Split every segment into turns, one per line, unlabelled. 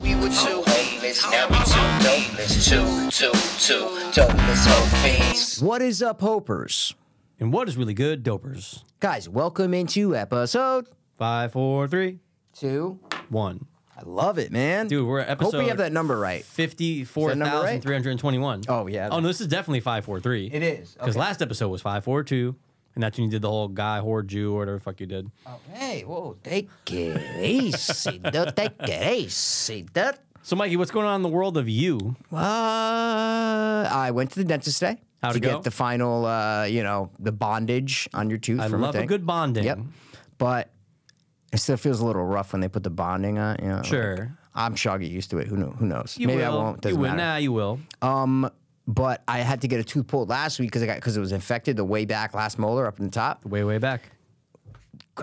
with you. Homeless, now we two dopeless, two, two, two, dopeless hoe fiends.
What is up, Hopers?
And what is really good, dopers?
Guys, welcome into episode
Five, four, three,
two.
one.
I love it, man.
Dude, we're at
Hope we
episode
have that number right. Is that number right?
54,321.
Oh, yeah.
Oh, no, this is definitely 543.
It is.
Because last episode was 542. And that's when you did the whole guy, whore, Jew, or whatever the fuck you did.
Hey, whoa, take it easy, dude. Take it easy, dude.
So, Mikey, what's going on in the world of you?
Uh, I went to the dentist today
How'd
to
it go?
get the final, uh, you know, the bondage on your tooth.
I
from
love a
thing.
good bonding.
Yep, but it still feels a little rough when they put the bonding on. You know, like,
Sure.
I'm sure I'll get used to it. Who knows? Who knows?
You
Maybe I
will.
won't.
You
Doesn't
will.
matter.
Nah, you will.
Um, But I had to get a tooth pulled last week because I got because it was infected the way back last molar up in the top.
Way, way back.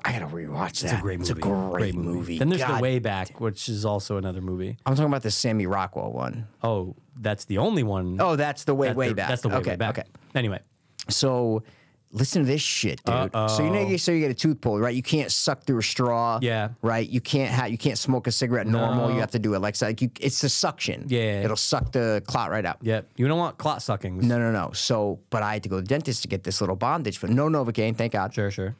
I gotta rewatch that. It's
A great movie.
It's a great, movie.
Then there's
God.
the Way Back, which is also another movie.
I'm talking about the Sammy Rockwell one.
Oh, that's the only one.
Oh, that's the way
That-
way
the-
back.
That's the way,
okay,
way back.
Okay.
Anyway,
So listen to this shit, dude. So you know, you- so you get a tooth pulled, right? You can't suck through a straw.
Yeah.
Right. You can't ha- you can't smoke a cigarette normal. You have to do it like, so, like you, it's the suction.
Yeah.
It'll suck the clot right out.
yeah, you don't want clot suckings.
No, no, no. So, but I had to go to the dentist to get this little bondage for no Novocaine, thank God.
Sure, sure.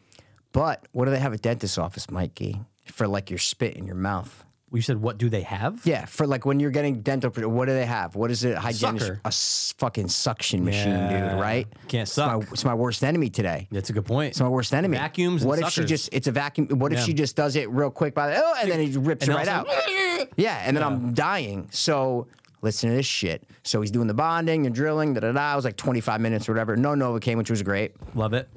But what do they have at dentist office, Mikey? For like your spit in your mouth.
You said what do they have?
Yeah, for like when you're getting dental, pro- what do they have? What is it? Hygienist,
Sucker.
a s- fucking suction machine,
Yeah.
dude. Right?
Can't
It's my,
suck.
it's my worst enemy today.
That's a good point.
It's my worst enemy.
Vacuums and
What if she
suckers.
just? It's a vacuum. What if
Yeah.
she just does it real quick by the oh, and then it rips it
And
right
all of
out.
a sudden-
yeah, and then I'm dying. So listen to this shit. So he's doing the bonding and drilling. Da da da. It was like 25 minutes or whatever. No Nova came, which was great.
Love it.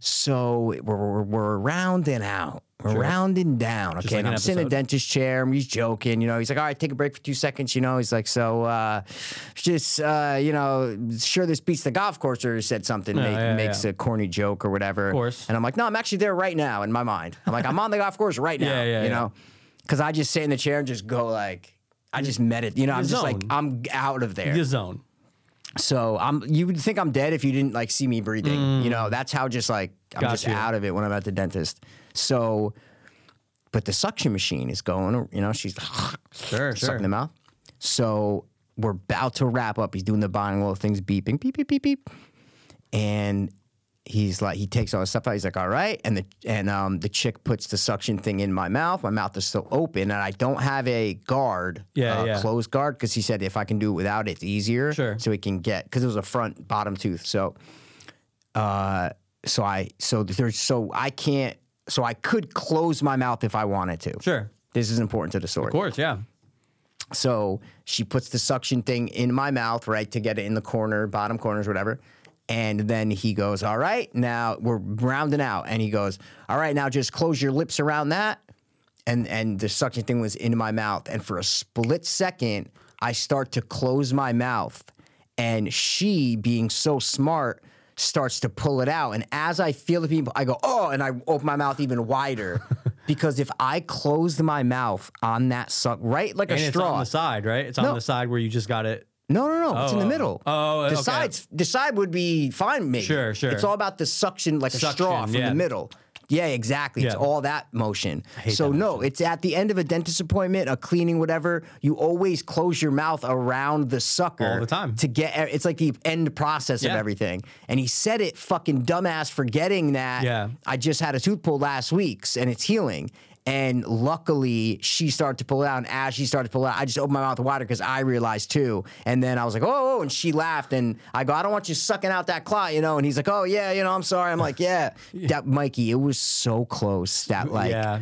So we're, we're, we're rounding out. We're rounding down. Okay.
like
and
an
I'm sitting in a
episode.
dentist chair and he's joking. You know, he's like, all right, take a break for two seconds. You know, he's like, so uh, just, uh, you know, sure this beats the golf course or said something, make,
yeah,
makes
yeah.
a corny joke or whatever. Of
course.
And I'm like, no, I'm actually there right now in my mind. I'm like, I'm on the golf course right now.
Yeah, yeah,
you
yeah.
know, because I just sit in the chair and just go like, I just meditate. You know, I'm just like,
zone.
I'm out of there.
The zone.
So I'm you would think I'm dead if you didn't like see me breathing. You know, that's how just like I'm
Got
just
you.
out of it when I'm at the dentist. So but the suction machine is going, you know, she's
Sure,
sucking
sure.
them out. So we're about to wrap up. He's doing the bonding little things beeping, beep, beep, beep, beep. And he's like, he takes all his stuff out. He's like, all right. And the and um the chick puts the suction thing in my mouth. My mouth is still open, and I don't have a guard,
Yeah,
uh,
yeah.
closed guard, because he said if I can do it without it, it's easier.
Sure.
So he can get because it was a front bottom tooth. So uh so I so there's so I can't so I could close my mouth if I wanted to.
Sure.
This is important to the story.
Of course, yeah.
So she puts the suction thing in my mouth, right, to get it in the corner, bottom corners, whatever. And then he goes, All right, now we're rounding out. And he goes, All right, now just close your lips around that. And and the suction thing was in my mouth. And for a split second, I start to close my mouth. And she, being so smart, starts to pull it out. And as I feel the people, I go, oh, and I open my mouth even wider. because if I closed my mouth on that suck, right? Like
And
a
it's
straw.
on the side, right? It's on
No.
the side where you just got it.
No, no, no. it's in the
Oh,
middle.
oh,
the
okay.
sides. The side would be fine, maybe.
Sure, sure.
It's all about the suction, like a
Suction,
straw from
yeah.
the middle. Yeah, exactly. It's
Yeah.
all that motion. So
that
no, it's at the end of a dentist appointment, a cleaning, whatever. You always close your mouth around the sucker
All the time.
to get. e, It's like the end process of
Yeah.
everything. And he said it, fucking dumbass, forgetting that.
Yeah.
I just had a tooth pulled last week's, and it's healing. And luckily, she started to pull it out. And as she started to pull it out, I just opened my mouth wider because I realized too. And then I was like, oh, oh, and she laughed. And I go, I don't want you sucking out that clot, you know? And he's like, oh, yeah, you know, I'm sorry. I'm like, yeah. That, Mikey, it was so close that, like,
yeah.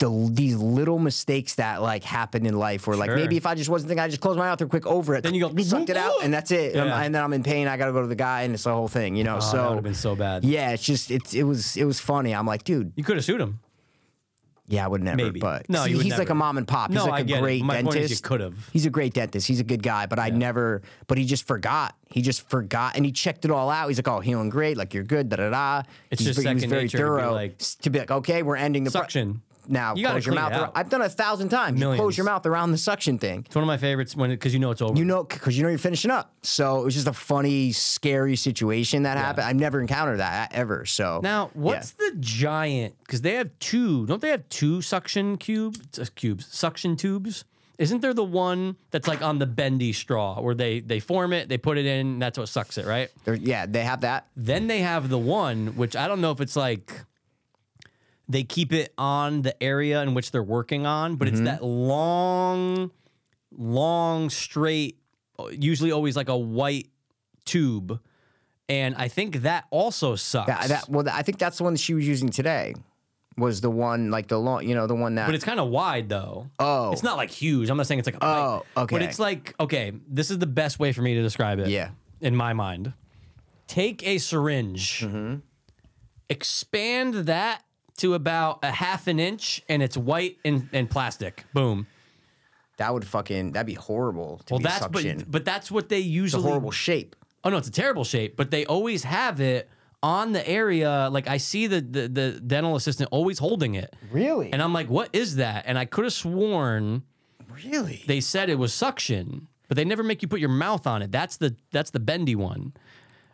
the, these little mistakes that, like, happen in life where, like,
Sure.
maybe if I just wasn't thinking, I just closed my mouth real quick over it.
Then you go,
sucked it out, and that's it. And, I'm-
Yeah.
and then I'm in pain. I got to go to the guy, and it's the whole thing, you know?
Oh,
so
that would have been so bad.
yeah, it's just it's it was it was funny. I'm like, dude,
You could have sued him.
yeah, I would never.
Maybe.
but
No,
See,
you would
he's like
never.
a mom and pop. He's
No,
like
I
a
get it.
great
My point
dentist.
is you could've.
He's a great dentist. He's a good guy, but I never. But he just forgot. He just forgot, and he checked it all out. He's like, oh, healing great. Like you're good. Da da da.
It's
he's,
just
ve- he was
second
very
nature to be
thorough
like-
s- to be like, okay, we're ending the pro-
Suction.
now
You gotta
close your
clean
mouth.
it
ar-
out.
I've done it a thousand times. You close
Millions.
your mouth around the suction thing.
It's one of my favorites when because you know it's over.
You know, because you know you're finishing up. So it was just a funny, scary situation that happened. I've never encountered that e, ever. So
now, what's the giant? Because they have two. Don't they have two suction cubes? uh, Cubes, suction tubes Isn't there the one that's like on the bendy straw where they they form it, they put it in, and that's what sucks it, right?
There- yeah, they have that.
Then they have the one which I don't know if it's like they keep it on the area in which they're working on, but
Mm-hmm.
it's that long, long straight, usually always like a white tube, and I think that also sucks.
That, that well, I think that's the one that she was using today. Was the one like the long, you know, the one that.
But it's kind of wide though.
Oh.
It's not like huge. I'm not saying it's like a pipe.
Oh, okay.
But it's like, okay, this is the best way for me to describe it.
Yeah.
In my mind. Take a syringe,
Mm-hmm.
expand that to about a half an inch, and it's white and, and plastic. Boom.
that would fucking that'd be horrible. To
Well,
be
that's
suction.
but but that's what they
it's
usually
a horrible shape.
Oh no, it's a terrible shape, but they always have it on the area. Like I see the the, the dental assistant always holding it.
Really?
And I'm like, what is that? And I could have sworn
Really?
they said it was suction, but they never make you put your mouth on it. That's the that's the bendy one.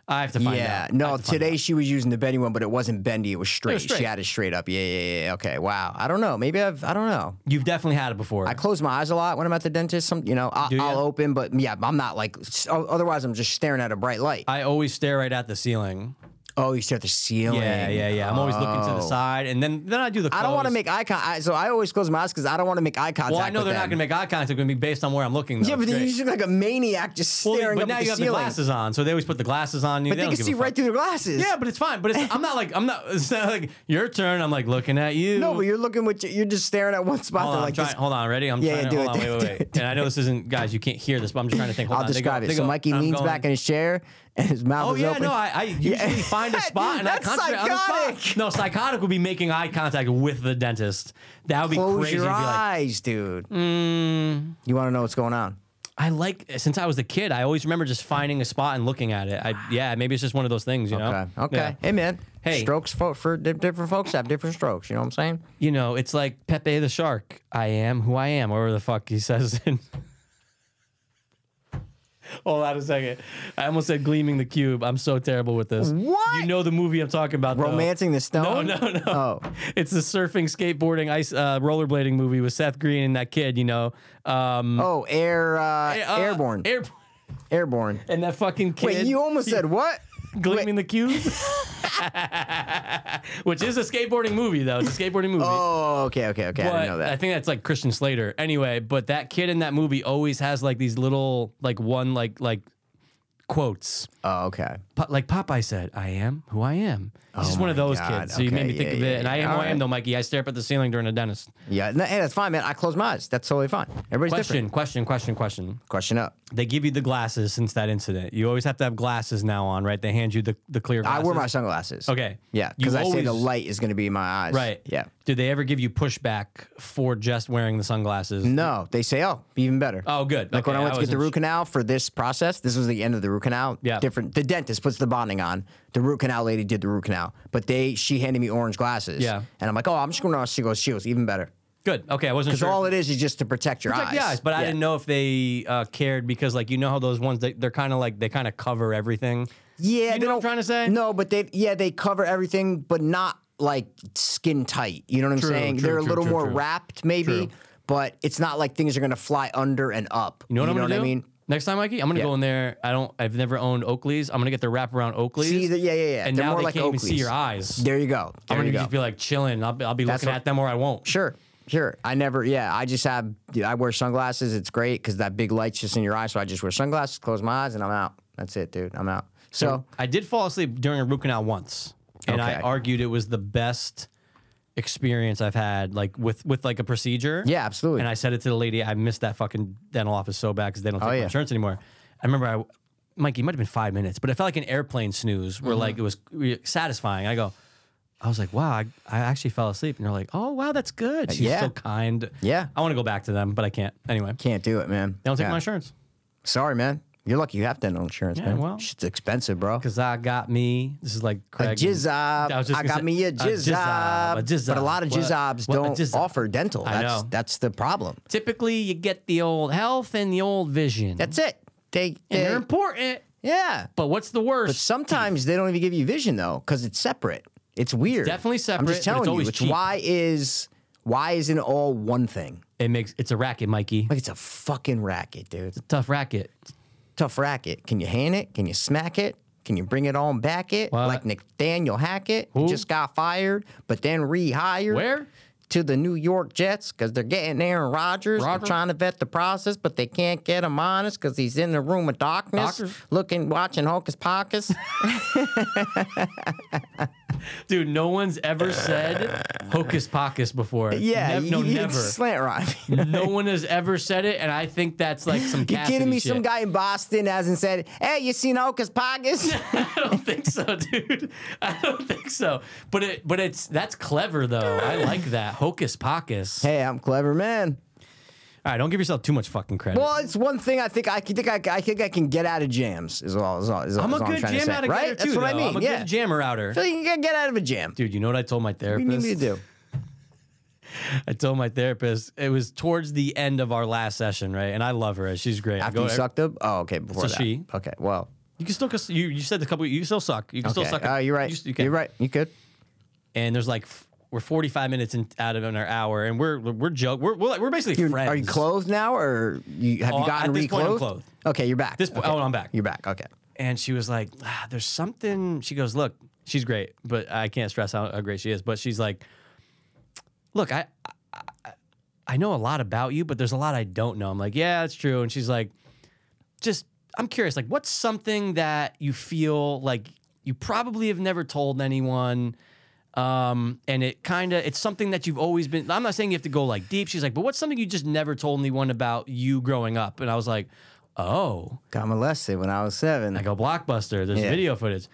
I have to find
yeah.
out. I
No,
have to find
today
out.
she was using the bendy one, but it wasn't bendy. It was straight. She
straight.
had it straight up. Yeah, yeah, yeah. Okay. Wow. I don't know. Maybe I've. I don't know.
you've definitely had it before.
I close my eyes a lot when I'm at the dentist. Some, you know, I,
ya?
I'll open, but yeah, I'm not like. s- o- Otherwise, I'm just staring at a bright light.
I always stare right at the ceiling.
oh, you stare at the ceiling.
Yeah, yeah, yeah. I'm always looking to the
Oh.
side, and then then I do the.
I don't want to
close.
make eye contact. So I always close my eyes because I don't want to make eye contact.
Well, I know
with
they're
them.
not going to make eye contact with me based on where I'm looking. Though.
Yeah, but
It's
then you
great.
just look like a maniac just
Well,
staring
but
up
now
at the
you have
ceiling.
the glasses on, so they always put the glasses on you.
but they,
don't
can
give a
see
fuck.
right through the glasses.
Yeah, but it's fine. But it's, I'm not like I'm not. It's not like your turn. I'm like looking at you.
no, but you're looking with your, you're just staring at one spot.
Hold
They're
on,
like
I'm trying,
this-
hold on, ready? I'm
Yeah,
trying
do
to,
it,
hold
do
on,
it,
wait,
do
wait,
it,
wait. And I know this isn't, guys, you can't hear this, but I'm just trying to think. Hold
I'll
on. They go-
describe
they
it. So
go,
Mikey
I'm
leans
going-
back in his chair and his mouth
Oh
is
yeah,
open.
no, I, I usually
Yeah.
find a spot and
That's
I concentrate on the
psychotic.
spot. No, psychotic would be making eye contact with the dentist. That would be
Close
crazy.
your
It'd be like, "Mm." "Hmm,
eyes, dude. You want to know what's going on?
I like since I was a kid, I always remember just finding a spot and looking at it. I, yeah, maybe it's just one of those things, you know.
Okay. Okay.
Yeah.
Hey, man.
Hey.
Strokes for, for di- different folks have different strokes. You know what I'm saying?
you know, it's like Pepe the Shark. I am who I am, or whatever the fuck he says. In... Hold on a second. I almost said gleaming the cube. I'm so terrible with this.
What?
You know the movie I'm talking about? though.
Romancing the stone.
No, no, no.
Oh.
It's the surfing, skateboarding, ice, uh, rollerblading movie with Seth Green and that kid. You know, um,
Oh, air, uh,
uh,
airborne,
airborne,
airborne.
and that fucking kid.
Wait, you almost said what?
gleaming the cube, which is a skateboarding movie though. It's a skateboarding movie.
Oh, okay, okay, okay. I
But
didn't know that.
I think that's like Christian Slater. Anyway, but that kid in that movie always has like these little like one like like quotes.
oh, okay.
Po- like Popeye said, "I am who I am." He's just
Oh
one of
my
those
God.
kids. So you
Okay,
made me think
yeah,
of it.
yeah,
and I
yeah.
am who
All
I am though, Mikey. I stare up at the ceiling during a dentist.
Yeah, no, hey, that's fine, man. I close my eyes. That's totally fine. Everybody's
Question,
different.
question, question, question.
Question up.
They give you the glasses since that incident. You always have to have glasses now on, right? They hand you the, the clear
I
glasses.
wear my sunglasses.
Okay.
Yeah,
You
because I say the
always-
light is going to be in my eyes.
Right.
Yeah.
Did they ever give you pushback for just wearing the sunglasses?
No, they say, oh, even better.
Oh, good.
Like when
Okay,
I went
I
to get the
wasn't
root canal for this process, this was the end of the root canal.
Yeah.
Different. The dentist puts the bonding on. The root canal lady did the root canal, but they she handed me orange glasses.
Yeah.
And I'm like, oh, I'm just going to. She goes, she goes, even better.
Good. Okay, I wasn't
Because
sure.
all it is is just to protect your
Protect
eyes.
the eyes, but I
Yeah.
didn't know if they uh, cared because, like, you know how those ones they, they're kind of like they kind of cover everything.
Yeah, they
You know what I'm
don't-
trying to say?
No, but they yeah they cover everything, but not like skin tight. You know what I'm
True,
saying?
true,
They're a
true,
little
true,
more
true.
wrapped, maybe,
True.
but it's not like things are gonna fly under and up.
You know what I'm gonna
I
do?
mean?
Next time, Mikey, I'm gonna
Yeah.
go in there. I don't. I've never owned Oakleys. I'm gonna get the wraparound Oakleys.
See, the, yeah, yeah, yeah.
And
They're
now
more
they
like
can't even see
Oakleys.
your eyes.
There you go. There
I'm gonna
you go.
just be like chilling. I'll be, I'll be
That's
looking
what-
at them or I won't.
sure, sure. I never. Yeah, I just have. I wear sunglasses. It's great because that big light's just in your eye. So I just wear sunglasses, close my eyes, and I'm out. That's it, dude. I'm out. So
I did fall asleep during a root canal once, and I
Okay.
argued it was the best experience I've had, like with with like a procedure.
Yeah, absolutely.
And I said it to the lady. I missed that fucking dental office so bad because they don't take my
Oh, yeah.
insurance anymore. I remember I, Mikey, it might have been five minutes, but it felt like an airplane snooze, where like it was
Mm-hmm.
re- satisfying. I go. I was like, wow, I, I actually fell asleep. And they're like, oh, wow, that's good. She's
Uh, yeah.
so kind.
Yeah.
I want to go back to them, but I can't. Anyway, they
can't do it, man.
don't take
Yeah.
my insurance
Sorry, man. You're lucky you have dental insurance, man.
well.
Shit's expensive, bro.
because I got me. This is like Craig. and-
jizzab.
I was just
I
gonna
got
say,
me a
a
jizzab.
jizzab, a
But a lot of
jizzab. What-
jizzabs
what a
don't
jizzab?
offer dental.
I
That's
know.
that's the problem.
typically you get the old health and the old vision.
That's it. They,
and
they
they're important.
yeah.
But what's the worst?
Sometimes they don't even give you vision though, because it's separate. It's weird.
definitely
I'm
separate, but
just
it's
telling you.
always
It's
cheap.
why is Why isn't it all one thing?
It makes it's a racket, Mikey.
Like it's a fucking racket, dude.
Tough racket.
tough racket. Can you hand it? Can you smack it? Can you bring it on back it?
What?
Like Nathaniel Hackett, who
Who?
just got fired, but then rehired.
Where?
To the New York Jets because they're getting Aaron Rodgers. They're
Roger.
trying to vet the process, but they can't get him honest because he's in the room of darkness,
Doctors?
looking, watching Hocus Pocus.
Dude, no one's ever said hocus pocus before.
yeah,
Nev- no,
you- you-
never.
Slant rhyme.
no one has ever said it, and I think that's like some.
You kidding
Cassidy
me?
Shit.
Some guy in Boston hasn't said, "Hey, you seen Hocus Pocus?"
I don't think so, dude. I don't think so. But it, but it's that's clever though. I like that hocus pocus.
hey, I'm clever man.
All right, don't give yourself too much fucking credit.
Well, it's one thing I think I can think I, I think I can get out of jams. Is all. Is all, is all
I'm a
is all
good
trying to
jam
say,
outer
right?
getter
That's
too.
what I
though.
mean.
I'm a
yeah,
good jammer outer.
I feel like you can get out of a jam.
Dude, you know what I told my
What
therapist?
do you need me to do?
I told my therapist it was towards the end of our last session, right? And I love her. She's great. I
After you sucked up? Oh, okay. Before
So
that.
she-
Okay. Well.
You can still cuss- you you said a couple. You can still suck. You can
Okay.
still suck.
Oh, you're right.
You,
You,
s- you can.
are right. You could.
And there's like f- we're 45 minutes in, out of an hour, and we're we're joke. We're we're, like, we're basically
You're-
friends.
are you clothed now, or you, have
Oh,
you gotten
at this point, I'm
reclothed?
clothed.
Okay, you're back.
This point-
Okay.
oh, I'm back.
You're back. Okay.
and she was like, ah, "There's something." She goes, "Look, she's great, but I can't stress how, how great she is." But she's like, "Look, I, I- I know a lot about you, but there's a lot I don't know." I'm like, "Yeah, that's true." And she's like, "Just, I'm curious. Like, what's something that you feel like you probably have never told anyone?" Um, and it kind of it's something that you've always been. I'm not saying you have to go like deep. She's like, but what's something you just never told anyone about you growing up? And I was like, oh,
Got molested when I was seven.
I go blockbuster. There's
Yeah.
video footage,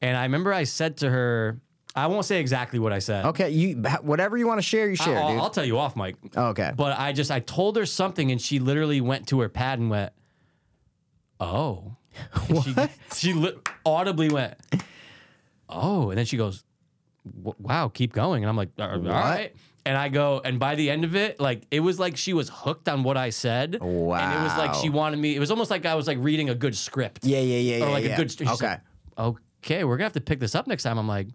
and I remember I said to her, I won't say exactly what I said.
okay. You whatever you want to share, you share,
I'll,
Oh, dude. Oh,
I'll tell you off, Mike.
okay.
But I just I told her something, and she literally went to her pad and went, "Oh." And She, she li- audibly went, "Oh," and then she goes, "W- "Wow, keep going." And I'm like, "All right." And I go, and by the end of it, like it was like she was hooked on what I said. And it was like
Wow.
she wanted me. It was almost like I was like reading a good script
yeah, yeah, yeah,
or
yeah.
like
yeah.
a good. She's
Okay.
like, okay, we're gonna have to pick this up next time. I'm like,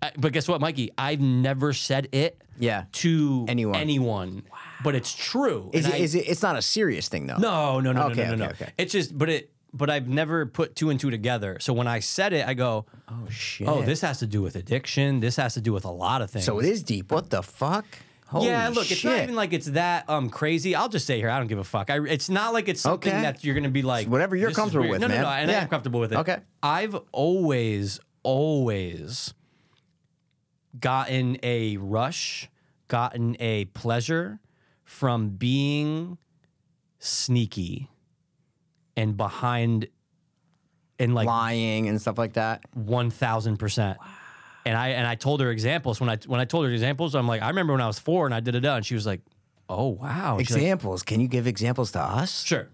I- but guess what, Mikey? I've never said it.
Yeah.
To
Anyone.
Anyone. But it's true.
is
And
it?
I-
Is it? It's not a serious thing though.
No, no, no,
Okay,
no, no, no, no.
okay, okay.
It's just, but it, but I've never put two and two together. So when I said it, I go,
Oh shit.
oh, this has to do with addiction. This has to do with a lot of things.
So it is deep. What the fuck? Holy
yeah, look,
shit.
it's not even like it's that um crazy. I'll just say here, I don't give a fuck. I, it's not like it's something
Okay.
that you're gonna be like
whatever you're
"This is
comfortable
weird."
with,
No,
man.
no, no, and
Yeah.
I'm comfortable with it.
Okay.
I've always, always gotten a rush, gotten a pleasure from being sneaky and behind and like
lying and stuff like that.
one thousand percent. And I and I told her examples when I when I told her examples, I'm like, I remember when I was four and I did it, and she was like, "Oh wow." She's like,
Examples. Can you give examples to us?
Sure.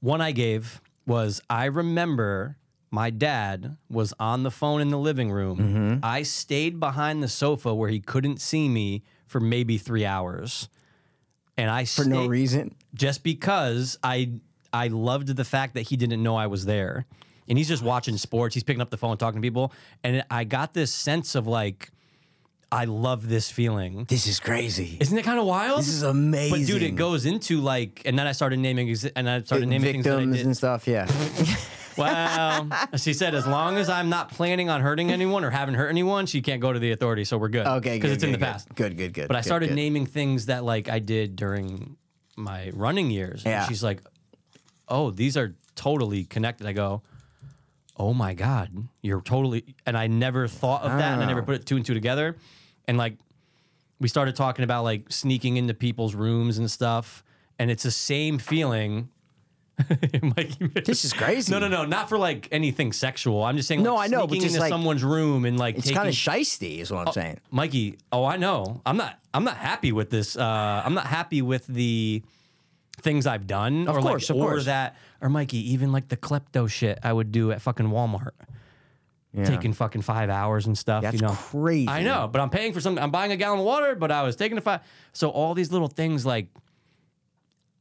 One I gave was I remember my dad was on the phone in the living room.
Mm-hmm.
I stayed behind the sofa where he couldn't see me for maybe three hours. And I
For no reason.
just because I I loved the fact that he didn't know I was there, and he's just watching sports. He's picking up the phone, talking to people, and I got this sense of like, I love this feeling.
This is crazy.
Isn't it kind of wild?
This is amazing.
But dude, it goes into like, and then I started naming, exa- and I started naming things that I
victims
did.
and stuff. Yeah.
Well, she said, as long as I'm not planning on hurting anyone or haven't hurt anyone, she can't go to the authorities, so we're good.
Okay.
because
good,
it's in the
good, good.
past.
Good. Good. Good.
But I
good,
started
good.
naming things that like I did during my running years. And
Yeah.
she's like, "Oh, these are totally connected." I go, "Oh my god, you're totally." And I never thought of that, and I never
Wow.
put it two and two together. And like, we started talking about like sneaking into people's rooms and stuff, and it's the same feeling. Mikey-
This is crazy.
no, no, no, not for like anything sexual. I'm just saying.
No,
like,
I know, but
sneaking
just,
into
like,
someone's room and like
It's
taking
kind of shisty, is what I'm saying.
Mikey, oh I know. I'm not I'm not happy with this. Uh, I'm not happy with the things I've done.
Of
or like-
course, of
or
course.
that or Mikey, even like the klepto shit I would do at fucking Walmart. Taking fucking five hours and stuff.
That's
you know.
crazy.
I know, but I'm paying for something. I'm buying a gallon of water, but I was taking a five. So all these little things like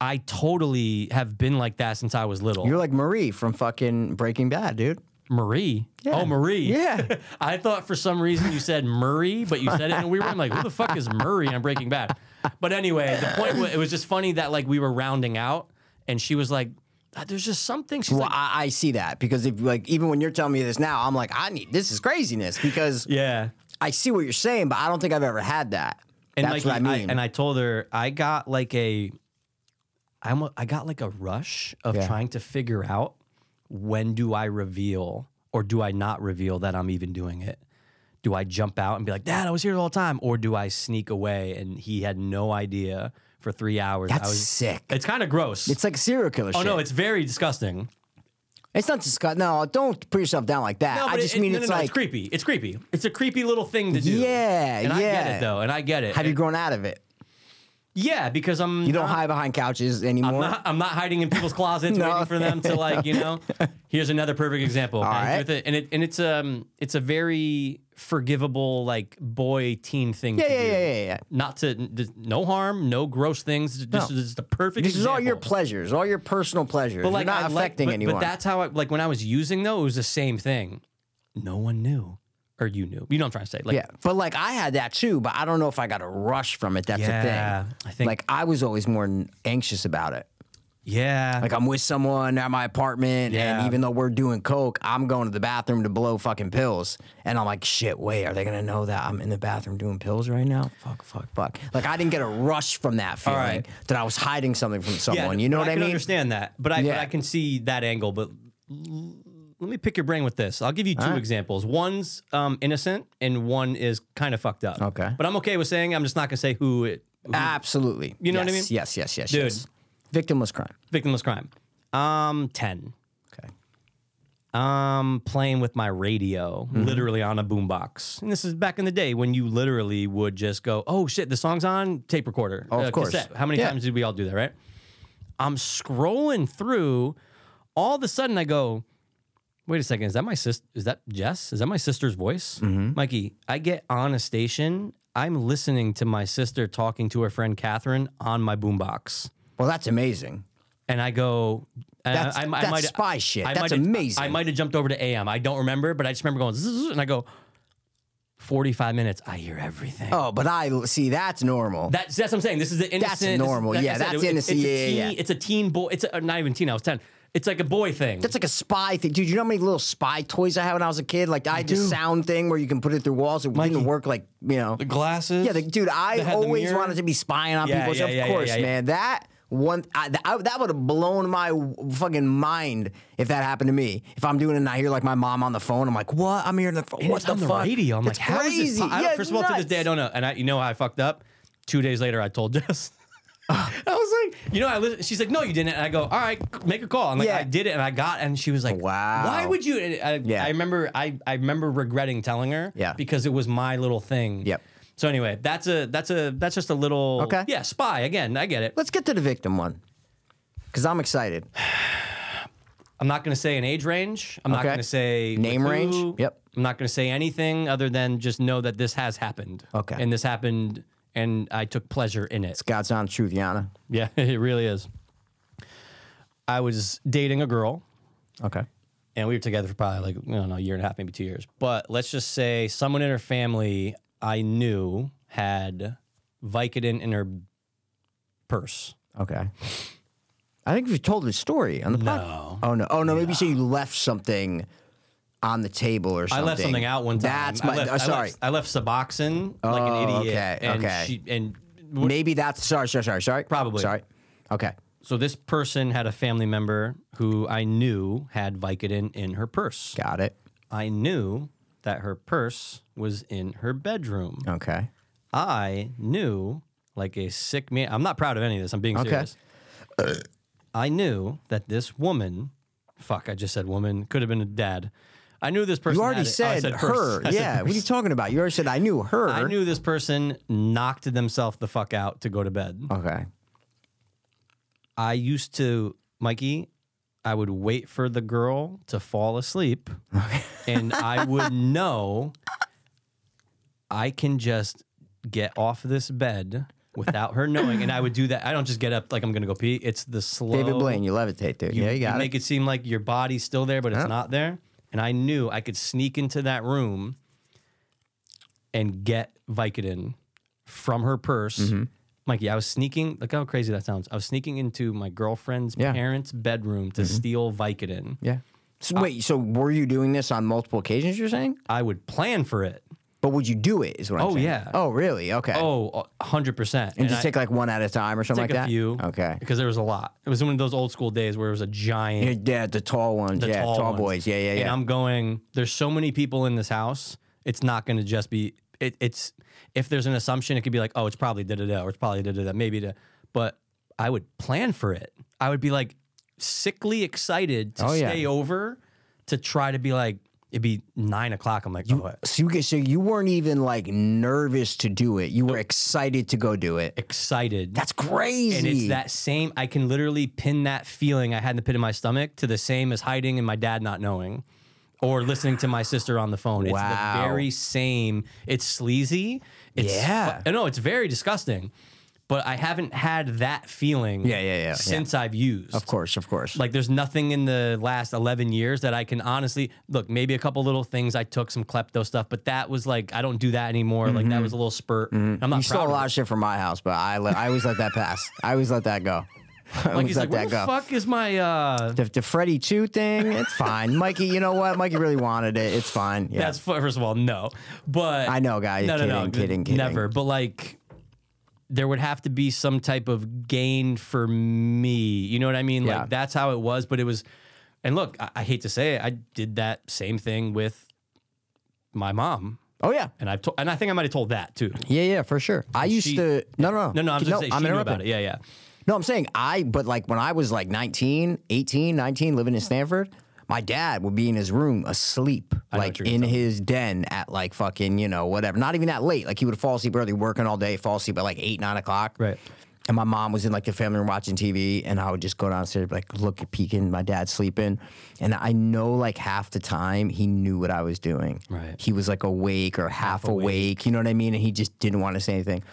I totally have been like that since I was little.
You're like Marie from fucking Breaking Bad, dude.
Marie. Oh, Marie.
Yeah.
I thought for some reason you said Murray, but you said it in a weird way. I'm like, who the fuck is Murray on Breaking Bad? But anyway, the point was, it was just funny that like we were rounding out, and she was like, "Ah, "There's just something." She's
Well,
like,
I, I see that because if like even when you're telling me this now, I'm like, I need this is craziness because
"Yeah."
I see what you're saying, but I don't think I've ever had that.
And
That's
like,
what I mean.
and I told her I got like a, I almo- I got like a rush of
Yeah.
trying to figure out when do I reveal or do I not reveal that I'm even doing it. Do I jump out and be like, Dad, I was here the whole time, or do I sneak away and he had no idea for three hours? I
That's
was,
sick.
It's kind of gross.
It's like serial killer
oh
shit.
no, it's very disgusting.
It's not disgust. No, don't put yourself down like that.
No,
I
but
just
it-
mean
no,
it's
no, no,
like,
it's creepy. It's creepy. It's a creepy little thing to do.
Yeah,
and I get
yeah.
it though, and I get it.
have you
And-
grown out of it?
yeah, because I'm
You don't
not-
hide behind couches anymore.
Uh-huh. I'm not, I'm not hiding in people's closets
No.
waiting for them to like you know. Here's another perfect example. okay?
right.
With it- and it and it's um it's a very forgivable like boy teen thing.
yeah,
to
yeah,
do.
yeah, yeah, yeah.
Not to n- no harm, no gross things. This
No.
is the perfect.
This is all your
example.
pleasures, all your personal pleasures. But
like,
You're not
I like-
affecting
but-
anyone.
But that's how I like when I was using though. It was the same thing. No one knew, or you knew. You know what I'm trying to say? Like,
yeah, but like I had that too, but I don't know if I got a rush from it. That's
Yeah,
the thing.
I think-
like I was always more n- anxious about it.
yeah.
Like I'm with someone at my apartment, and
Yeah.
even though we're doing coke, I'm going to the bathroom to blow fucking pills, and I'm like, shit, wait, are they gonna know that I'm in the bathroom doing pills right now? Fuck, fuck, fuck. Like I didn't get a rush from that feeling
right.
that I was hiding something from someone. you know
but
what I,
I can
mean?
understand that, but I
Yeah.
but I can see that angle. But l- let me pick your brain with this. I'll give you two examples. One's um, innocent, and one is kind of fucked up.
Okay.
but I'm okay with saying I'm just not gonna say who it who-
Absolutely.
mhm. You know what I
Yes,
mean?
Yes, yes, yes,
Dude.
yes. Victimless crime.
victimless crime. Um, ten.
Okay.
Um, playing with my radio,
Mm-hmm.
literally on a boombox. And this is back in the day when you literally would just go, "Oh shit, the song's on tape recorder."
Oh,
uh,
of course.
How many
Yeah.
times did we all do that, right? I'm scrolling through. All of a sudden, I go, "Wait a second, is that my sister? Is that Jess? Is that my sister's voice?"
Mm-hmm.
Mikey, I get on a station. I'm listening to my sister talking to her friend Catherine on my boombox
Well, that's amazing.
and I go. And
That's-
I, I,
that's
I might,
spy shit.
I
That's
might-
amazing.
I might have jumped over to AM. I don't remember, but I just remember going zzz, and I go. Forty-five minutes. I hear everything.
Oh, but I see that's normal.
That's that's what I'm saying. This is an innocent.
normal.
like I
Yeah,
said,
that's
it- it-
innocent.
It's
Yeah,
a
yeah,
teen,
yeah.
It's a teen boy. It's a, not even teen. I was ten. It's like a boy thing.
That's like a spy thing, dude. You know how many little spy toys I had when I was a kid? Like I had the sound thing where you can put it through walls. It didn't
Mikey.
work like you know.
glasses.
Yeah, the, dude, I
that had the
always
mirror.
wanted to be spying on
Yeah,
people.
yeah,
of
yeah, yeah,
course,
yeah, yeah.
man. That one, I, th- I- that would have blown my fucking mind if that happened to me. If I'm doing it and I hear like my mom on the phone, I'm like, what? I'm hearing the phone.
And
What
it's
the
on
fuck?
the radio? I'm
That's
like, how is
crazy.
this? po- I don't-
Yeah,
first of all, to this
nuts.
day, I don't know. And I, you know how I fucked up. Two days later, I told Jess. I was like, you know, I listen, she's like, no, you didn't. And I go, all right, make a call. I'm like,
Yeah.
I did it, and I got. And she was like,
Wow.
why would you? And I,
Yeah.
I remember, I, I remember regretting telling her,
Yeah.
because it was my little thing.
Yep.
So anyway, that's a that's a that's just a little
Okay.
Yeah, spy again. I get it.
Let's get to the victim one, because I'm excited.
I'm not going to say an age range. I'm not
Okay.
going to say
Name
with
range?
who.
Yep.
I'm not going to say anything other than just know that this has happened.
Okay.
And this happened, and I took pleasure in it.
God's on truth, Yana.
Yeah, it really is. I was dating a girl,
Okay.
and we were together for probably like I don't know, a year and a half, maybe two years. But let's just say someone in her family I knew had Vicodin in her purse.
Okay. I think we've told the story on the podcast. Oh no! Oh no! Maybe you say you left something on the table or
I
something.
left something out one time.
That's
I
my.
left-
uh,
I
sorry.
left, I left Suboxone like an
Oh,
idiot.
okay,
and
okay.
She, and
Maybe that's sorry. Sorry. Sorry. Sorry.
Probably.
Sorry. Okay.
so this person had a family member who I knew had Vicodin in her purse.
Got it.
I knew that her purse was in her bedroom.
Okay.
I knew, like a sick man. I'm not proud of any of this. I'm being
Okay.
serious. I knew that this woman, fuck, I just said woman, could have been a dad. I knew this person.
You already
had it. Oh, I
said, her.
purse. I said
yeah. What are you talking about? You already said I knew her.
I knew this person knocked themselves the fuck out to go to bed.
Okay.
I used to, Mikey, I would wait for the girl to fall asleep and I would know I can just get off this bed without her knowing. And I would do that. I don't just get up like I'm going to go pee. It's the slow.
David Blaine, you levitate, dude. yeah, you got it.
make it seem like your body's still there, but it's not there. and I knew I could sneak into that room and get Vicodin from her purse.
Mm-hmm.
Mikey, I was sneaking. Look how crazy that sounds. I was sneaking into my girlfriend's
Yeah. Mm-hmm.
parents' bedroom to steal Vicodin.
Yeah. So wait, so were you doing this on multiple occasions? You're saying,
I would plan for it.
but would you do it? Is what I'm
Oh,
saying.
yeah.
Oh really? Okay.
Oh, 100%. And,
and just
I-
take like one at a time or something
take
like that.
a few.
Okay.
Because there was a lot. It was one of those old school days where it was a giant.
Yeah, yeah, the tall ones.
the
yeah, tall,
ones.
boys. Yeah, yeah,
And
yeah.
I'm going. There's so many people in this house. It's not going to just be. It, it's if there's an assumption, it could be like, oh, it's probably da da da, or it's probably da da da, maybe da. But I would plan for it. I would be like sickly excited to
Oh, yeah.
stay over to try to be like. It'd be nine o'clock. I'm like, oh,
So you get- so you weren't even like nervous to do it. You were excited to go do it.
excited.
That's crazy.
and it's that same. I can literally pin that feeling I had in the pit of my stomach to the same as hiding and my dad not knowing, or listening to my sister on the phone. It's
Wow.
the very same. It's sleazy. It's fu-
Yeah.
no, it's very disgusting. But I haven't had that feeling.
Yeah, yeah, yeah, yeah.
Since I've used.
Of course, of course.
Like there's nothing in the last 11 years that I can honestly look. Maybe a couple little things I took some klepto stuff, but that was like I don't do that anymore. Like that was a little spurt. I'm not
Mm-hmm. you
proud
stole a
of it.
lot of shit from my house, but I let, I always let that pass. I always let that go. I
Like
always
he's like,
let
where
that
the
go.
fuck is my uh,
The, the Freddy Two thing, it's fine. Mikey, you know what? Mikey really wanted it. It's fine. Yeah.
That's fu- first of all, no. But
I know, guys.
No, no, no,
Kidding, kidding, kidding.
Never. But like, there would have to be some type of gain for me. You know what I mean?
Yeah.
Like that's how it was. But it was, and look, I, I hate to say it, I did that same thing with my mom,
oh yeah.
and I've to- and I think I might have told that too.
Yeah, yeah, for sure. I used
she-
to no, no,
No, no, I'm just saying she knew
interrupting.
about it. Yeah, yeah.
No, I'm saying I, but like when I was like 19, 18, 19, living in Stanford, my dad would be in his room asleep,
Hmm. know
like
what you're
in his den at like fucking, you know, whatever. Not even that late. Like he would fall asleep early, working all day, fall asleep at like eight, nine o'clock.
Right.
And my mom was in like the family room watching TV, and I would just go downstairs, like look at peeking, my dad's sleeping. And I know like half the time he knew what I was doing.
Right.
He was like awake or half, awake. you know what I mean? And he just didn't want to say anything.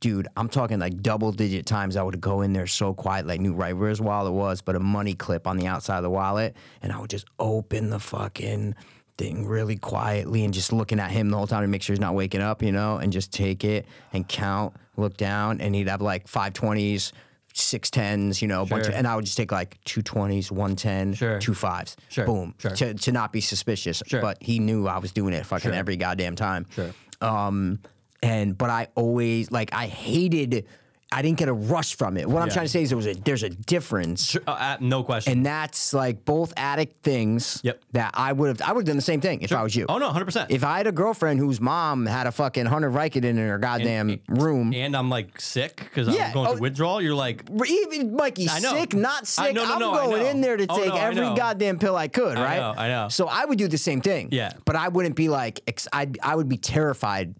Dude, I'm talking like double digit times. I would go in there so quiet, like knew right where his wallet was, but a money clip on the outside of the wallet. And I would just open the fucking thing really quietly and just looking at him the whole time to make sure he's not waking up, you know, and just take it and count, look down, and he'd have like 520s, 610s, you know, a bunch of,
Sure.
and I would just take like 220s, 110,
Sure.
two fives.
Sure,
Boom.
sure.
To, to not be suspicious.
Sure.
But he knew I was doing it fucking every goddamn time.
Sure.
Um, and but I always like I hated. I didn't get a rush from it. What I'm
Yeah.
trying to say is there was a there's a difference.
Sure, uh, uh, no question.
And that's like both addict things
Yep.
that I would have I would have done the same thing if I was you.
oh no, hundred percent.
If I had a girlfriend whose mom had a fucking hundred Vicodin in her goddamn room,
And I'm like sick because
Yeah,
I'm going
oh.
through withdrawal. You're like,
even Mikey,
I know.
sick, not
I-
sick.
no, no,
I'm
no, I
going
know.
in there to
Oh,
take
no, I
every
know.
goddamn pill I could, right?
know, I know.
So I would do the same thing.
Yeah.
But I wouldn't be like, ex- I'd, I would be terrified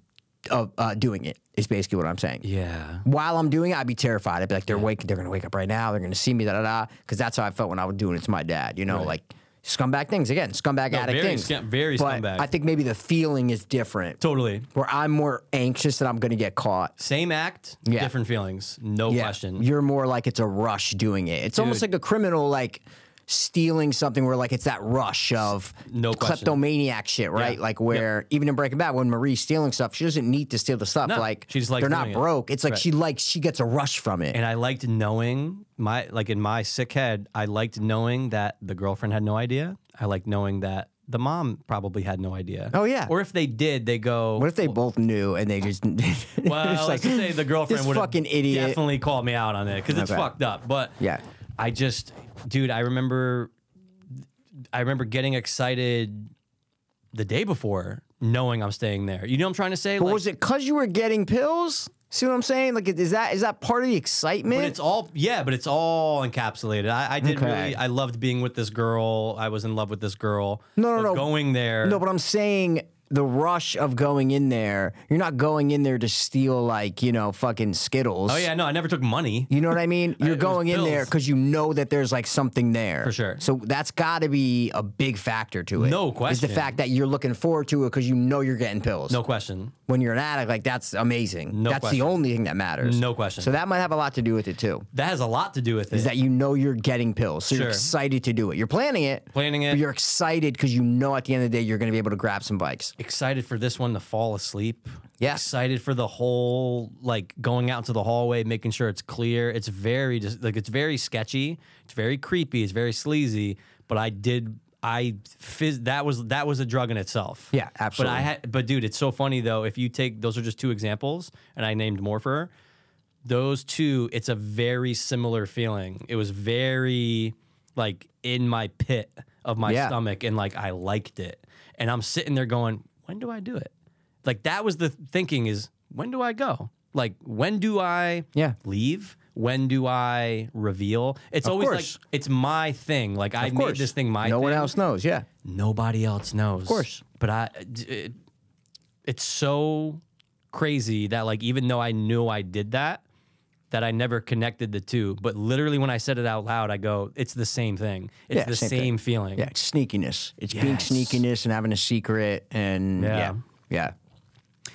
of uh, doing it, is basically what I'm saying.
yeah,
While I'm doing it, I'd be terrified. I'd be like, they're waking, they're gonna wake up right now, they're gonna see me, da da da. Because that's how I felt when I was doing it to my dad, you know, like scumbag things again, scumbag addict
very
things.
scum- very
But
scumbag.
I think maybe the feeling is different.
totally.
Where I'm more anxious that I'm gonna get caught.
Same act,
Yeah.
different feelings. No question.
You're more like it's a rush doing it. It's almost like a criminal like stealing something where like it's that rush of
No question.
kleptomaniac shit, right?
Yeah.
Like where even in Breaking Bad, when Marie's stealing stuff, she doesn't need to steal the stuff.
No,
like
she just likes
they're not
doing it.
broke. It's like
Right.
she likes she gets a rush from it.
and I liked knowing my like in my sick head, I liked knowing that the girlfriend had no idea. I liked knowing that the mom probably had no idea.
Oh, yeah.
Or if they did, they go.
what if they both knew and they just
well,
it's
let's just say the girlfriend
this
would
fucking idiot.
definitely called me out on it because it's
Okay.
fucked up. But
Yeah.
I just, dude, I remember, I remember getting excited the day before, knowing I'm staying there. You know what I'm trying to say?
But was it cause you were getting pills? See what I'm saying? Like is that is that part of the excitement?
But it's all yeah, but it's all encapsulated. I, I did
Okay.
really I loved being with this girl. I was in love with this girl.
No, no,
But
no.
Going there.
No, but I'm saying the rush of going in there, you're not going in there to steal like you know fucking Skittles.
Oh yeah, no, I never took money.
You know what I mean? You're
was
going in there
bills.
because you know that there's like something there.
For sure.
So that's got to be a big factor to it.
No
Is
question.
the fact that you're looking forward to it because you know you're getting pills.
No question.
When you're an addict, like that's amazing.
No
That's
question.
the only thing that matters.
No question.
So that might have a lot to do with it too.
That has a lot to do with it.
Is that you know you're getting pills. So you're
Sure.
excited to do it. You're planning it.
Planning it.
But you're excited because you know at the end of the day you're going to be able to grab some bikes.
excited for this one to fall asleep.
Yeah.
Excited for the whole like going out into the hallway, making sure it's clear. It's very just like it's very sketchy. It's very creepy. It's very sleazy. But I did I phys- that was that was a drug in itself.
Yeah,
But I
absolutely.
had but dude, it's so funny though. If you take those are just two examples, and I named more for her. Those two, it's a very similar feeling. It was very like in my pit of my
Yeah.
stomach and like I liked it. And I'm sitting there going, when do I do it? Like that was the thinking is when do I go? Like when do I
Yeah.
leave? When do I reveal? It's
Of
always
course.
like it's my thing. Like I
Of
made
course.
this thing my
No
thing.
one else knows. Yeah.
Nobody else knows. Of
course.
But I it, it's so crazy that like even though I knew I did that that I never connected the two, but literally when I said it out loud, I go, "It's the same thing. It's
Yeah,
the
same
same,
thing.
feeling."
Yeah. It's sneakiness. It's being
Yes.
sneakiness and having a secret and
Yeah.
yeah. Yeah.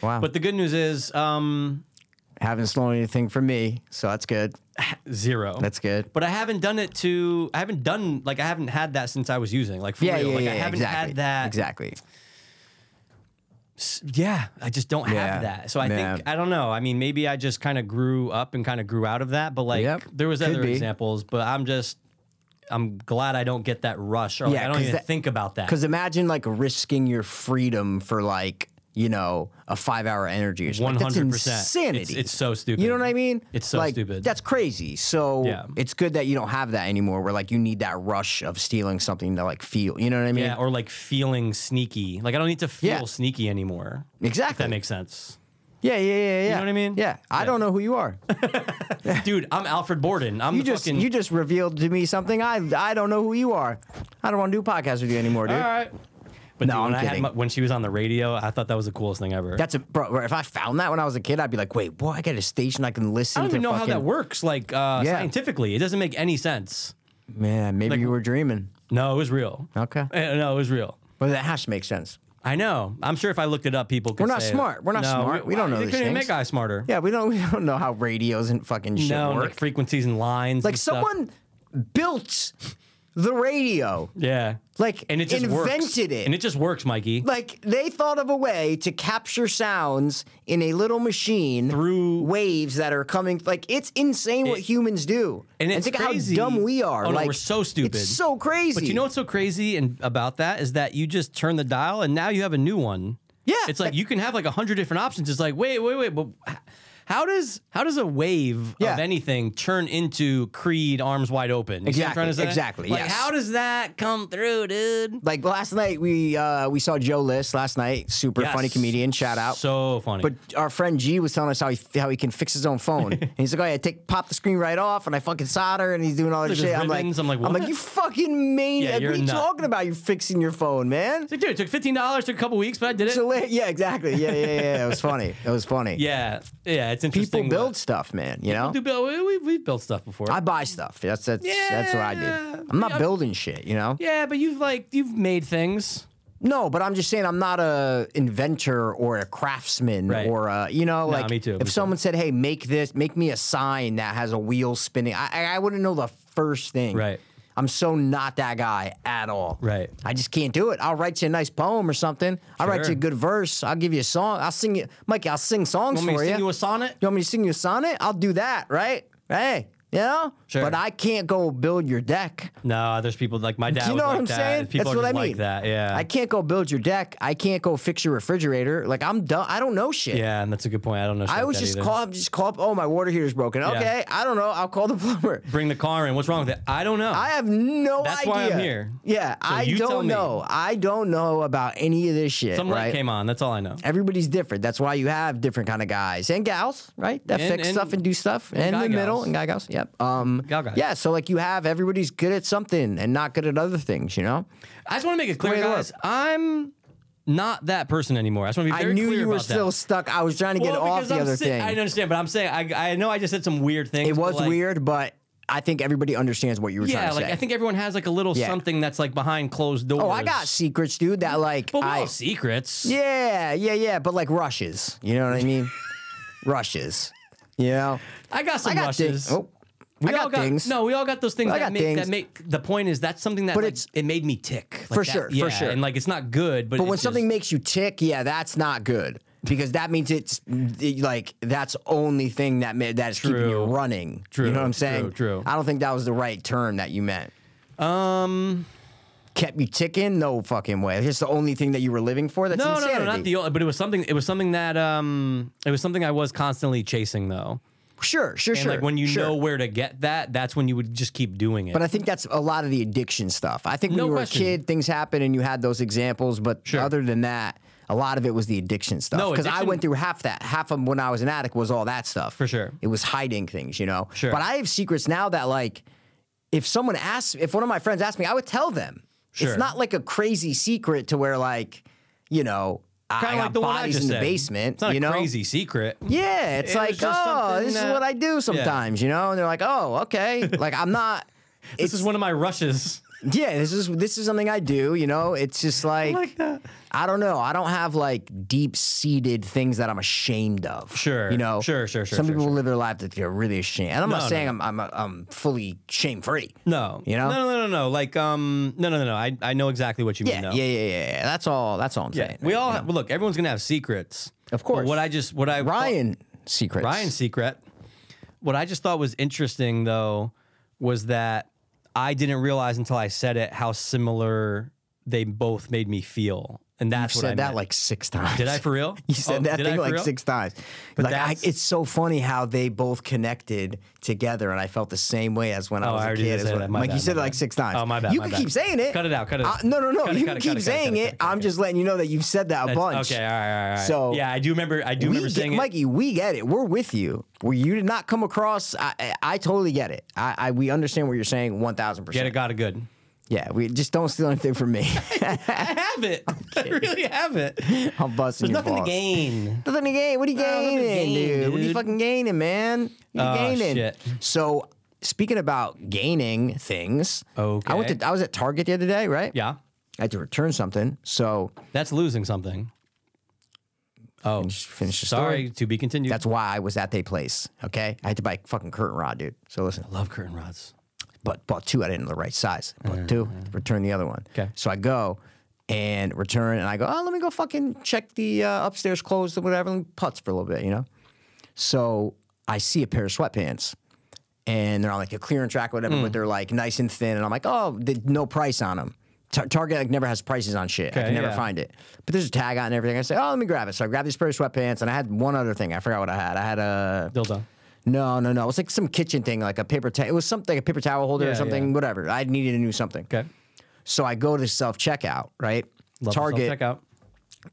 Wow.
But the good news is um,
haven't stolen anything from me, so that's good.
zero.
That's good.
But I haven't done it to. I haven't done like I haven't had that since I was using. Like for
Yeah,
real.
yeah,
like
yeah,
I haven't
exactly.
had that.
Exactly.
Yeah, I just don't
Yeah.
have that. So I
Yeah.
think I don't know. I mean, maybe I just kind of grew up and kind of grew out of that. But like
Yep.
there was
Could
other
be.
examples. But I'm just. I'm glad I don't get that rush, or like,
Yeah,
I don't
'cause
even
that-
think about that.
Because imagine like risking your freedom for like you know a five hour energy. or something. That's
100%.
insanity.
It's- it's so stupid.
You know what I mean?
It's so
Like,
stupid.
That's crazy. So
Yeah.
it's good that you don't have that anymore. Where like you need that rush of stealing something to like feel. You know what I mean?
Yeah, or like feeling sneaky. Like I don't need to feel
Yeah.
sneaky anymore. If
exactly.
that makes sense.
yeah, yeah, yeah, yeah. You
know what I mean?
Yeah. I
Yeah.
don't know who you are.
Dude, I'm Alfred Borden. I'm
You
the
just
fucking
you just revealed to me something. I I don't know who you are. I don't want to do podcasts with you anymore, dude.
All right. But
No,
dude,
I'm
when, I had
kidding.
my, when she was on the radio, I thought that was the coolest thing ever.
That's a bro. If I found that when I was a kid, I'd be like, wait, boy, I got a station I can
I
listen.
don't
to
even know how
fucking-
that works, like uh,
Yeah.
scientifically. It doesn't make any sense.
Man, maybe you were dreaming.
No, it was real.
Okay.
Eh, No, it was real.
But that has to make sense.
I know. I'm sure if I looked it up, people could
We're not
say-
smart. We're not
No,
smart. We don't know
They
these
couldn't
things.
make us smarter.
Yeah, we don't we don't know how radios and fucking shit
no, and,
work.
like frequencies and lines.
Like
and stuff.
someone built the radio.
Yeah.
Like
and it just works.
invented it.
And it just works, Mikey.
Like they thought of a way to capture sounds in a little machine
Through-
waves that are coming. Like it's insane what
It-
humans do.
and it's
think
crazy.
how dumb we are.
Oh, no,
like
we're so stupid.
It's so crazy.
But you know what's so crazy and about that is that you just turn the dial and now you have a new one.
Yeah.
It's like you can have like a hundred different options. It's like, wait, wait, wait, but h- how does how does a wave
Yeah.
of anything turn into Creed arms wide open? You see what I'm trying to
Exactly,
say?
exactly,
Like
yes.
how does that come through, dude?
like last night we uh we saw Joe List last night, super
Yes.
funny comedian, shout out.
So funny.
But our friend G was telling us how he how he can fix his own phone. and he's like, "Oh yeah, take pop the screen right off," and I fucking solder, and he's doing all this
Look at
shit.
his
I'm like,
ribbons. I'm like, what?
you fucking maniac!
Yeah, you're
what are you
a nut."
talking about? You're fixing your phone, man.
It's like, dude, it took fifteen dollars, took a couple weeks, but I did it.
So, like, yeah, exactly. Yeah, yeah, yeah, yeah. It was funny. It was funny.
yeah. Yeah, it's interesting.
people
what-
build stuff, man. You know,
do build we, we, we've built stuff before.
I buy stuff. That's that's that's what I
Yeah.
do. I'm not
Yeah.
building shit. You know,
yeah, but you've like you've made things.
No, but I'm just saying I'm not a inventor or a craftsman
Right.
or a, you know like
me too, me
if
too.
someone said, "Hey, make this, make me a sign that has a wheel spinning," I I I wouldn't know the first thing.
Right.
I'm so not that guy at all.
Right.
I just can't do it. I'll write you a nice poem or something. I'll write you
Sure.
a good verse. I'll give you a song. I'll sing you, Mikey. I'll sing songs
Want me
for
to
you.
sing you a sonnet?
You want me to sing you a sonnet? I'll do that. Right. Hey. You know.
Sure.
But I can't go build your deck.
No, there's people like my dad.
Do you
was
know
like
what I'm
that.
saying?
People
That's
are
what I
just
mean.
like that. Yeah,
I can't go build your deck. I can't go fix your refrigerator. Like I'm done. I don't know shit.
yeah, and that's a good point. I don't know. shit
I
like
always
that
just
either.
call up, just call up. Oh, my water heater's broken. Okay, I don't know. I'll call the plumber.
Bring the car in. What's wrong with it? I don't know.
I have no
That's
idea.
why I'm here.
Yeah, I
you tell
don't
me.
know. I don't know about any of this shit.
Some light
right?
came on. That's all I know.
Everybody's different. That's why you have different kind of guys and gals, right? That
And-
fix
and-
stuff and do stuff, and,
guy
the middle
gals.
and guy gals. Yep. Um.
Gal guys.
Yeah. So like you have everybody's good at something and not good at other things. You know.
I just want to make it clear,
way to
guys. I'm not that person anymore. I just want to be
I
very
knew
clear
you were
about that.
still stuck. I was trying to get
Well,
off
because
the
I'm
other
si-
thing.
I understand, but I'm saying I, I know I just said some weird things.
It
but,
was
like,
weird, but I think everybody understands what you were trying
Yeah,
to
like
say.
I think everyone has like a little
Yeah.
something that's like behind closed doors.
oh, I got secrets, dude. That like
But we
I
all have secrets.
yeah, yeah, yeah. But like rushes, you know what I mean? rushes, you know.
I got some
I got
rushes.
things. Oh,
We
I got,
all
things.
No, we all got those things
I
that
got
make
things.
that make the point is that's something that
But
like,
it's-
it made me tick. Like
For
that-
sure, for
yeah,
sure.
And like it's not good, but
But
it
when
just-
something makes you tick, yeah, that's not good because that means it's it, like that's only thing that ma- that is keeping you
True.
running.
True,
You know what I'm
true,
saying?
true.
I don't think that was the right term that you meant.
um
Kept you ticking? No fucking way. It's just the only thing that you were living for. That's
no no
insanity.
no not the only but it was something it was something that um it was something I was constantly chasing though.
Sure, sure,
And
sure.
like when you
sure.
know where to get that, that's when you would just keep doing it.
But I think that's a lot of the addiction stuff. I think when
No
you were
question.
a kid, things happen and you had those examples. But
Sure.
other than that, a lot of it was the addiction stuff.
No,
Because I
addiction-
went through half that. Half of when I was an addict was all that stuff.
For sure.
It was hiding things, you know?
Sure.
But I have secrets now that, like, if someone asks, if one of my friends asked me, I would tell them.
Sure.
It's not like a crazy secret to where, like, you know, I
Kinda
got bodies in the
said.
basement.
It's not
you
a
know?
crazy secret.
Yeah, it's
It was
like,
just
oh,
something
this is
that-
what I do sometimes, you know? And they're like, oh, okay. Like, I'm not.
This is one of my rushes.
Yeah, this is this is something I do. You know, it's just like,
that.
I don't know. I don't have like deep seated things that I'm ashamed of.
Sure,
you know,
sure, sure, sure,
Some
sure,
people
sure.
live their life that they're really ashamed, and I'm
No,
not
no,
saying I'm I'm I'm fully shame free.
No.
You know?
No, no, no, no, no. Like, um, no, no, no, no. I, I know exactly what you
Yeah,
mean. though.
yeah, yeah, yeah, yeah. That's all. That's all I'm
Yeah.
saying.
We all
You
have,
know?
well, look, everyone's going to have secrets.
Of
But
course.
what I just, what I,
Ryan secrets.
Ryan's secret. What I just thought was interesting, though, was that I didn't realize until I said it how similar they both made me feel. And that's
I've
what
said
I
that
meant.
like six times.
Did I for real?
You said
Oh,
that
did I
thing
for
like
real?
six times. like I,
that's-
it's so funny how they both connected together, and I felt the same way as when I
Oh,
was
I
a
already
kid.
did
as
say
when-
that. My
like you
bad,
said it
my
like
bad.
six times.
Oh, my bad,
You
my
can
bad.
keep saying it.
Cut it out, cut it
Uh,
out.
no, no, no.
Cut it,
you
cut
can
it,
keep
cut it, cut it,
saying
cut it,
it.
cut it,
I'm
cut
just letting you know that you've said that a
That's-
bunch.
Okay, all right, all right, all right.
So-
yeah, I do remember. I do
We
remember
get-
saying it.
Mikey, we get it. We're with you. Where you did not come across, I, I, I totally get it. I, I we understand what you're saying, one thousand
Get it,
percent.
got it, good.
Yeah, we just don't steal anything from me.
I have it. I really have it. There's
I'm busting your
nothing to
balls.
gain.
Nothing to gain. What are you
nothing
gaining,
to gain,
dude? What are you
dude.
fucking gaining, man? What are you
Oh,
gaining?
shit.
So speaking about gaining things, I
Okay.
went to I was at Target the other day, right?
Yeah,
I had to return something. So
that's losing something. Oh,
finish the
sorry.
story.
To be continued.
That's why I was at that place. Okay. I had to buy a fucking curtain rod, dude. So listen,
love curtain rods.
but bought two. I didn't know the right size. Bought two, return the other one.
'Kay.
So I go and return, and I go, oh, let me go fucking check the uh, upstairs clothes or whatever, and putts for a little bit, you know? So I see a pair of sweatpants. And they're on like a clearance rack or
Mm.
whatever, but they're like nice and thin. And I'm like, oh, th- no price on them. Tar- Target like never has prices on shit. I
Okay,
can never
yeah.
find it. But there's a tag on and everything. I say, oh, let me grab it. So I grabbed these pair of sweatpants, and I had one other thing. I forgot what I had. I had a
Dildo.
no, no, no. It was like some kitchen thing, like a paper towel. It was something, a paper towel holder
Yeah,
or something,
yeah.
whatever. I needed a new something.
Okay.
So I go to self checkout, right?
Love
Target
Checkout.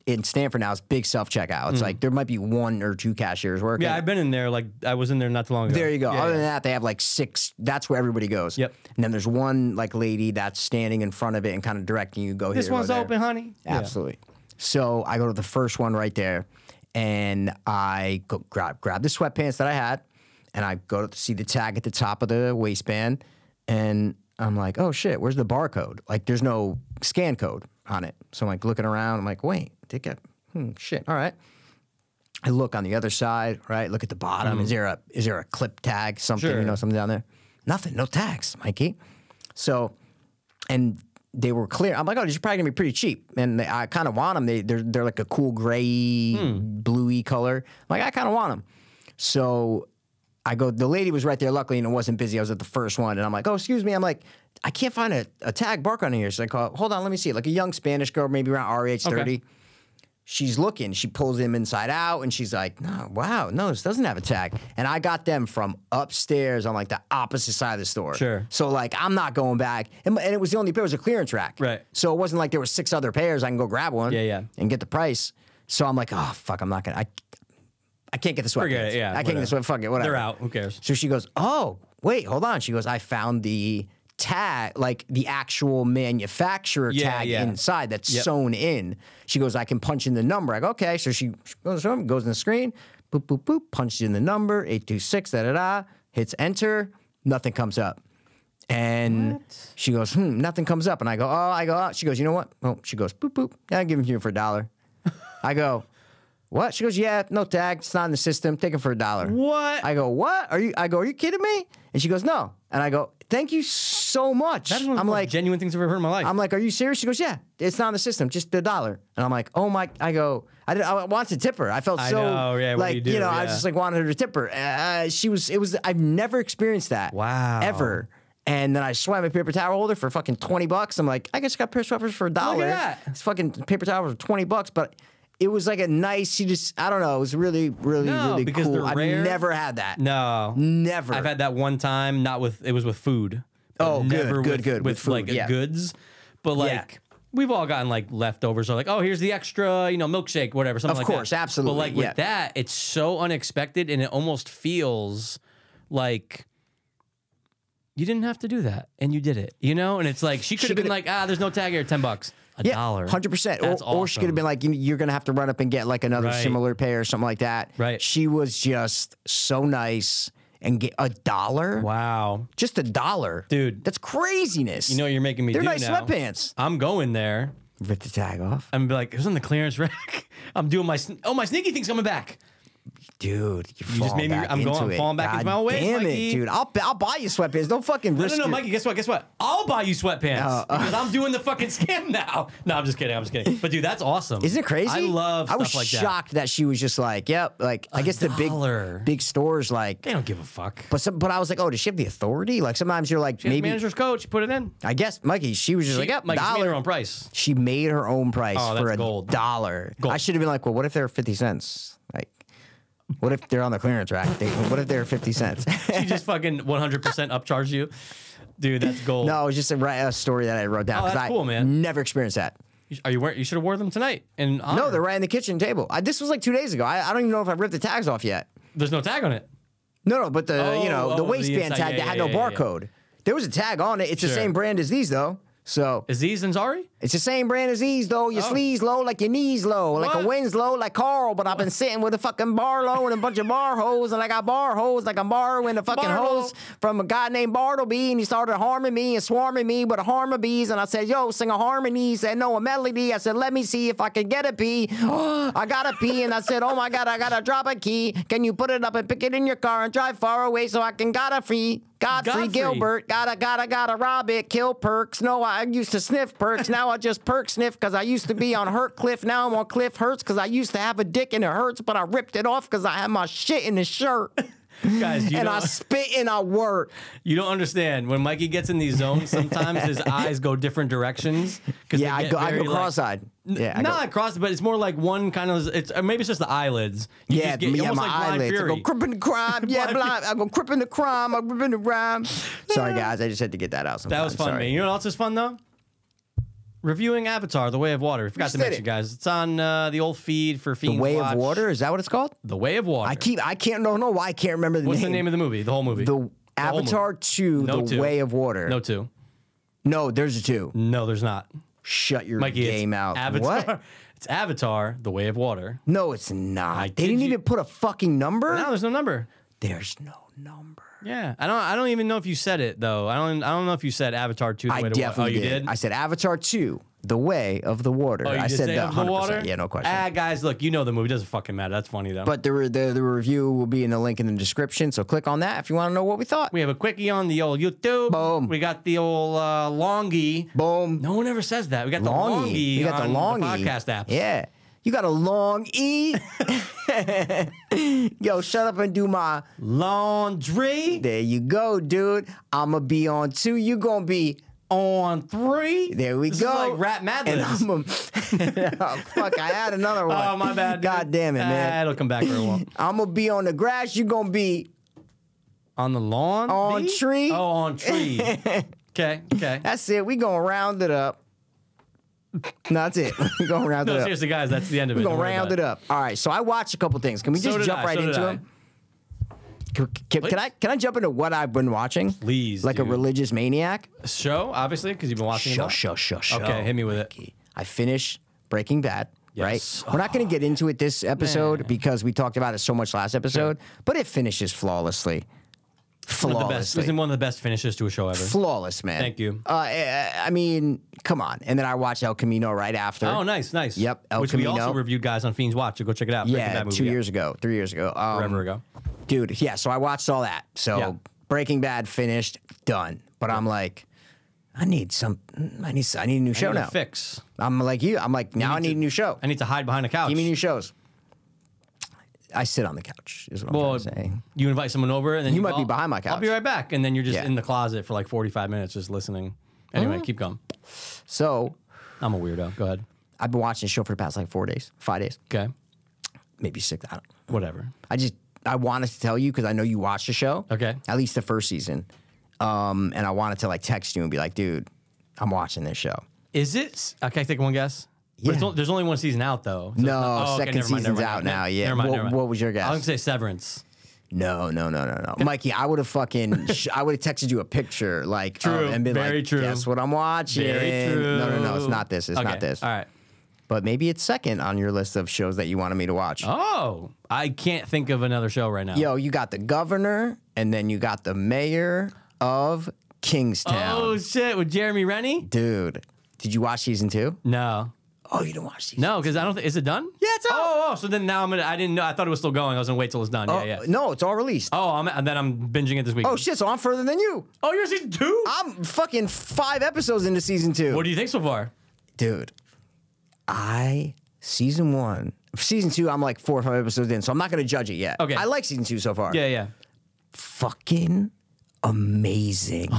in Stanford now is big self checkout. It's like there might be one or two cashiers working.
Mm. Yeah, I've been in there. Like I was in there not too long ago.
there you go.
Yeah,
Other
yeah.
than that, they have like six. That's where everybody goes.
Yep.
And then there's one like lady that's standing in front of it and kind of directing you. Go here.
This
go
one's
there.
open, honey. Yeah.
Absolutely. So I go to the first one right there, and I go grab grab the sweatpants that I had, and I go to see the tag at the top of the waistband, and I'm like, oh shit, where's the barcode? Like, there's no scan code on it. So I'm like looking around. I'm like, wait, take a hmm, shit. All right. I look on the other side, right? Look at the bottom. Is there a is there a clip tag, something,
Mm-hmm. Sure.
you know, something down there? Nothing, no tags, Mikey. So, and they were clear. I'm like, oh, these are probably gonna be pretty cheap. And they, I kind of want them. They they're they're like a cool gray, bluey color. I'm like I kind of want them. So I go. The lady was right there. Luckily, and it wasn't busy. I was at the first one, and I'm like, oh, excuse me. I'm like. I can't find a, a tag bark on here. She's like, oh, hold on, let me see. Like a young Spanish girl, maybe around our age, 30 she's looking. She pulls him inside out and she's like, no, wow, no, this doesn't have a tag. And I got them from upstairs on like the opposite side of the store.
Sure.
So like I'm not going back. And, and it was the only pair, it was a clearance rack.
Right.
So it wasn't like there were six other pairs. I can go grab one
Yeah, yeah.
and get the price. So I'm like, oh fuck, I'm not gonna I I can't get the sweatpants.
Forget it, yeah,
I can't get the
whatever.
sweat. Fuck it, whatever.
They're out. Who cares?
So she goes, Oh, wait, hold on. She goes, I found the tag, like the actual manufacturer
Yeah,
tag
yeah.
inside that's
Yep.
sewn in. She goes, I can punch in the number. I go, okay. So she she goes home, goes in the screen, boop, boop, boop, punches in the number, 826, da da da, hits enter, nothing comes up. And she goes, hmm, nothing comes up. And I go, oh, I go, oh. She goes, you know what? Oh, she goes, boop, boop. Yeah, I give him to you for a dollar. I go, what? She goes, yeah, no tag. It's not in the system. Take it for a dollar.
What?
I go, what? Are you? I go, are you kidding me? And she goes, no. And I go, thank you so much.
That is one of
I'm
the most
like,
genuine things I've ever heard in my life.
I'm like, are you serious? She goes, yeah. It's not in the system. Just the dollar. And I'm like, oh my. I go, I, did, I want to tip her. I felt
I
so
know, yeah, what do
like
you do?
know, I
Yeah.
just like wanted her to tip her. Uh, she was. It was. I've never experienced that.
Wow.
Ever. And then I swam a paper towel holder for fucking twenty bucks. I'm like, I guess I got a pair of sweaters for a dollar.
that.
It's fucking paper towel for twenty bucks, but. It was like a nice. She just, I don't know. It was really, really,
No,
really
because
cool.
they're
I've
rare.
never had that.
no,
Never.
I've had that one time. Not with it was with food. but
Oh, good,
never
good,
with,
good,
With,
with food,
like
yeah.
goods, but like.
Yeah.
We've all gotten like leftovers, or like, oh, here's the extra, you know, milkshake, whatever, something
Of
like
course,
that.
absolutely,
But like
yeah.
with that, it's so unexpected, and it almost feels like you didn't have to do that, and you did it, you know. And it's like she could have been
could've-
like, ah, there's no tag here, ten bucks, a dollar,
Hundred percent. Or,
That's
or she could have
awesome.
been like, "You- "You're gonna have to run up and get like another
Right.
similar pair or something like that."
Right.
She was just so nice and get a dollar.
Wow,
Just a dollar,
Dude.
That's craziness.
you know what you're making me.
they're
do
nice
now.
sweatpants.
I'm going there.
Rip the tag off,
I'm be like, it was on the clearance rack. I'm doing my sn- oh my sneaky thing's coming back.
dude. You,
just made me- I'm going- I'm falling back into my own ways,
Damn
Mikey.
it, dude. I'll I'll buy you sweatpants. Don't fucking
No, no,
risk
no,
your-
Mikey. Guess what? Guess what? I'll buy you sweatpants
Oh, uh.
because I'm doing the fucking scam now. No, I'm just kidding. I'm just kidding. But dude, that's awesome.
Isn't it crazy?
I love.
I
Stuff
was
like
shocked that. she was just like, "Yep." Like, I guess the
dollar.
big big stores like.
That. They don't give a fuck.
But some, but I was like, oh, does she have the authority? Like sometimes you're like,
Maybe
maybe
manager's coach put it in.
I guess Mikey. She was just like,
She-
yep,
Mike, she made
dollar.
her own price.
She made her own price
Oh,
for
that's
a
gold.
dollar. I
Gold.
should have been like, well, what if they're 50 cents? Like, what if they're on the clearance rack? They, what if they're 50 cents?
She just fucking 100% upcharge you, dude. That's gold.
no, it was just a, ri- a story that I wrote down.
Oh,
'cause
that's
I
cool, man.
Never experienced that.
You sh- Are you wearing? You should have wore them tonight. And
No, they're right in the kitchen table. I, this was like two days ago. I, I don't even know if I ripped the tags off yet.
there's no tag on it.
No, no, but the you
Oh,
know
oh,
the
the
waistband
inside.
tag
Yeah,
that had
yeah,
no
yeah, yeah.
barcode. There was a tag on it. It's the
Sure.
same brand as these though. So
Is these and Zari?
It's the same brand as these, though. Your
Oh.
sleeves low, like your knees low, like a
What?
Winslow, like Carl. But I've been sitting with a fucking Barlow and a bunch of bar hoes, and I got bar hoes, like I'm borrowing the fucking
Barlow.
hoes from a guy named Bartleby, and he started harming me and swarming me with harmonies. And I said, "Yo, sing a harmony." He said, "No, a melody." I said, "Let me see if I can get a P." I got a P, and I said, "Oh my god, I gotta drop a key. Can you put it up and pick it in your car and drive far away so I can got a free?" Godfrey,
Godfrey.
Gilbert, gotta, gotta, gotta rob it, kill perks. No, I used to sniff perks. Now I just perk sniff because I used to be on Hurt Cliff. Now I'm on Cliff Hurts because I used to have a dick and it hurts, but I ripped it off because I had my shit in the shirt.
Guys, you
and
know,
I spit and I work.
You don't understand when Mikey gets in these zones. Sometimes his eyes go different directions. 'cause
Yeah, I
they get
go, I
very,
go
like-
cross eyed. Yeah, I go-
not cross, but it's more like one kind of. It's or maybe it's just the eyelids. You
yeah,
just get-
yeah, my
almost Blind
eyelids. I
Fury.
go crippin' the crime. Yeah,
Blind
blind. I go crippin' the crime. I crippin' the rhyme. Sorry, guys. I just had to get that out.
That
sometime.
was fun,
Sorry.
man. You know what else is fun though? Reviewing Avatar: The Way of Water. We forgot
just
to
did
mention,
it.
guys. It's on uh, the old feed for Fiends.
The Way
Watch.
of Water is that what it's called?
The Way of Water.
I keep. I can't. Don't know why. I can't remember the
What's
name.
the name of the movie? The whole movie.
the
whole movie.
Avatar 2,
No
The
two.
Way of Water.
No
No,
two.
there's a two.
No, there's not.
Shut your
Mikey, it's
game out.
Avatar.
What?
It's Avatar: The Way of Water.
No, it's not. they
kid
didn't
you-
even put a fucking number.
No, there's no number.
There's no number.
Yeah, I don't. I don't even know if you said it though. I don't. I don't know if you said Avatar two. The
I
way to water. Oh,
definitely
you
did.
did.
I said Avatar 2, The Way of the Water.
oh, you
I
did
said
say
that
of the
100%.
water.
Yeah, no question.
Ah, guys, look, you know the movie doesn't fucking matter. That's funny though.
but the, re- the the review will be in the link in the description, so click on that if you want to know what we thought.
we have a quickie on the old YouTube.
Boom.
We got the old uh, longy.
Boom.
No one ever says that. We got the
Longy.
longy.
You got the
on
long
the
E.
podcast app.
Yeah. You got a long E. Yo, shut up and do my
Laundry
There you go, dude. I'ma be on two. You gonna be
on three.
there. We
This
go.
Is like rap Mad
And
Libs.
I'm a, oh, fuck, I had another one.
Oh my bad. dude.
God damn it,
Ah,
man.
it'll come back for a while.
I'ma be on the grass. You gonna be
On the lawn.
On
B?
tree.
Oh, on tree. okay. Okay.
that's it. We gonna round it up. No, that's it. We gonna round
No,
it up.
seriously, guys, that's the end of it.
We gonna
Don't worry
round
about
it up. All right. So I watched a couple things. Can we
So
just
did
jump
I,
right
so did
into
I.
them? c- c- can I can I jump into what I've been watching?
Please,
Like
dude.
a religious maniac.
Show, obviously, because you've been watching
Show,
it.
show, show, show.
Okay, hit me with it.
I finish Breaking Bad.
Yes. Oh,
Right, we're not going to get into it this episode
Man.
because we talked about it so much last episode, but it finishes flawlessly.
One of the best.
Flawlessly,
This is one of the best finishes to a show ever.
flawless, man.
Thank you.
Uh, I, I mean, come on. And then I watched El Camino right after.
Oh, nice, nice.
Yep, El
Which we also
Camino.
reviewed, guys, on Fiends Watch. So go check it out. Breaking
yeah,
Bad movie,
two years ago, three years ago. Um,
forever ago.
dude. Yeah, so I watched all that. So
Yeah.
Breaking Bad finished, done. But I'm like, I need some. I need. I need a new show
I need a
now.
Fix.
I'm like you. I'm like now. I need a new show.
I need to hide behind a couch.
Give me new shows. I sit on the couch. Is what
Well,
I'm trying to say.
you invite someone over, and then you,
might
go,
be
"I'll-
behind my
I'll be
couch."
right back, and then you're just
Yeah. Oh.
in the closet for like 45 minutes, just listening. Anyway, keep going.
So
I'm a weirdo. Go ahead.
I've been watching the show for the past like four days, five days,
Okay.
maybe six. I don't.
Whatever.
I just I wanted to tell you because I know you watched the show.
Okay.
At least the first season. Um, and I wanted to like text you and be like, dude, I'm watching this show.
Is it? Okay, I take one guess. But it's
Yeah.
on- there's only one season out though.
No, second
oh, never mind, never
season's
mind,
out
ne-
now, yeah.
Never mind,
What-
never mind.
what was your guess?
I was gonna say Severance.
No, no, no, no, no, Mikey. I would have fucking, sh- I would have texted you a picture, like, um,
True,
and been
very
like,
true.
guess what I'm watching?
Very true.
No, no, no, it's not this. It's not
Okay,
this.
All right.
But maybe it's second on your list of shows that you wanted me to watch.
Oh, I can't think of another show right now.
Yo, you got the governor, and then you got the mayor of Kingstown,
Oh shit, with Jeremy Rennie?
dude. Did you watch season two?
No.
Oh, you didn't watch season.
No, because I don't think is it done?
Yeah, it's out.
Oh, oh, so then now I'm gonna I didn't know I thought it was still going. I was gonna wait till it's done.
Oh,
yeah, yeah.
No, it's all released.
Oh, I'm and then I'm binging it this week.
Oh shit! So I'm further than you.
Oh, you're season two?
I'm fucking five episodes into season two.
What do you think so far?
dude, I season one, season two, I'm like four or five episodes in, so I'm not gonna judge it yet.
Okay.
I like season two so far.
Yeah, yeah.
Fucking amazing.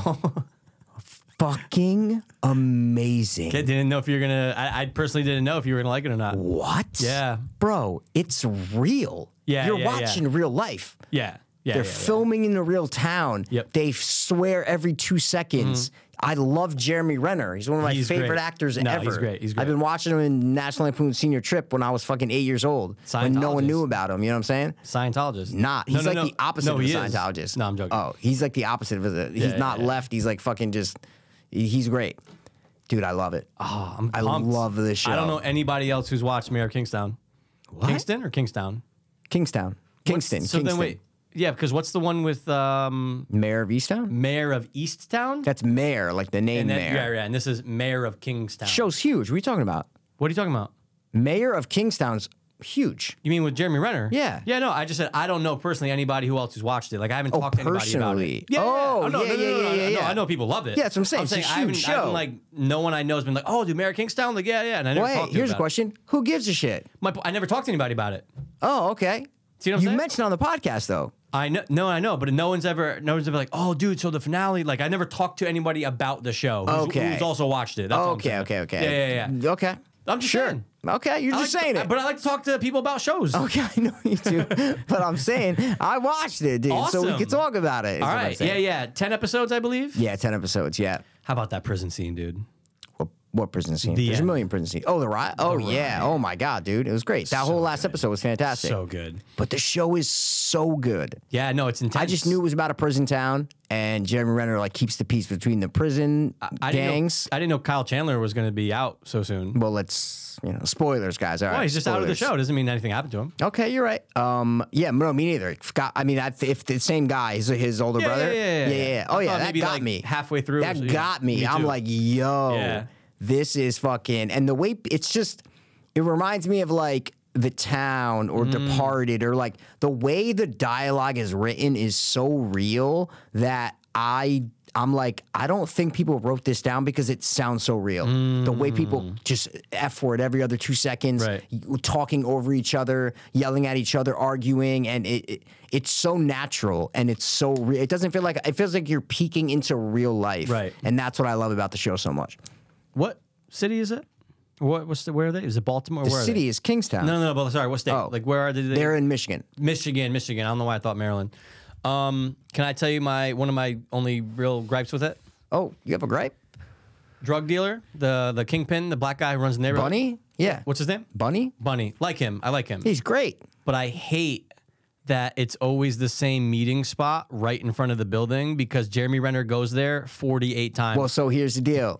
Fucking amazing.
I didn't know if you're gonna I, I personally didn't know if you were gonna like it or not.
what?
Yeah.
Bro, it's real.
Yeah,
You're
yeah, yeah.
watching real life.
Yeah. Yeah.
They're
yeah, yeah.
filming in the real town.
Yep. Mm-hmm.
They swear every two seconds. I love Jeremy Renner. He's one of my
He's
favorite
great.
actors
No,
ever.
he's great. He's
I've been watching him in National Lampoon's Senior Trip when I was fucking eight years old. When no one
Scientologist.
knew about him. You know what I'm saying?
Scientologist.
Not.
No,
He's
no,
like
no.
the opposite
No,
of a
he is.
Scientologist.
No, I'm joking.
Oh, he's like the opposite of a. He's
yeah,
not
yeah.
left. He's like fucking just. He's great. Dude, I love it.
Oh, I'm
I
pumped.
love this show.
I don't know anybody else who's watched Mayor of Kingstown. Kingston or Kingstown?
Kingstown. Kingston.
So
Kingston.
then wait. Yeah, because what's the one with um,
Mayor of Easttown?
Mayor of Easttown?
That's Mayor, like the name
and then,
Mayor.
Yeah, yeah. And this is Mayor of Kingstown.
Show's huge. What are you talking about?
What are you talking about?
Mayor of Kingstown's huge.
You mean with Jeremy Renner?
Yeah. Oh,
Yeah, no, I just said I don't know personally anybody who else who's watched it. Like I haven't talked to anybody about
personally.
it. Yeah,
Oh,
yeah, yeah. no,
yeah,
no, no,
yeah,
no, no,
yeah,
no,
yeah, yeah.
I know people love it.
Yeah, that's what I'm saying.
I'm
It's a
saying I haven't,
huge
I haven't,
show.
like no one I know has been like, oh, do Mayor of Kingstown? Like, yeah, yeah. And I never
Wait,
talked to
here's a
about it.
question. Who gives a shit?
My, po- I never talked to anybody about it.
Oh, okay.
See what I'm
you
saying?
mentioned on the podcast though.
I know, no, I know, but no one's ever, no one's ever like, oh, dude, so the finale, like, I never talked to anybody about the show. Who's,
Okay.
Who's also watched it. That's all I'm
Okay,
saying.
okay, okay.
Yeah, yeah, yeah.
Okay.
I'm just
sure.
saying.
Okay, you're
I
just
like to-
saying it. Oh,
But I like to talk to people about shows.
okay, I know you do. but I'm saying I watched it, dude. So we
Awesome.
could talk about it. is
All
what I'm
right. Yeah,
saying.
yeah. 10 episodes, I believe.
Yeah, ten episodes, yeah.
How about that prison scene, dude?
What, what prison scene?
The
There's a
end.
million prison scenes. Oh, the riot. Oh, yeah. Oh my god, dude, it was great. That whole last episode was fantastic.
So good.
but the show is so good.
Yeah, no, it's intense.
I just knew it was about a prison town, and Jeremy Renner like keeps the peace between the prison
I didn't know-
gangs.
I didn't know Kyle Chandler was going to be out so soon.
well, let's you know spoilers, guys. All right,
Oh, he's just out of the
spoilers.
show. Doesn't mean anything happened to him.
Okay, you're right. Um, yeah, no, me neither. Got, I mean, I, if the same guy, his, his older
Yeah,
brother,
yeah, yeah, yeah, yeah.
Oh
I
yeah,
thought
that
maybe,
got
like,
me
halfway through
That
or so- yeah,
got me.
me
I'm
too.
like, yo,
Yeah.
this is fucking. And the way it's just, it reminds me of like the town
Mm.
or Departed or like the way the dialogue is written is so real that I. I'm like, I don't think people wrote this down because it sounds so real. The way people just F word every other two seconds,
Mm. Right.
y- talking over each other, yelling at each other, arguing, and it, it it's so natural and it's so real. It doesn't feel like it feels like you're peeking into real life,
Right.
And that's what I love about the show so much.
What city is it? What? What's the, where are they? Is it Baltimore?
The
where are
city
They?
is Kingstown.
No, no, no. But sorry, what state?
Oh.
Like, where are they?
They're in Michigan.
Michigan, Michigan. I don't know why I thought Maryland. Um, can I tell you my one of my only real gripes with it?
Oh, you have a gripe,
Drug dealer, the the kingpin, the black guy who runs the neighborhood.
Bunny? Yeah,
What's his name?
Bunny?
Bunny. Like him. I like him.
He's great.
But I hate that it's always the same meeting spot right in front of the building because Jeremy Renner goes there 48 times.
Well, so here's the deal.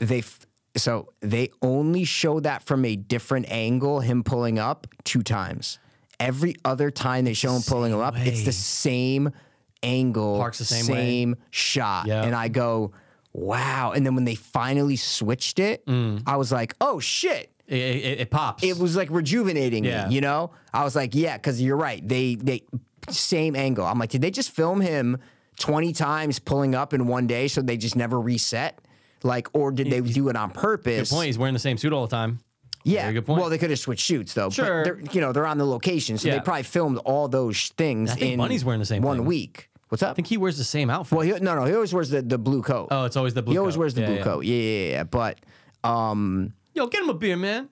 They f- so they only show that from a different angle, him pulling up two times. Every other time they show him pulling him up, it's the same angle,
Parks the same way.
same shot.
Yeah.
And I go, wow. And then when they finally switched it,
Mm.
I was like, oh shit.
it, it, it pops.
It was like rejuvenating
Yeah.
me, you know? I was like, yeah, because you're right. They they same angle. I'm like, did they just film him 20 times pulling up in one day so they just never reset? Like, or did they do it on purpose?
Good point. He's wearing the same suit all the time.
Yeah.
Very good point.
Well, they could have switched shoots though. But
Sure.
they're, you know, they're on the location, so
Yeah.
they probably filmed all those sh- things.
think
in
Bunny's wearing the same
one
thing.
week. What's up?
I think he wears the same outfit.
well, he, no, no, he always wears the, the blue coat.
oh, it's always the blue.
he always
coat.
wears the
Yeah,
blue
yeah.
coat. Yeah, yeah, yeah. But, um,
Yo, get him a beer, man.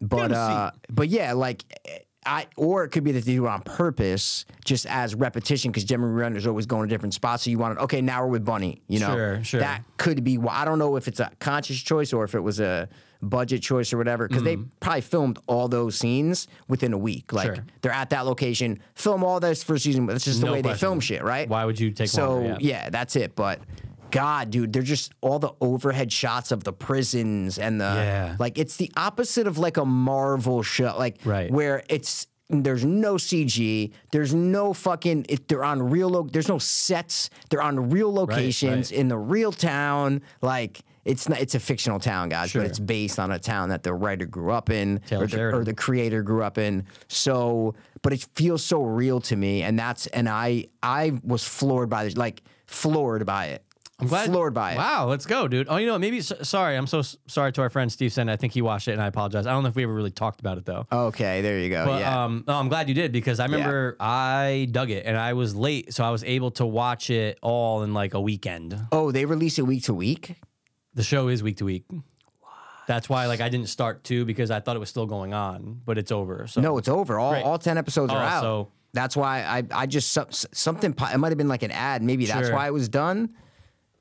but
him a
uh, but yeah, like eh, I or it could be that they do it on purpose, just as repetition, because Jeremy Renner's always going to different spots. So you wanted, okay, now we're with Bunny. You know,
Sure, sure.
That could be. why- I don't know if it's a conscious choice or if it was a budget choice or whatever, because they probably filmed all those scenes within a week. Like
Mm. Sure.
they're at that location, film all this for a season. That's just the
No
way they
question.
film shit, right?
Why would you take
So
longer?
yeah. that's it. But God, dude, they're just all the overhead shots of the prisons and the
Yeah.
like. It's the opposite of like a Marvel show, like
Right.
where it's there's no CG, there's no fucking. It, they're on real. Lo- there's no sets. They're on real locations in the real town. Like it's not. It's a fictional town, guys,
Sure.
but it's based on a town that the writer grew up in
Taylor
or the,
Sheridan.
or the creator grew up in. So, but it feels so real to me, and that's and I I was floored by this, like floored by it.
I'm glad.
floored by it.
Wow, let's go, dude. Oh, you know, what, maybe. s sorry, I'm so s- sorry to our friend Steve Sen. I think he watched it, and I apologize. I don't know if we ever really talked about it though.
Okay, there you go.
But
yeah,
um, no, I'm glad you did because I remember I dug it, and I was late, so I was able to watch it all in like a weekend.
Oh, they release it week to week.
The show is week to week. That's why, like, I didn't start too because I thought it was still going on, but it's over. So
No, it's over. All,
Great.
all ten episodes
Oh,
are out.
so-
that's why I I just some- something po- it might have been like an ad. Maybe that's
Sure.
why it was done.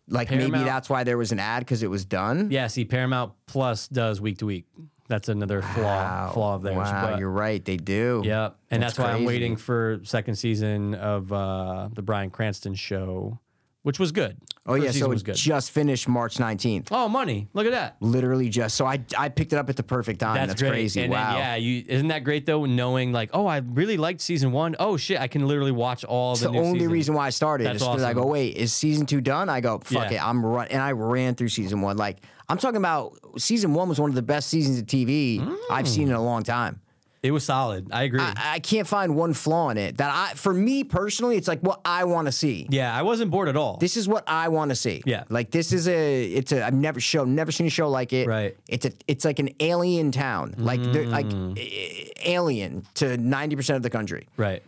Like maybe
Paramount-
that's why there was an ad because it was done.
yeah, see, Paramount Plus does week to week. That's another flaw
Wow.
flaw of theirs.
Wow,
but-
you're right. They do.
Yeah, and that's,
That's
why I'm
crazy.
waiting for second season of uh, the Brian Cranston show, which was good.
Oh
First
yeah.
season
So
was
it
good.
just finished March nineteenth.
oh, money! Look at that.
Literally just so I I picked it up at the perfect time. That's,
great.
crazy.
And then,
wow.
yeah, you isn't that great though? Knowing like, oh, I really liked season one. Oh shit, I can literally watch all
It's
the,
the,
new
only
season.
reason why I started.
That's
is 'cause I
awesome.
go, wait, is season two done? I go, fuck
Yeah.
it, I'm run, and I ran through season one. Like I'm talking about season one was one of the best seasons of TV I've seen in a long time.
It was solid. I agree.
I, I can't find one flaw in it that I, for me personally, it's like what I want to see.
yeah, I wasn't bored at all.
This is what I want to see.
Yeah.
like this is a, it's a, I've never show, never seen a show like it.
Right. Mm.
It's a, it's like an alien town, like they're like eh, alien to ninety percent of the country,
right.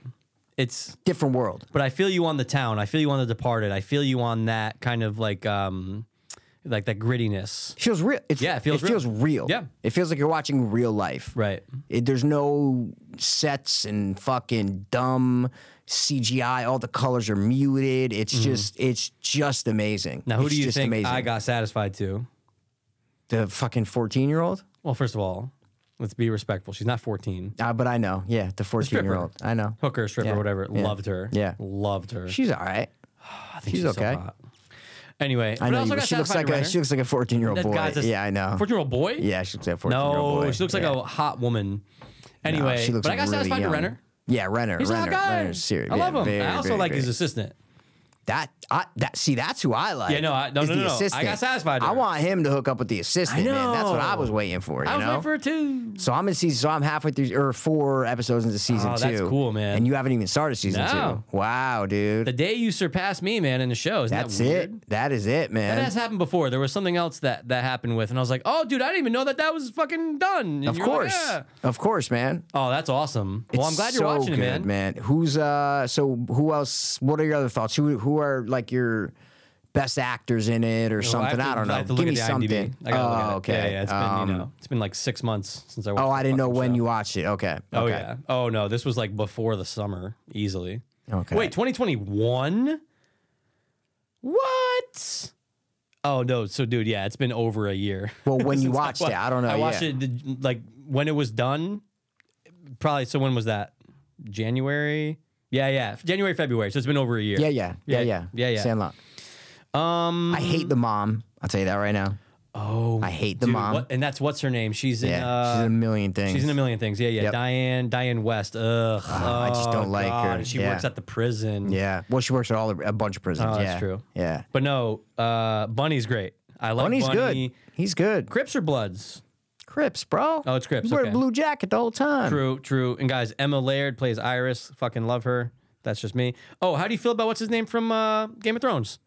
It's
different world.
but I feel you on the town. I feel you on the departed. I feel you on that kind of like um like that grittiness.
It feels real. It's,
Yeah, it feels
it feels real.
Yeah.
it feels like you're watching real life.
Right.
It, there's no sets and fucking dumb CGI. All the colors are muted. It's just, it's just amazing.
Mm-hmm. Now who
It's
do you
just
think
amazing.
I got satisfied to?
the fucking 14 year old?
Well, first of all, let's be respectful. She's not 14.
Uh, but I know, yeah, the 14 year old. I know.
Hooker, stripper,
Yeah.
whatever.
Yeah.
Loved her.
Yeah.
Loved her.
She's all right.
I think
she's
so
okay.
hot. Anyway,
I know. you- she looks like a she looks like a 14 year old boy. yeah, I know.
14 year old boy?
Yeah, she looks like a 14 year
No,
old boy.
she looks like
Yeah. Oh,
a hot woman. Anyway,
she looks
but
like
I got
really
satisfied
young.
to Renner.
Yeah, Renner.
He's
Renner.
a hot guy.
Renner's serious.
I love
yeah,
him.
Very,
I also
very,
like
very.
his assistant.
That I that see that's who I like.
Yeah, no, I- no,
is
no,
the
no, no. I
assistant.
got satisfied
I
there.
want him to hook up with the assistant. Man, that's what
know.
I was waiting for. You
I was
know.
waiting for her too.
so I'm in season. So I'm halfway through or four episodes into season
Oh,
two.
that's cool, man.
And you haven't even started season
No.
two. Wow, dude.
The day you surpassed me, man, in the show. Isn't
that's
that weird?
it. That is it, man.
That has happened before. There was something else that that happened with, and I was like, "Oh, dude, I didn't even know that that was fucking done." And
of
you're like,
course,
"Yeah."
of course, man.
Oh, that's awesome. well, I'm glad
so
you're watching
good,
it, man.
Who's uh? So who else? What are your other thoughts? Who who are like your best actors in it or
Well, Oh, I
something?
have
I,
to-
don't know.
have to
Give
look
me
at the IMDb.
something.
I gotta look at it.
oh, okay.
Yeah, yeah, it's been
Um,
you know, it's been like six months since I. Watched
Oh,
the
I didn't know
fucking
when
show.
you watched it. Okay.
Oh
okay.
yeah. Oh no, this was like before the summer, easily.
Okay.
Wait, 2021. What? Oh no, so dude, yeah, it's been over a year.
Well, when you
since I
watched
wa-
it, I don't know.
I watched
yeah.
it like when it was done. Probably. So when was that? January. Yeah, yeah. January, February. So it's been over a year.
Yeah, yeah, yeah, yeah,
Yeah, yeah.
Sandlot.
Um
I hate the mom. I'll tell you that right now.
Oh
I hate the
dude,
mom.
what- and that's what's her name? She's in
yeah,
uh,
she's in a million things.
She's in a million things. Yeah, yeah.
Yep.
Diane, Diane West. Ugh.
I just don't
Oh,
like her.
God. She
Yeah.
works at the prison.
Yeah. Well, she works at all a bunch of prisons.
Oh,
yeah.
that's true.
Yeah.
But no, uh, Bunny's great. I like
Bunny's
Bunny.
good. He's good.
Crips or Bloods?
Crips, bro.
Oh, it's Crips,
You wear
okay.
a blue jacket the whole time.
True, true. And guys, Emma Laird plays Iris. Fucking love her. That's just me. Oh, how do you feel about what's his name from uh, Game of Thrones?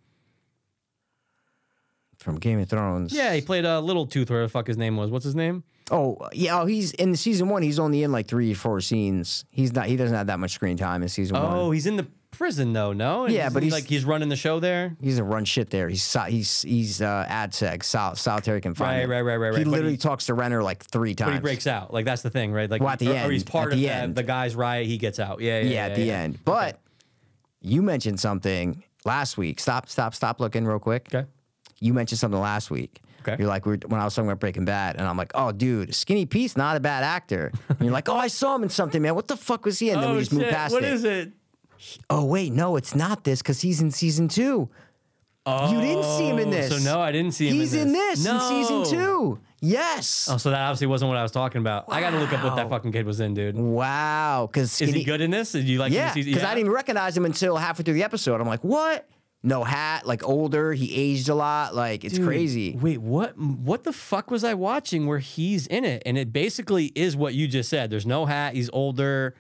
From Game of Thrones.
Yeah, he played uh, Little Tooth, whatever the fuck his name was. What's his name?
Oh, yeah. Oh, he's in season one. He's only in like three, four scenes. He's not. He doesn't have that much screen time in season
Oh,
one.
he's in the prison though. No, And
Yeah,
isn't
but
he,
he's-
like he's running the show there.
He's a run shit there. He's so- he's he's uh, ad sec, sol- solitary confinement.
Right, right, right, right, right.
He
But
literally
he-
talks to Renner like three times.
But he breaks out. Like that's the thing, right? Like
Well, at the
or, or he's
end,
part
at
of
the
the,
end.
the guy's riot. He gets out. Yeah, yeah.
Yeah,
yeah,
at the
yeah.
end. But you mentioned something last week. Stop, stop, stop. Looking real quick.
Okay.
you mentioned something last week.
Okay.
You're like, we were, when I was talking about Breaking Bad, and I'm like, oh, dude, Skinny Pete's not a bad actor. And you're like, oh, I saw him in something, man. What the fuck was he in? And then we just moved past
Oh, What
it.
is it?
Oh, wait, no, it's not this because he's in season two. you didn't see him in
Oh,
this.
So no, I didn't see him.
He's in this,
no.
in season two. Yes.
Oh, so that obviously wasn't what I was talking about. I got to look up what that fucking kid was in, dude.
Wow. Because
Is he good in this? Did you like? him in
Yeah, because
season-
I didn't even recognize him until halfway through the episode. I'm like, what? No hat, like older. He aged a lot. Like it's
Dude,
crazy.
Wait, what? What the fuck was I watching? Where he's in it, and it basically is what you just said. There's no hat. He's older,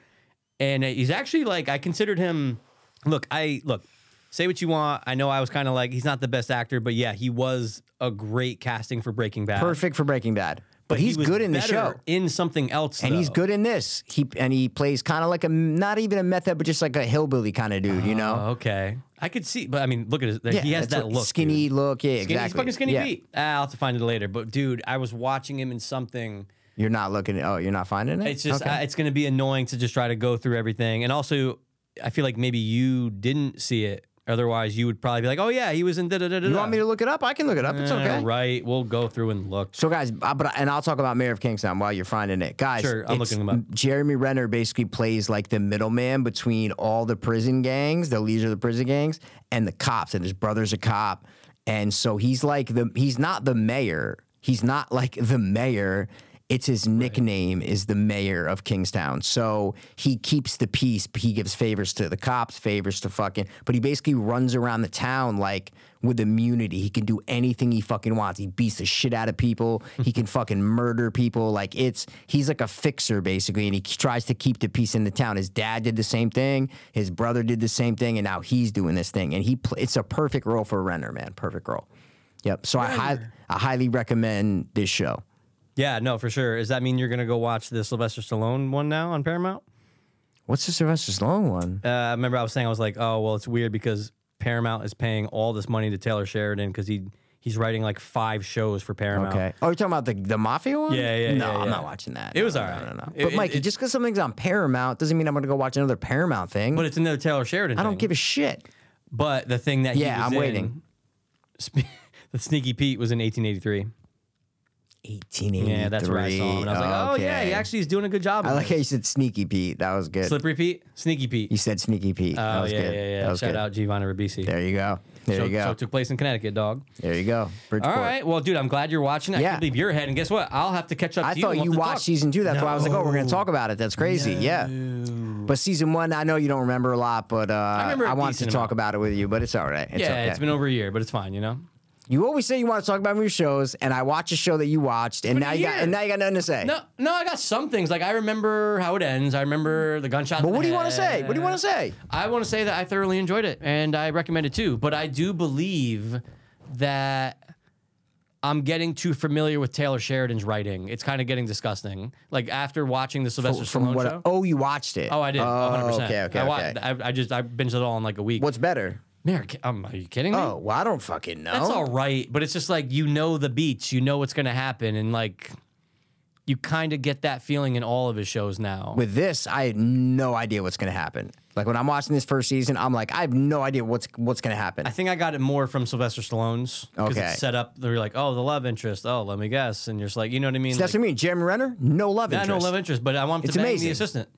and he's actually like I considered him. Look, I look. Say what you want. I know I was kind of like he's not the best actor, but yeah, he was a great casting for Breaking Bad.
Perfect for Breaking Bad. But,
He
he's
was
good in the
better
show.
In something else,
and he's
though.
good in this. He and he plays kind of like a not even a method, but just like a hillbilly kind of dude. You know,
Oh, okay, I could see, but I mean, look at his.
Yeah,
he has
that's
that
what-
look,
skinny
dude.
look. Yeah,
Skinny-
exactly.
He's fucking skinny
yeah.
Pete. Ah, I'll have to find it later. But dude, I was watching him in something.
You're not looking. Oh, you're not finding it.
It's just
Okay.
I, it's going to be annoying to just try to go through everything, and also I feel like maybe you didn't see it. Otherwise, you would probably be like, "Oh yeah, he was in." Da da da da.
you want me to look it up? I can look it up. It's okay.
Right. We'll go through and look.
So guys, I- but and I'll talk about Mayor of Kingstown while you're finding it, guys.
Sure, I'm
it's-
looking him up.
Jeremy Renner basically plays like the middleman between all the prison gangs, the leaders of the prison gangs, and the cops. And his brother's a cop, and so he's like the he's not the mayor. He's not like the mayor. It's his nickname is the mayor of Kingstown. So he keeps the peace. but He gives favors to the cops, favors to fucking. But he basically runs around the town like with immunity. He can do anything he fucking wants. He beats the shit out of people. he can fucking murder people. Like it's he's like a fixer basically, and he tries to keep the peace in the town. His dad did the same thing. His brother did the same thing, and now he's doing this thing. And he pl- it's a perfect role for Renner, man. Perfect role. Yep. So I, hi- I highly recommend this show.
Yeah. No, for sure. Does that mean you're going to go watch the Sylvester Stallone one now on Paramount?
What's the Sylvester Stallone one?
Uh, I remember I was saying I was like, "Oh well, it's weird because Paramount is paying all this money to Taylor Sheridan because he he's writing like five shows for Paramount."
Okay. Oh, you're talking about the, the Mafia one?
Yeah, yeah,
No,
yeah,
I'm
yeah.
not watching that.
It
No,
was
no,
alright.
No, no,
It-
But
it-
Mikey,
it-
just because something's on Paramount doesn't mean I'm going to go watch another Paramount thing.
But it's another Taylor Sheridan.
I don't give a shit.
But the thing that he
Yeah,
was
I'm
in-
waiting.
Sp- the Sneaky Pete was in 1883.
1883.
Yeah, that's where I saw him, and I was like, "Oh yeah, he
Okay.
actually is doing a good job."
I
in
like how
this.
you said Sneaky Pete. That was good.
Slippery Pete, Sneaky Pete.
You said Sneaky Pete. that
Oh
was
yeah,
good.
yeah, yeah,
That was
Shout
good.
out Giovanni Ribisi.
There you go. There
so,
you go.
So it took place in Connecticut, dog.
there you go.
All
Bridgeport.
right, well, dude, I'm glad you're watching. I
Yeah.
can't believe you're ahead. And guess what? I'll have to catch up.
I
to
thought
you,
you watched season two. That's why I was like, oh, we're going to talk about it. That's crazy. Yeah. But season one, I know you don't remember a lot, but uh, I,
remember a
wanted to
decent
talk
amount.
about it with you, but it's all right. It's
Yeah,
okay.
it's been over a year, but it's fine. You know.
you always say you want to talk about movie shows, and I watch a show that you watched, and
been
now
a
you got
year.
and now you got nothing to say.
No, no, I got some things. Like I remember how it ends. I remember the gunshot.
But what do you want to say? What do you want to say?
I want to say that I thoroughly enjoyed it and I recommend it too. But I do believe that I'm getting too familiar with Taylor Sheridan's writing. It's kind of getting disgusting. Like after watching the Sylvester Stallone show. Oh,
Oh, you watched it.
I did.
Oh,
100%.
okay, okay,
I, wa-
okay.
I, I just I binged it all in like a week.
What's better?
Mary? ki- Um, are you kidding me?
Oh, well, I don't fucking know.
That's all right, but it's just like you know the beats, you know what's gonna happen, and like you kind of get that feeling in all of his shows now.
with this, I had no idea what's gonna happen. Like when I'm watching this first season, I'm like, I have no idea what's what's gonna happen.
I think I got it more from Sylvester Stallone's. 'cause
Okay.
It's set up, they're like, oh, the love interest. Oh, let me guess. And you're just like, you know what I mean?
That's
like,
what I mean. Jeremy Renner, no love
yeah,
interest.
no love interest, but I want him
It's
to bang
amazing.
the assistant.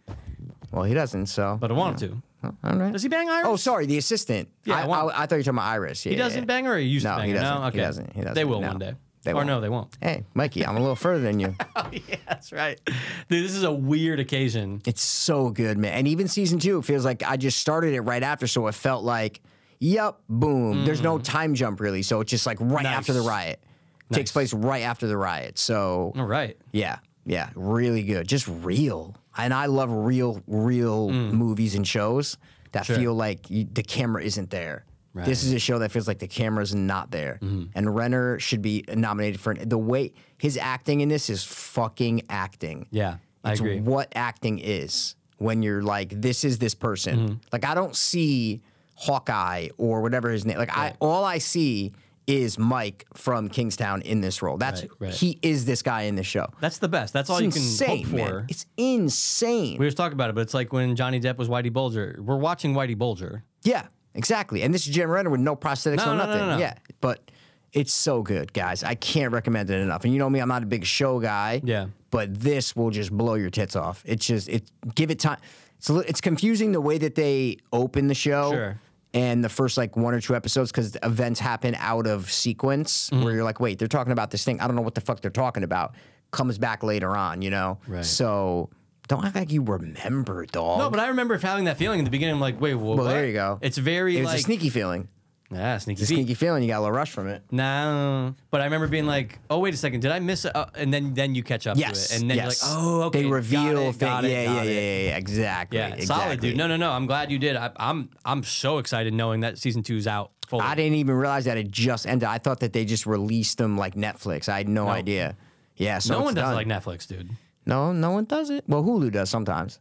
Well, he doesn't. So
but I want him to.
all right.
Does he bang Iris?
Oh, sorry, the assistant.
Yeah,
I,
I want-
I, I thought you were talking about Iris. Yeah,
he doesn't bang her. Or he used
No,
to bang
he
her.
doesn't.
No,
He
okay.
doesn't. He
They
doesn't.
will
No.
one day.
They
or
won't.
no, they won't.
Hey, Mikey, I'm a little further than you.
yeah, that's right. Dude, this is a weird occasion.
It's so good, man. And even season two, it feels like I just started it right after, so it felt like, yep, boom. There's no time jump really, so it's just like right
Mm. Nice.
after the riot. Takes place right after the riot. So
All right.
yeah, yeah, really good. Just real, and I love real, real movies and shows that
Mm. Sure.
feel like you, the camera isn't there.
Right. Mm-hmm.
This is a show that feels like the camera's not there, and Renner should be nominated for an- the way his acting in this is fucking acting
Yeah, I
it's
agree.
what acting is when you're like this is this person
Mm-hmm.
like i don't see hawkeye or whatever his name like i all i see is mike from kingstown in this role that's
Right, right.
he is this guy in this show
That's the best. That's all
it's
you
insane
can hope for.
man it's insane
We were just talking about it, but it's like when Johnny Depp was Whitey Bulger. We're watching Whitey Bulger.
yeah exactly and this is jim renner with no prosthetics no,
No, no, no,
nothing
no, no.
yeah but it's so good guys i can't recommend it enough and you know me i'm not a big show guy
Yeah.
but this will just blow your tits off. It's just it give it time. It's a li- it's confusing the way that they open the show
Sure.
and the first like one or two episodes because events happen out of sequence
Mm-hmm.
where you're like, wait, they're talking about this thing. I don't know what the fuck they're talking about. Comes back later on, you know.
Right.
So don't act like you remember, dog.
No, but I remember having that feeling in the beginning. I'm like, wait, well,
Oh. well, there you go.
It's very
It was
like
a sneaky feeling.
Yeah, sneaky.
It's a
peek.
sneaky feeling. You got a little rush from it.
No, but I remember being like, "Oh, wait a second, did I miss?" A, uh, and then then you catch up
Yes.
to it, and then
yes.
you're like, "Oh, okay."
They reveal
got it,
thi-
got it,
yeah,
got
yeah,
it.
yeah, yeah, yeah. Exactly.
yeah, solid,
exactly.
dude. No, no, no. I'm glad you did. I, I'm I'm so excited knowing that season two's out. Fully.
I didn't even realize that it just ended. I thought that they just released them like Netflix. I had no, idea. Yeah, so
No
it's
one does
done.
like Netflix, dude.
No, no one does it. Well, Hulu does sometimes.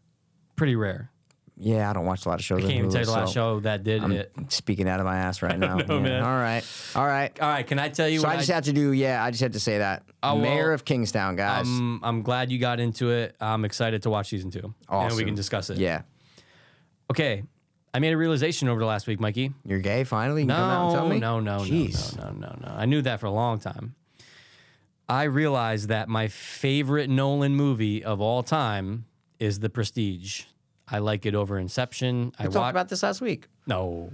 Pretty rare.
Yeah, I don't watch a lot of shows.
Can't
on
even
Hulu,
tell you the last
so
show that did it.
I'm speaking out of my ass right now. Yeah.
man.
All right, all right.
All right, can I tell you?
So
what
I just had to do. Yeah, I just had to say that.
Oh,
Mayor
well, um,
of Kingstown, guys.
I'm, I'm glad you got into it. I'm excited to watch season two, and we
Awesome.
can discuss it.
yeah,
Okay, I made a realization over the last week, Mikey.
you're gay. Finally, you can come out and
No,
tell me.
no, no,
Jeez.
no, no, no, no, no. I knew that for a long time. I realized that my favorite Nolan movie of all time is The Prestige. I like it over Inception. I
We talked
watch
about this last week.
no.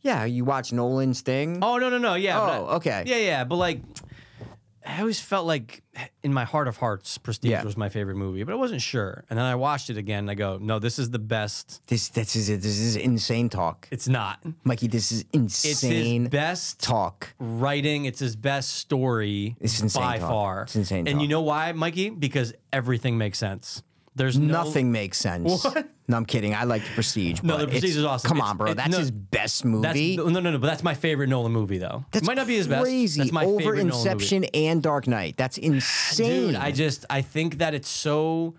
Yeah, you watch Nolan's thing.
Oh no no no yeah. but
Oh,
I-
okay.
Yeah yeah, but like. I always felt like in my heart of hearts, Prestige
Yeah.
was my favorite movie, but I wasn't sure. And then I watched it again and I go, no, this is the best.
This, this is it. This is insane talk,
It's not.
Mikey. This is
It's
insane
his best
talk.
writing. It's his best story
It's insane
by
talk.
far.
It's insane
And you
talk.
know why, Mikey? Because everything makes sense. There's no-
Nothing makes sense. No, I'm kidding. I like the Prestige.
No,
but
The Prestige
it's-
is awesome.
Come
It's-
on, bro.
it-
that's
no,
his best
That's,
movie.
no, no, no. But that's my favorite Nolan movie, though.
that's
it might not be his best.
crazy.
That's my
Over
favorite
Inception and Dark Knight. That's
Nolan
insane.
movie. Dude, I just I think that it's so.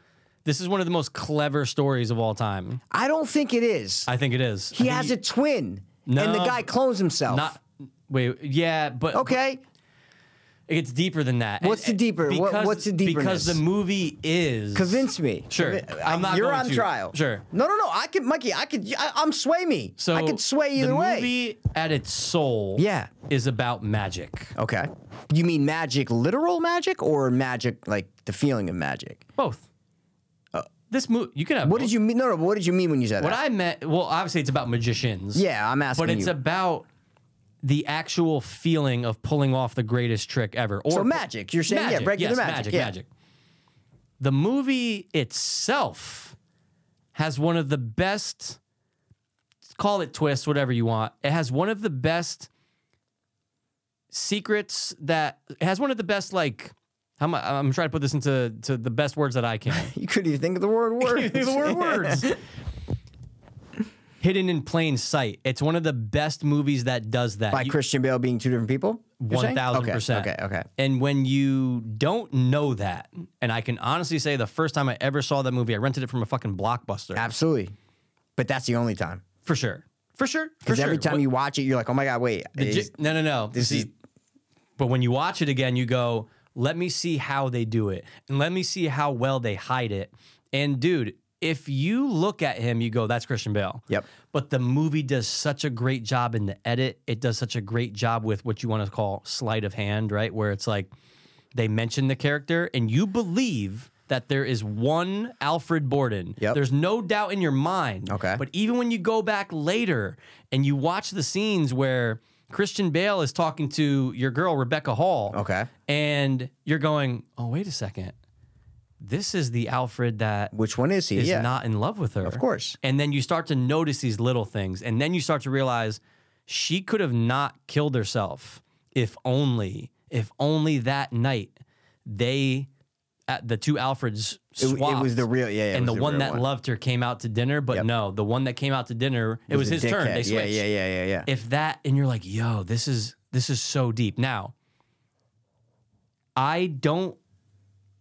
This is one of the most clever stories of all time.
I don't think it is.
I think it is.
he has a twin,
No,
and the guy clones himself.
Not. Wait, yeah, but
okay.
it gets deeper than that.
What's the deeper- what- what's the
Because the
deeperness?
movie is
Convince me.
Sure.
Convi-
I'm not
You're
going
on
to.
trial.
Sure.
No, no, no. I could, Mikey. I could. I, I'm sway me.
So
I could sway either
the
way.
movie at its soul,
Yeah.
is about magic.
Okay. You mean magic, literal magic, or magic like the feeling of magic?
Both. Uh, this movie, you can have.
What did you mean? No, no. What did you mean when you said
What
that?
I meant, well, obviously it's about magicians.
yeah, I'm asking
but it's
you.
about the actual feeling of pulling off the greatest trick ever. Or
So magic, you're saying, yeah,
magic,
regular
yes,
magic,
magic,
yeah.
magic. The movie itself has one of the best. Call it twists, whatever you want. It has one of the best secrets that it has one of the best like. How am I, I'm trying to put this into to the best words that I can.
You couldn't even think of the word word.
the word words. Hidden in plain sight. It's one of the best movies that does that.
By
You-
Christian Bale being two different people? You're
One
saying?
thousand
Okay,
percent.
Okay, okay.
And when you don't know that, and I can honestly say, the first time I ever saw that movie, I rented it from a fucking blockbuster.
Absolutely. But that's the only time.
for sure. For sure. For
Because
sure.
every time
What-
you watch it, you're like, oh my God, wait.
the
is-
gi- no, no, no.
this
See,
is-
But when you watch it again, you go, "Let me see how they do it, and let me see how well they hide it." And dude, if you look at him, you go, "That's Christian Bale."
Yep.
But the movie does such a great job in the edit. It does such a great job with what you want to call sleight of hand, right? Where it's like they mention the character, and you believe that there is one Alfred Borden.
Yep.
There's no doubt in your mind.
Okay.
But even when you go back later and you watch the scenes where Christian Bale is talking to your girl Rebecca Hall.
Okay.
And you're going, "Oh, wait a second. This is the Alfred that
Which one is he?
is
yeah.
not in love with her.
Of course.
And then you start to notice these little things. And then you start to realize she could have not killed herself if only, if only that night they, at the two Alfreds
it, it
swapped.
was the real. Yeah. yeah, it
and
was
the, one
real
that loved her came out to dinner, but no, the one that came out to dinner, it was,
the
his turn.
dickhead.
They switched.
Yeah. Yeah. Yeah. Yeah. Yeah.
If that, and you're like, yo, this is this is so deep. Now, I don't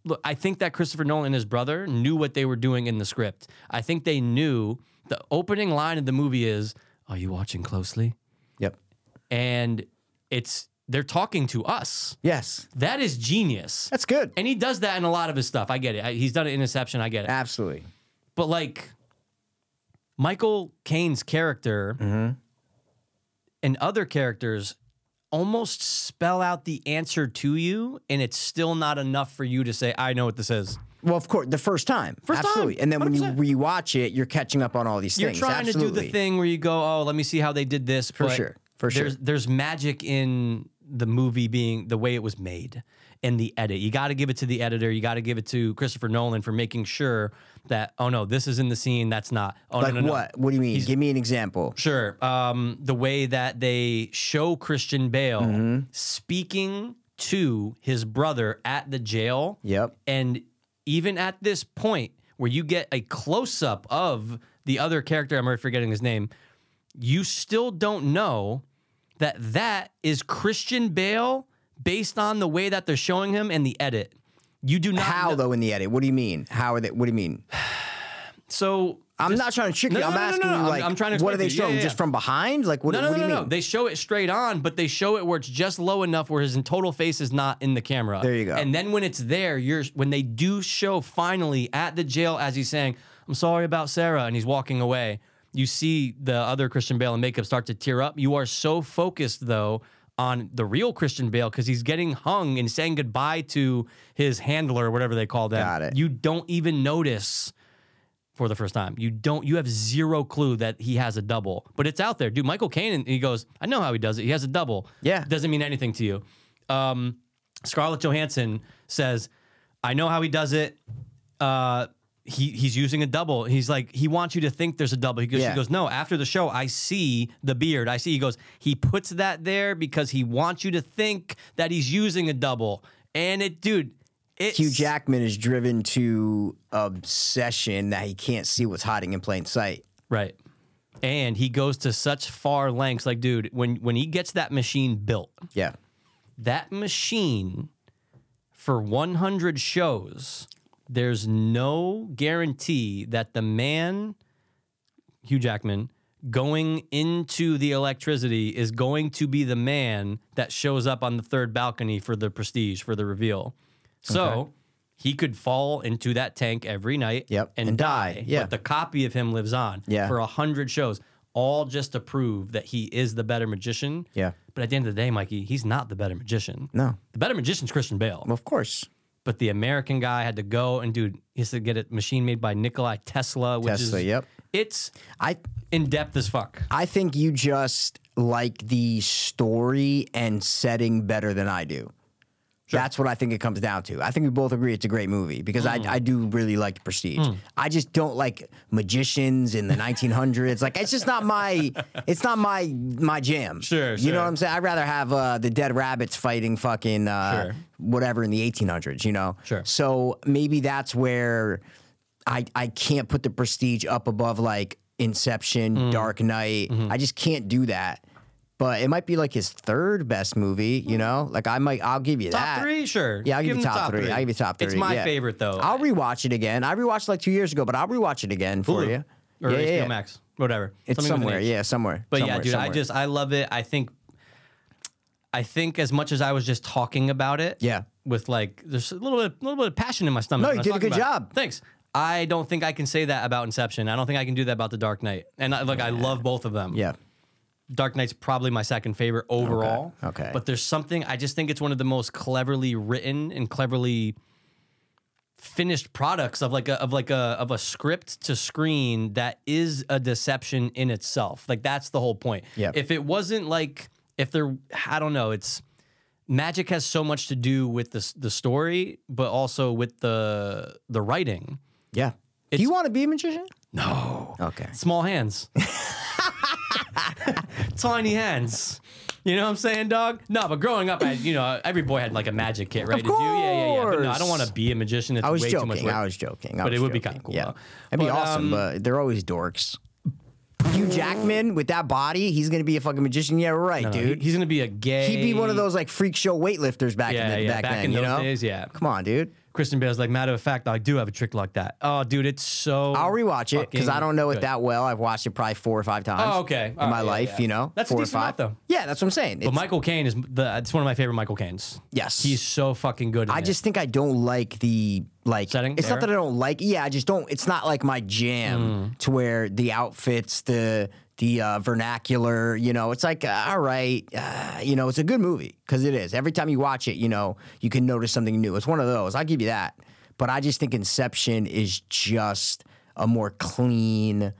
look, I think that Christopher Nolan and his brother knew what they were doing in the script. I think they knew the opening line of the movie is, Are you watching closely?
Yep.
And it's they're talking to us.
Yes.
That is genius.
That's good.
And he does that in a lot of his stuff. I get it. I- He's done it in Inception. I get it.
Absolutely.
But like Michael Caine's character
Mm-hmm.
and other characters almost spell out the answer to you, and it's still not enough for you to say, I know what this is.
Well, of course, the first time.
First time,
absolutely. And then when you
100%.
rewatch it, you're catching up on all these
You're
things.
trying
absolutely.
to do the thing where you go, Oh, let me see how they did this. For
sure, for sure.
There's there's magic in the movie being the way it was made and the edit. You gotta give it to the editor, you gotta give it to Christopher Nolan for making sure that, oh no, this is in the scene, that's not. Oh
Like
no, no, no.
what? What do you mean? Give me an example.
Sure. Um, the way that they show Christian Bale
Mm-hmm.
speaking to his brother at the jail.
Yep.
And even at this point, where you get a close up of the other character, I'm already forgetting his name, you still don't know that that is Christian Bale based on the way that they're showing him and the edit. You do not
How
know-
though in the edit? What do you mean? How are they? What do you mean?
so
I'm not trying to trick
No,
you.
no,
I'm
no, no,
asking
no,
you
I'm-
like,
I'm trying to
what are
explain
they
to you. Yeah,
showing?
yeah,
Just
yeah.
from behind? Like what?
No, no,
what
no,
do you
no, no.
mean?
They show it straight on, but they show it where it's just low enough where his total face is not in the camera.
There you go.
And then when it's there, you're when they do show finally at the jail as he's saying, "I'm sorry about Sarah," and he's walking away. You see the other Christian Bale in makeup start to tear up. You are so focused though on the real Christian Bale because he's getting hung and saying goodbye to his handler or whatever they call them.
Got it.
You don't even notice for the first time. You don't. You have zero clue that he has a double, but it's out there, dude. Michael Caine, and he goes, I know how he does it. He has a double.
Yeah.
doesn't mean anything to you. Um, Scarlett Johansson says, I know how he does it. Uh, he, he's using a double. He's like, he wants you to think there's a double. He goes,
Yeah.
she goes, no, after the show, I see the beard. I see, he goes, he puts that there because he wants you to think that he's using a double. And it, dude, it's
Hugh Jackman is driven to obsession that he can't see what's hiding in plain sight.
Right. And he goes to such far lengths. Like, dude, when when he gets that machine built,
Yeah.
that machine for 100 shows, there's no guarantee that the man, Hugh Jackman, going into the electricity is going to be the man that shows up on the third balcony for the prestige, for the reveal. So he could fall into that tank every night
Yep,
and,
and
die.
die. Yeah.
But the copy of him lives on
Yeah.
for 100 shows, all just to prove that he is the better magician.
Yeah.
But at the end of the day, Mikey, he's not the better magician.
No.
The better magician's Christian Bale.
Well, of course.
But the American guy had to go and dude, he has to get a machine made by Nikolai Tesla, which
Tesla,
is
yep.
it's
I
in depth as fuck.
I think you just like the story and setting better than I do. That's what I think it comes down to. I think we both agree it's a great movie because
Mm.
I, I do really like Prestige. I just don't like magicians in the 1900s. Like it's just not my it's not my my jam.
Sure,
you know
sure.
what I'm saying. I'd rather have uh, the dead rabbits fighting fucking uh,
Sure.
whatever in the 1800s. You know.
Sure.
So maybe that's where I I can't put the prestige up above like Inception,
Mm-hmm.
Dark Knight. I just can't do that. But it might be like his third best movie, you know? Like I might I'll give you
Top
that.
three, sure.
Yeah, I'll give,
him
you
the
top, three. I'll give you top three.
It's my
yeah.
favorite though.
I'll rewatch it again. I rewatched it like two years ago, but I'll rewatch it again for
Hulu
you.
Or
yeah,
HBO
yeah, yeah.
Max. Whatever.
It's
Something with an
somewhere,
H.
yeah, somewhere.
But
somewhere,
yeah, dude, I
somewhere.
just I love it. I think I think as much as I was just talking about it,
Yeah.
with like there's a little bit, little bit of passion in my stomach.
No,
when
you
I was
did a
talking
good
about it.
job.
Thanks. I don't think I can say that about Inception. I don't think I can do that about The Dark Knight. And I, look, I love both of them.
Yeah.
Dark Knight's probably my second favorite overall.
Okay, okay.
But there's something I just think it's one of the most cleverly written and cleverly finished products of like a of like a of a script to screen that is a deception in itself. Like that's the whole point.
Yeah.
If it wasn't like if there I don't know, it's magic has so much to do with the s- the story, but also with the the writing.
Yeah. Do you want to be a magician?
No.
Okay.
Small hands. Tiny hands. You know what I'm saying, dog? No, but growing up, I, you know, every boy had like a magic kit, right?
Of
Did you? Yeah, yeah, yeah. But no, I don't
course.
want to be a magician. It's
I was
way too much
joking.
work.
I was joking. I
But
was
it would be
joking.
kinda cool,
Yeah.
though.
That'd be
But,
awesome,
um,
but they're always dorks. Hugh Jackman with that body, he's gonna be a fucking magician. Yeah, right,
No,
dude.
Uh, he- he's gonna be a gay.
He'd be one of those like freak show weightlifters back
Yeah,
in the,
yeah.
back,
Back,
then,
in
you
those
know?
days, yeah.
Come on, dude.
Kristen Bale's like, matter of fact, I do have a trick like that. Oh, dude, it's so.
I'll rewatch it because I
fucking
don't know it
good.
that well. I've watched it probably four or five times.
Oh, okay.
In
All
my
right, yeah,
life,
yeah.
you know,
That's a
four or
decent
five.
amount, though.
Yeah, that's what I'm saying.
But
It's-
Michael Caine is the. It's one of my favorite Michael Caines.
Yes.
he's so fucking good. In
I
it.
just think I don't like the like.
Setting,
it's
era?
not that I don't like. Yeah, I just don't. It's not like my
Hmm.
jam to where the outfits, the the uh, vernacular. You know, it's like uh, all right. Uh, you know, it's a good movie because it is. Every time you watch it, you know, you can notice something new. It's one of those. I'll give you that. But I just think Inception is just a more clean,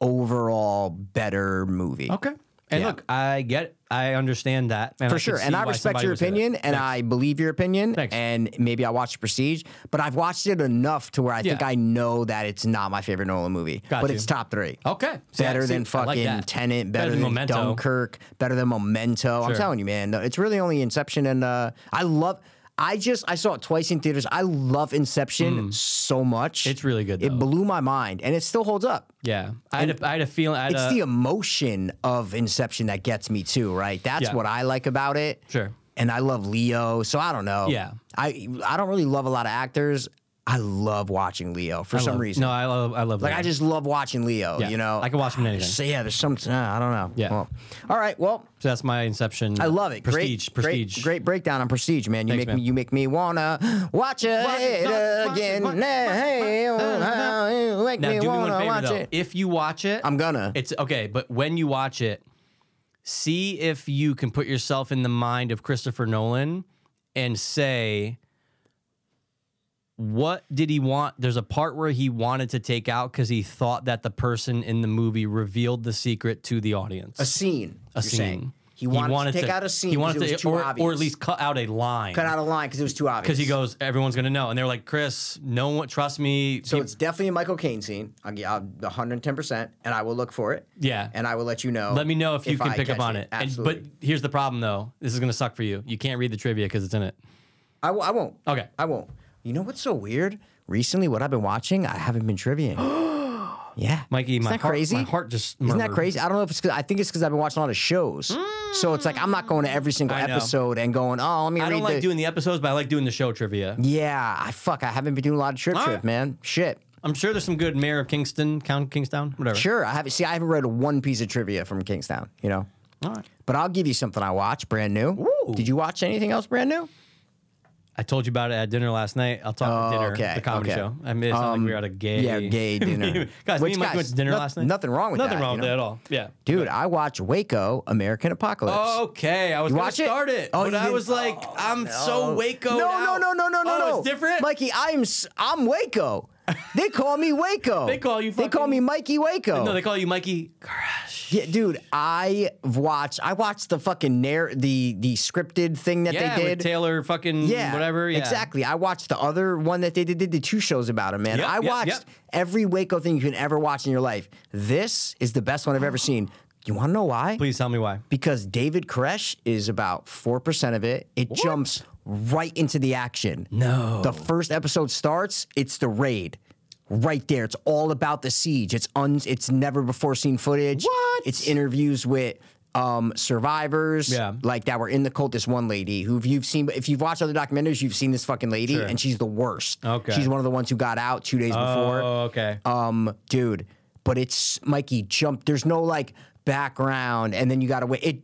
overall better movie.
Okay. And
Yeah.
look, I get, it. I understand that and I
For
can
sure.
see
And I
why
respect
somebody
your
would say that.
opinion and I believe your opinion.
Thanks.
And maybe I watched Prestige, but I've watched it enough to where I think
Yeah.
I know that it's not my favorite Nolan movie.
Got
but
you.
it's top three.
Okay. See,
Better
I- see,
than
I like
fucking
that.
Tenant, better,
Better than
than,
Memento.
Dunkirk, better than Memento. I'm
Sure.
telling you, man. no, It's really only Inception and uh, I love I just I saw it twice in theaters. I love Inception so much.
Hmm. It's really good, though.
It blew my mind and it still holds up.
Yeah. I had, a, I had a feeling. I had
It's
a,
the emotion of Inception that gets me too, right? That's
Yeah.
what I like about it.
Sure.
And I love Leo, so I don't know.
Yeah.
I I don't really love a lot of actors. I love watching Leo for some
love-
reason.
No, I love. I love.
like
that.
I just love watching Leo.
Yeah.
You know,
I can watch him in anything.
So yeah, there's some. Uh, I don't know.
Yeah.
Well, all right. Well,
So that's my Inception.
I love it.
Prestige.
great,
prestige.
Great, great breakdown on Prestige, man. You
Thanks,
make
man.
me. You make me wanna watch it
Watch it, watch it,
again.
watch it, watch
Hey, you make
Now,
me
do me one
wanna
favor
watch
though.
it.
If you watch it,
I'm gonna.
It's okay, but when you watch it, see if you can put yourself in the mind of Christopher Nolan and say, what did he want? There's a part where he wanted to take out because he thought that the person in the movie revealed the secret to the audience.
a scene.
A
you're saying. He wanted, to take out a scene.
He
'cause
wanted
it was
to,
too
or,
obvious.
or at least cut out a line.
cut out a line because it was too obvious.
because he goes, everyone's gonna know, and they're like, Chris, no one, trust me.
So it's definitely a Michael Caine scene. I'll get I'll- 110%, and I will look for it.
Yeah.
And I will let you know.
Let me know if you can
I
pick up
catch
on it. And,
Absolutely.
but here's the problem, though. This is gonna suck for you. You can't read the trivia because it's in it.
I, w- I won't.
Okay.
I won't. You know what's so weird? Recently, what I've been watching, I haven't been triviaing. yeah.
Mikey,
Isn't
my
that
heart,
crazy?
my heart just
Isn't that
murmured.
crazy? I don't know if it's because I think it's because I've been watching a lot of shows. So it's like I'm not going to every single
Mm. I know.
episode and going, oh, let me
I
read
don't like
the.
doing the episodes, but I like doing the show trivia.
yeah, I fuck. I haven't been doing a lot of trip
All
trip,
right.
man. Shit.
I'm sure there's some good Mayor of Kingston, Count Kingstown, whatever.
Sure, I haven't. See, I haven't read one piece of trivia from Kingstown. You know,
All right.
but I'll give you something I watched brand new.
Ooh.
Did you watch anything else brand new?
I told you about it at dinner last night. I'll talk at
Oh,
dinner.
okay,
The comedy
okay. Um,
show. I mean, it's not like we were at a gay.
yeah, gay dinner.
guys, me
Which,
and Mike went
guys,
to dinner
noth-
last night.
nothing wrong with
nothing
that,
wrong
you know?
with that at all. Yeah. Oh,
Dude, I watched Waco: American Apocalypse.
Okay, I was
You
gonna
watch it?
start it,
Oh,
but
you
I
didn't-
was like, I'm so Waco.
Oh. No, no, no, no, no, no,
oh,
no.
It's different.
Mikey. I'm s- I'm Waco. They call me Waco.
They call you
They call
fucking-
me Mikey Waco.
no, they call you Mikey Crush.
Oh. Yeah, dude, I watched I watched the fucking narr- the the scripted thing that
Yeah,
they
with
did.
Taylor fucking
Yeah,
whatever. Yeah,
exactly. I watched the other one that they did, did the two shows about him, man.
Yep,
I
yep,
watched
yep.
every Waco thing you can ever watch in your life. This is the best one I've ever seen. You want to know why?
Please tell me why.
Because David Koresh is about four percent of it. It jumps right into the action.
No.
the first episode starts. It's the raid. Right there, it's all about the siege. It's un, it's never before seen footage.
What?
It's interviews with um survivors,
Yeah.
like that were in the cult. This one lady who, if you've seen, if you've watched other documentaries, you've seen this fucking lady,
Sure.
and she's the worst.
Okay.
she's one of the ones who got out two days before.
Oh, okay.
Um, dude, but it's Mikey jump. There's no like background, and then you got to wait. It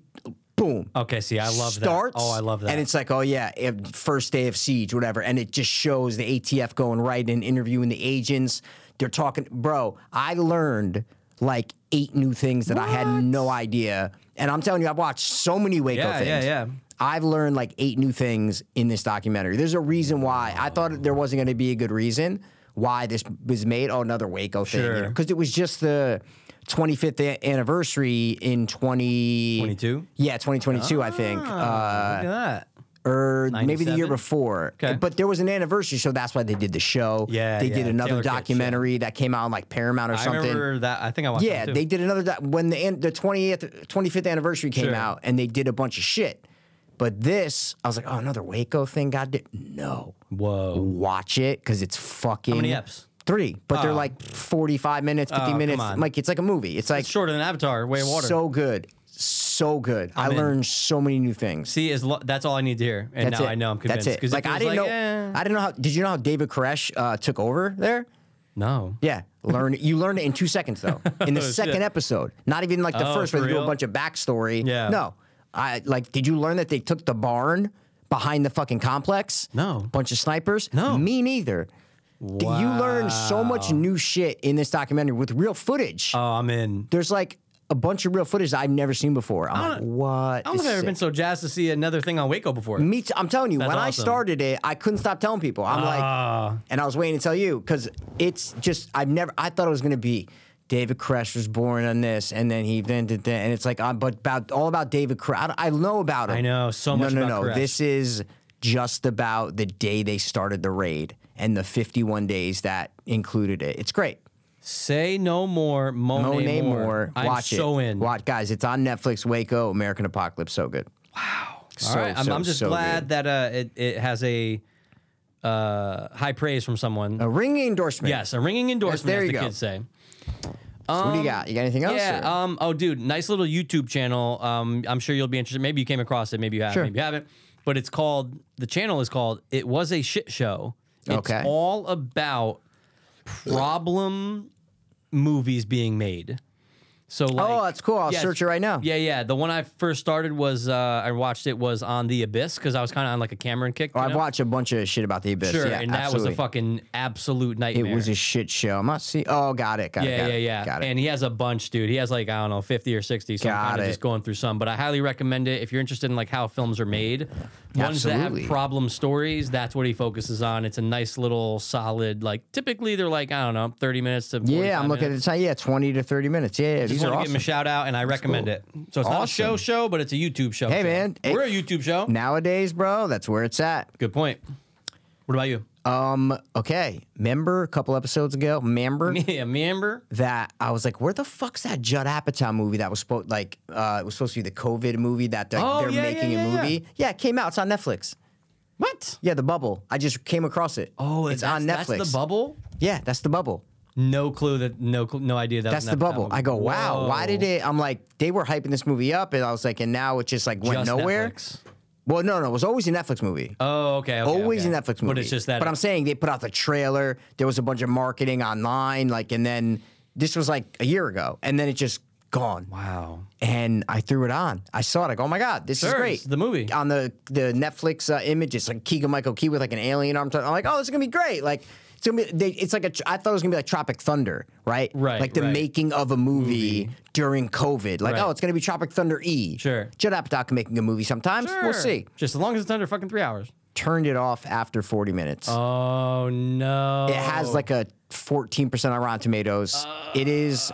boom.
okay. See, I love
starts.
that. Oh, I love that.
And it's like, oh yeah, if- first day of siege, whatever. And it just shows the ATF going right in, interviewing the agents. They're talking, bro. I learned like eight new things that I had no idea. And I'm telling you, I've watched so many Waco
Yeah, yeah,
things.
yeah.
I've learned like eight new things in this documentary. There's a reason why I thought there wasn't going to be a good reason why this was made. Oh, another Waco thing, because
Sure.
it was just the 25th a- anniversary in 20
22?
Yeah, 2022, I think. Uh,
Look at that.
or maybe the year
97?
before.
Okay.
But there was an anniversary, so that's why they did the show.
Yeah,
they
yeah,
did another
Taylor Kitsch, yeah.
documentary that came out on like Paramount or
I
something.
remember that. I think I watched
yeah,
that too.
they did another doc- when the an- the 20th 25th anniversary came
Sure.
out, and they did a bunch of shit. But this, I was like, oh, another Waco thing. God, did no,
Whoa.
watch it because it's fucking.
many eps?
Three, but they're
Oh.
like 45 minutes, 50
Oh, come
minutes.
on.
Like it's like a movie. It's like
Shorter than Avatar, Way of Water.
so good, so good. i
in.
learned so many new things.
See, is lo- that's all I need to hear, and
That's
now
it.
I know I'm convinced.
That's it.
'Cause
Like I
feels
didn't know.
eh,
I didn't know how. Did you know how David Koresh uh, took over there?
no.
Yeah, learn. you learned it in two seconds though. In the
Oh,
second
shit.
episode, not even like the
Oh,
first where
for
they do a
real?
bunch of backstory.
Yeah.
No, I like. Did you learn that they took the barn behind the fucking complex?
No.
Bunch of snipers.
No.
Me neither. D- You learn so much new shit in this documentary with real footage.
Oh, I'm in.
There's like a bunch of real footage that I've never seen before. I'm like, what?
I don't
is
think I've ever
sick?
been so jazzed to see another thing on Waco before.
Me, t- I'm telling you, when I
awesome. Ah.
started it, I couldn't stop telling people. I'm like, and I was waiting to tell you because it's just I've never. I thought it was gonna be David Koresh was born on this, and then he then did that, and it's like I'm but about all about David Koresh. I, don't- I know about him.
I know so much
No, no,
about
no.
Koresh.
This is just about the day they started the raid and the 51 days that included it. It's great.
Say no more, Monet,
Monet
more.
Moore,
I'm
watch it.
so in.
Watch, guys. It's on Netflix. Waco, American Apocalypse, so good. Wow.
All right, I'm, I'm just glad that uh, it, it has a uh, high praise from someone.
A ringing endorsement.
yes, a ringing endorsement,
Oh, there
as
you
the
go.
kids say.
what do you got? You got anything else?
Yeah.
or-
Um. Oh, dude, nice little YouTube channel. Um. I'm sure you'll be interested. Maybe you came across it. Maybe you have.
Sure.
Maybe you haven't. But it's called. The channel is called. It was a shit show. It's
Okay.
all about problem movies being made. So like,
oh, that's cool. I'll
yes.
search it right now.
Yeah, yeah. The one I first started was uh, I watched it was on the Abyss because I was kind of on like a Cameron kick.
Oh,
you
I've
know?
watched a bunch of shit about the abyss.
Sure,
yeah,
and that
absolutely.
was a fucking absolute
It
nightmare.
was a shit show. I'm not see. Oh, got it. Got it.
Yeah,
got
yeah,
it,
yeah.
Got it.
And he has a bunch, dude. He has like I don't know, fifty or sixty. So
Got
I'm kind
it.
of just going through some, but I highly recommend it if you're interested in like how films are made. Ones that
Absolutely.
have problem stories, that's what he focuses on. It's a nice little solid. Like typically they're like I don't know, thirty minutes to.
yeah, I'm looking
Minutes.
at the time. Yeah, 20 to 30 minutes. Yeah, yeah
Just
these
want
are
to give him
awesome.
a shout out, and I recommend
cool.
it. So it's not a show
Awesome.
show, but it's a YouTube show.
Hey,
channel.
man, it-
we're a YouTube show.
Nowadays, bro, that's where it's at.
Good point. What about you?
Um, okay. Remember a couple episodes ago, remember
yeah, me Amber.
that I was like, where the fuck's that Judd Apatow movie that was supposed like uh it was supposed to be the COVID movie that like,
Oh,
they're
yeah, yeah,
making
yeah,
a
yeah.
movie? Yeah, it came out. It's on Netflix.
What?
Yeah, the bubble. I just came across it.
Oh,
it's
that's-
on Netflix.
That's the bubble.
Yeah, that's the bubble.
No clue that no cl- no idea that
That's
was
the
Netflix
bubble.
album.
I go, wow, why did
Whoa.
it? I'm like, they were hyping this movie up, and I was like, and now it just like went
Just
nowhere.
Netflix.
Well, no, no, it was always a Netflix movie.
Oh, okay, okay,
always
okay.
a Netflix movie.
But it's just that.
But I'm saying they put out the trailer. There was a bunch of marketing online, like, and then this was like a year ago, and then it just gone.
wow.
And I threw it on. I saw it. I go, oh my god, this is
Sure,
great.
it's the movie.
on the the Netflix uh, image, it's like Keegan Michael Key with like an alien arm. I'm like, oh, this is gonna be great. Like. It's, gonna be, they, it's like a. tr- I thought it was gonna be like Tropic Thunder, right?
Right,
Like the
right.
making of a movie, during COVID. Like,
Right.
oh, it's gonna be Tropic Thunder E.
Sure.
Judd Apatow can making a movie sometimes. We'll
Sure.
see.
Just as long as it's under fucking three hours.
Turned it off after 40 minutes.
Oh no.
It has like a 14% on Rotten Tomatoes. it is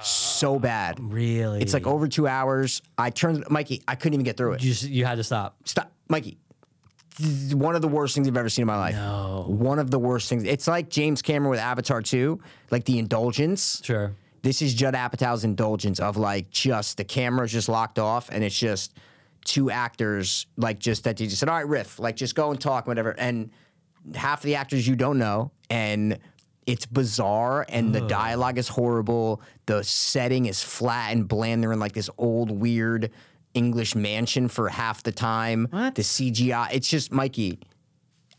so bad.
really.
It's like over two hours. I turned, Mikey, I couldn't even get through it.
you, just, you had to stop.
Stop, Mikey. This is One of the worst things I've ever seen in my life. One of the worst things. It's like James Cameron with Avatar 2, like the indulgence.
Sure.
This is Judd Apatow's indulgence of like just the camera's just locked off and it's just two actors like just that they just said, all right, riff, like just go and talk, whatever. And half the actors you don't know and it's bizarre and the dialogue is horrible. The setting is flat and bland. They're in like this old weird English mansion for half the time.
What?
The CGI, it's just Mikey.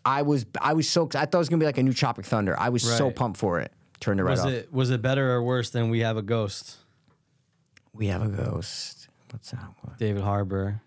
I was I was so I thought it was gonna be like a new Tropic Thunder. I was so
Right.
pumped for it. Turned it right
Was
off.
it was it better or worse than we have a ghost?
We have a ghost. What's that one?
David Harbor.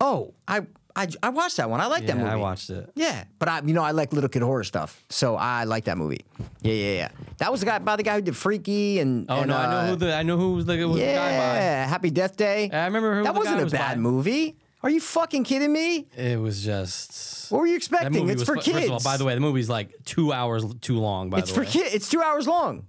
Oh, I I, I watched that one. I like that
Yeah,
movie.
I watched it.
Yeah, but I you know I like little kid horror stuff, so I like that movie. Yeah, yeah, yeah. That was the guy by the guy who did Freaky and.
Oh
and,
no, I
uh,
know who the I know who was the, who was the guy by.
yeah, Happy Death Day.
I remember who
that
the guy
wasn't a
was
bad
by.
movie. Are you fucking kidding me?
It was just.
What were you
That
expecting?
movie
It's
was
for
fu-
kids.
First of all, by the way, the movie's like two hours l- too long. By
it's
the
for
way,
kids. It's two hours long.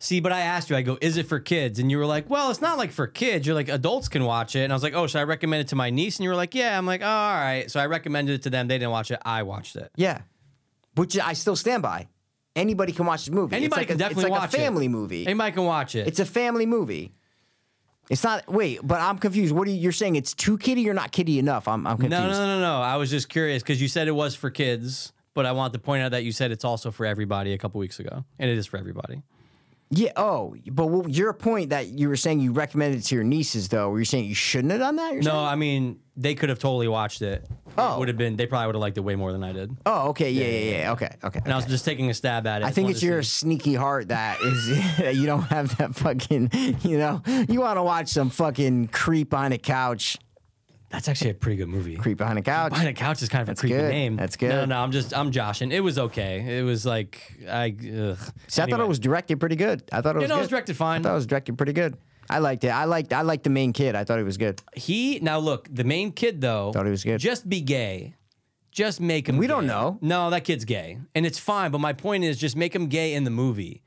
see, but I asked you, I go, is it for kids? And you were like, well, it's not like for kids. You're like, adults can watch it. And I was like, oh, should I recommend it to my niece? And you were like, yeah. I'm like, "Oh, all right. So I recommended it to them. They didn't watch it. I watched it.
Yeah, which I still stand by. Anybody can watch this movie. It's
Anybody
like
can
a,
definitely
It's like
watch
a
it.
family movie.
Anybody can watch it.
It's a family movie. It's not. Wait, but I'm confused. What are you? You're saying it's too kiddie or not kiddie enough? I'm, I'm confused.
no, no, no, no, no. I was just curious because you said it was for kids, but I want to point out that you said it's also for everybody a couple weeks ago, and it is for everybody.
Yeah. Oh, but what, your point that you were saying you recommended it to your nieces, though, were you saying you shouldn't have done that? You're
No,
saying-
I mean they could have totally watched it.
Oh.
it would have been. They probably would have liked it way more than I did. And
Oh, okay. Yeah, yeah, yeah. Okay, okay.
I was just taking a stab at it.
I think
Wanted
it's
to
your
see.
sneaky heart that is that you don't have that fucking. You know, you want to watch some fucking creep on a couch.
That's actually a pretty good movie.
Creep on a couch.
Behind a couch is kind of a creepy
good.
name.
That's
No,
good.
no, I'm just I'm joshing. It was okay. It was like I. Ugh.
See, I thought it was directed pretty good. I thought it was.
You know, it was
good.
directed
I
fine.
thought it was directed pretty good. I liked it. I liked. I liked the main kid. I thought he was good.
He now look the main kid though.
Thought he was good.
Just be gay. Just make him.
We don't
gay.
know.
No, that kid's gay, and it's fine. But my point is, just make him gay in the movie.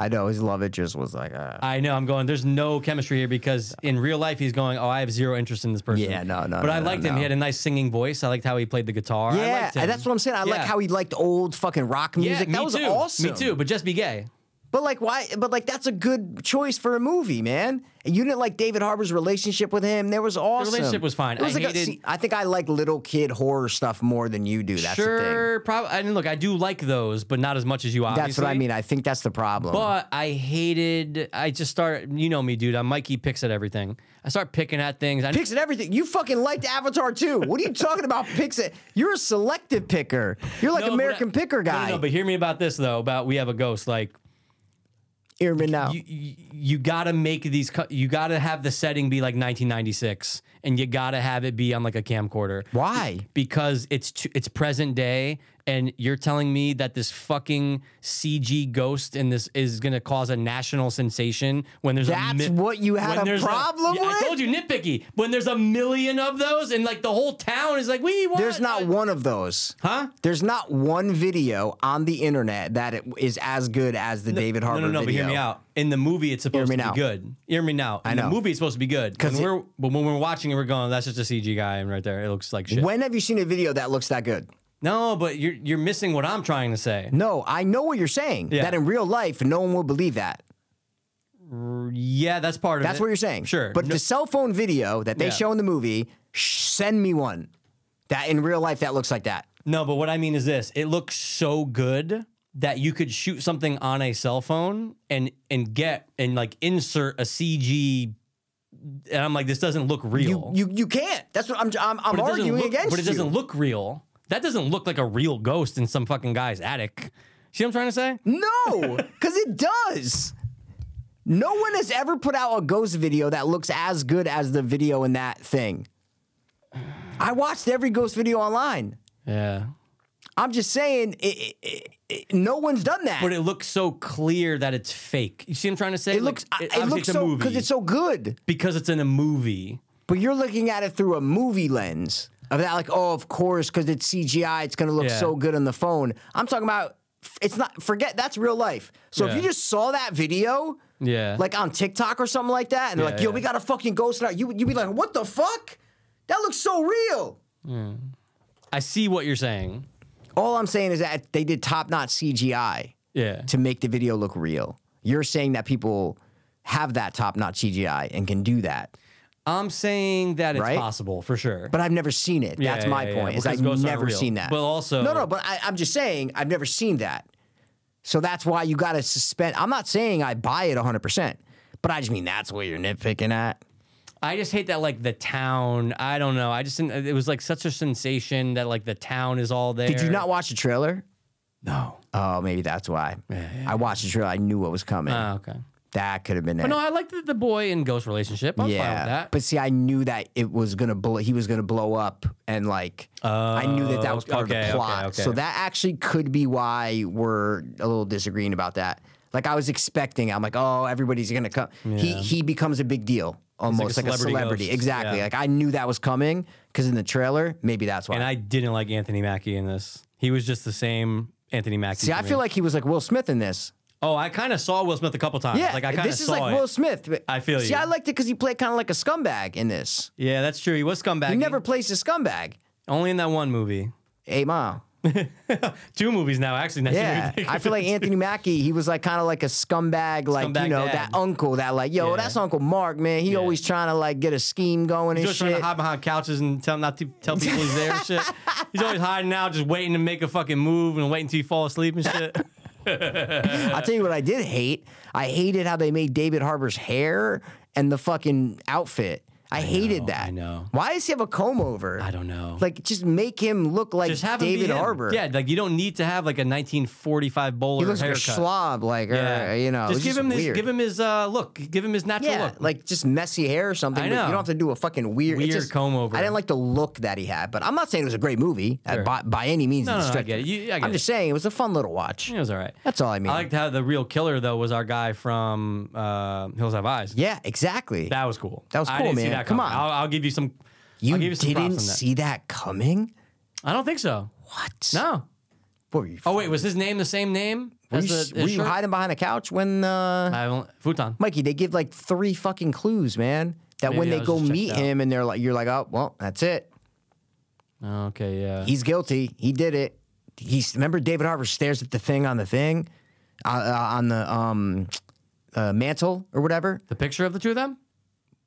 I know his love interest was like. Uh,
I know. I'm going. There's no chemistry here because in real life he's going. Oh, I have zero interest in this person.
Yeah, no, no,
But
no,
I
no,
liked him.
no.
He had a nice singing voice. I liked how he played the guitar. I
yeah,
liked him.
that's what I'm saying. I like
Yeah.
how he liked old fucking rock
Yeah,
music.
me
that was
too.
awesome.
Me too. But just be gay.
But like, why? But like, that's a good choice for a movie, man. You didn't like David Harbour's relationship with him. There was awesome.
relationship was fine.
It was
I
like a-
hated-
see, I think I like little kid horror stuff more than you do. That's the thing.
sure. Probably. I mean, look, I do like those, but not as much as you. Obviously.
That's what I mean. I think that's the problem.
But I hated. I just start. You know me, dude. I'm Mikey. Picks at everything. I start picking at things. I,
picks and everything. You fucking liked Avatar too. What are you talking about? Picks it. You're a selective picker. You're like
No, but
American
I-
picker
No, no,
guy.
No, but hear me about this though. About we have a ghost. Like
Hear me now.
you, you, you gotta make these. cu- You gotta have the setting be like 1996, and you gotta have it be on like a camcorder.
Why?
Because it's t- it's present day, and you're telling me that this fucking CG ghost in this is gonna cause a national sensation when there's
That's
a mi-
what you had
when
a
there's
problem
Yeah,
with?
I told you nitpicky. When there's a million of those, and like the whole town is like, we want.
There's not one of those.
Huh?
There's not one video on the internet that it is as good as the David Harbour
No, no, no.
video.
But hear me out. In the movie, it's supposed
me
to be
now.
good. Hear me now. In
know.
the movie, it's supposed to be good.
'Cause
When
it-
we're but when we're watching it, we're going, "That's just a CG guy," and right there, it looks like shit.
When have you seen a video that looks that good?
No, but you're you're missing what I'm trying to say.
No, I know what you're saying.
Yeah.
That in real life, no one will believe that.
Yeah, that's part of it.
That's what you're saying.
Sure,
But
No-
the cell phone video that they
Yeah.
show in the movie, sh- send me one. That in real life, that looks like that.
no, but what I mean is this: it looks so good that you could shoot something on a cell phone and and get and like insert a CG. And I'm like, this doesn't look real.
You, you, you can't. That's what I'm, I'm, I'm
But it doesn't
arguing
look-
against
But it doesn't
you.
look real. That doesn't look like a real ghost in some fucking guy's attic. See what I'm trying to say?
No, because it does. No one has ever put out a ghost video that looks as good as the video in that thing. I watched every ghost video online.
Yeah.
I'm just saying, it, it, it, it- no one's done that.
But it looks so clear that it's fake. You see what I'm trying to say?
it looks, I- it, looks
it's a
so
movie.
because it's so good.
because it's in a movie.
But you're looking at it through a movie lens of that, like, oh, of course, because it's CGI, it's gonna look
Yeah.
so good on the phone. I'm talking about. It's not forget that's real life. So if
Yeah.
you just saw that video,
Yeah.
like on TikTok or something like that, and they're
Yeah,
like, "Yo,
yeah.
we got a fucking ghost in our," you you be like, "What the fuck? That looks so real."
I see what you're saying.
All I'm saying is that they did top notch CGI
Yeah.
to make the video look real. You're saying that people have that top notch CGI and can do that,
I'm saying that it's
Right?
possible for sure.
but I've never seen it.
Yeah,
That's
yeah,
my
yeah,
point. Is
because
I've
ghosts aren't
never
real.
seen that.
But also-
no, no. But I, I'm just saying I've never seen that. So that's why you got to suspend. I'm not saying I buy it 100, percent but I just mean that's what you're nitpicking at.
I just hate that like the town. I don't know. I just didn't- it was like such a sensation that like the town is all there.
Did you not watch the trailer?
No.
Oh, maybe that's why. I watched the trailer. I knew what was coming.
Oh, okay.
that could have been it.
No, I liked the, the boy and ghost relationship. I was fine with
yeah,
that.
but see, I knew that it was gonna blow. He was gonna blow up, and like I knew that that was part of
Oh, okay,
the
okay,
plot.
okay.
So that actually could be why we're a little disagreeing about that. Like I was expecting, I'm like, oh, everybody's gonna come. He he becomes a big deal. almost like a
celebrity
celebrity.
ghost,
Exactly.
yeah.
Like I knew that was coming because in the trailer, maybe that's why.
And I didn't like Anthony Mackie in this. He was just the same Anthony Mackie.
See,
to
I
me.
feel like he was like Will Smith in this.
oh, I kind of saw Will Smith a couple times.
Yeah,
like I kind of
this is
saw
like
it.
Will Smith. but-
I feel
See,
you.
I liked it because he played kind of like a scumbag in this.
yeah, that's true. He was scumbag.
He never plays a scumbag.
only in that one movie.
Eight Mile.
Two movies now, actually. Now
Yeah, I feel like Anthony Mackie. He was like kind of like a scumbag, like
Scumbag
you know
dad.
that uncle that like, yo,
Yeah.
that's Uncle Mark, man. He always trying to like get a scheme going
He's
and
just trying
shit.
to hide behind couches and tell not to tell people he's there and shit. He's always hiding out, just waiting to make a fucking move and waiting until you fall asleep and shit.
I'll tell you what I did hate. I hated how they made David Harbour's hair and the fucking outfit. I, hated that.
I know.
Why does he have a comb over?
I don't know.
Like, just make him look like
just have him be
David
him.
Harbour.
Yeah, like you don't need to have like a 1945 bowler
he looks like a
haircut.
slob. Like,
Yeah.
or, uh, you know,
just
it's
give him his
weird.
give him his uh, look, give him his natural
Yeah,
look.
like just messy hair or something.
I
but
know.
you don't have to do a fucking weird, it's
Weird
just-
comb over.
I didn't like the look that he had, but I'm not saying it was a great movie uh,
Sure.
by, by any means.
No,
of the
no, no, I
stretch.
get it. You- I get
I'm just
it.
saying it was a fun little watch.
it was all right.
That's all I mean.
I liked how the real killer though was our guy from uh, Hills Have Eyes.
yeah, exactly.
that was cool.
That was
I
cool,
didn't See
man.
that
Come
coming.
on.
I'll, I'll give you some.
you
I'll give you some props on
didn't
that.
see that coming.
I don't think so.
What?
No.
What were you?
Oh wait, was his name the same name
were you,
as the
were
his
you
shirt?
hiding behind a couch when uh,
I don't, futon.
Mikey? They give like three fucking clues, man. That when
Maybe I
they
was
go
just checked
meet
out.
him and they're like, you're like, oh, well, that's it.
Oh, Okay, yeah.
He's guilty. He did it. He's remember David Harbour stares at the thing on the thing, uh, uh, on the um, uh, mantle or whatever.
the picture of the two of them.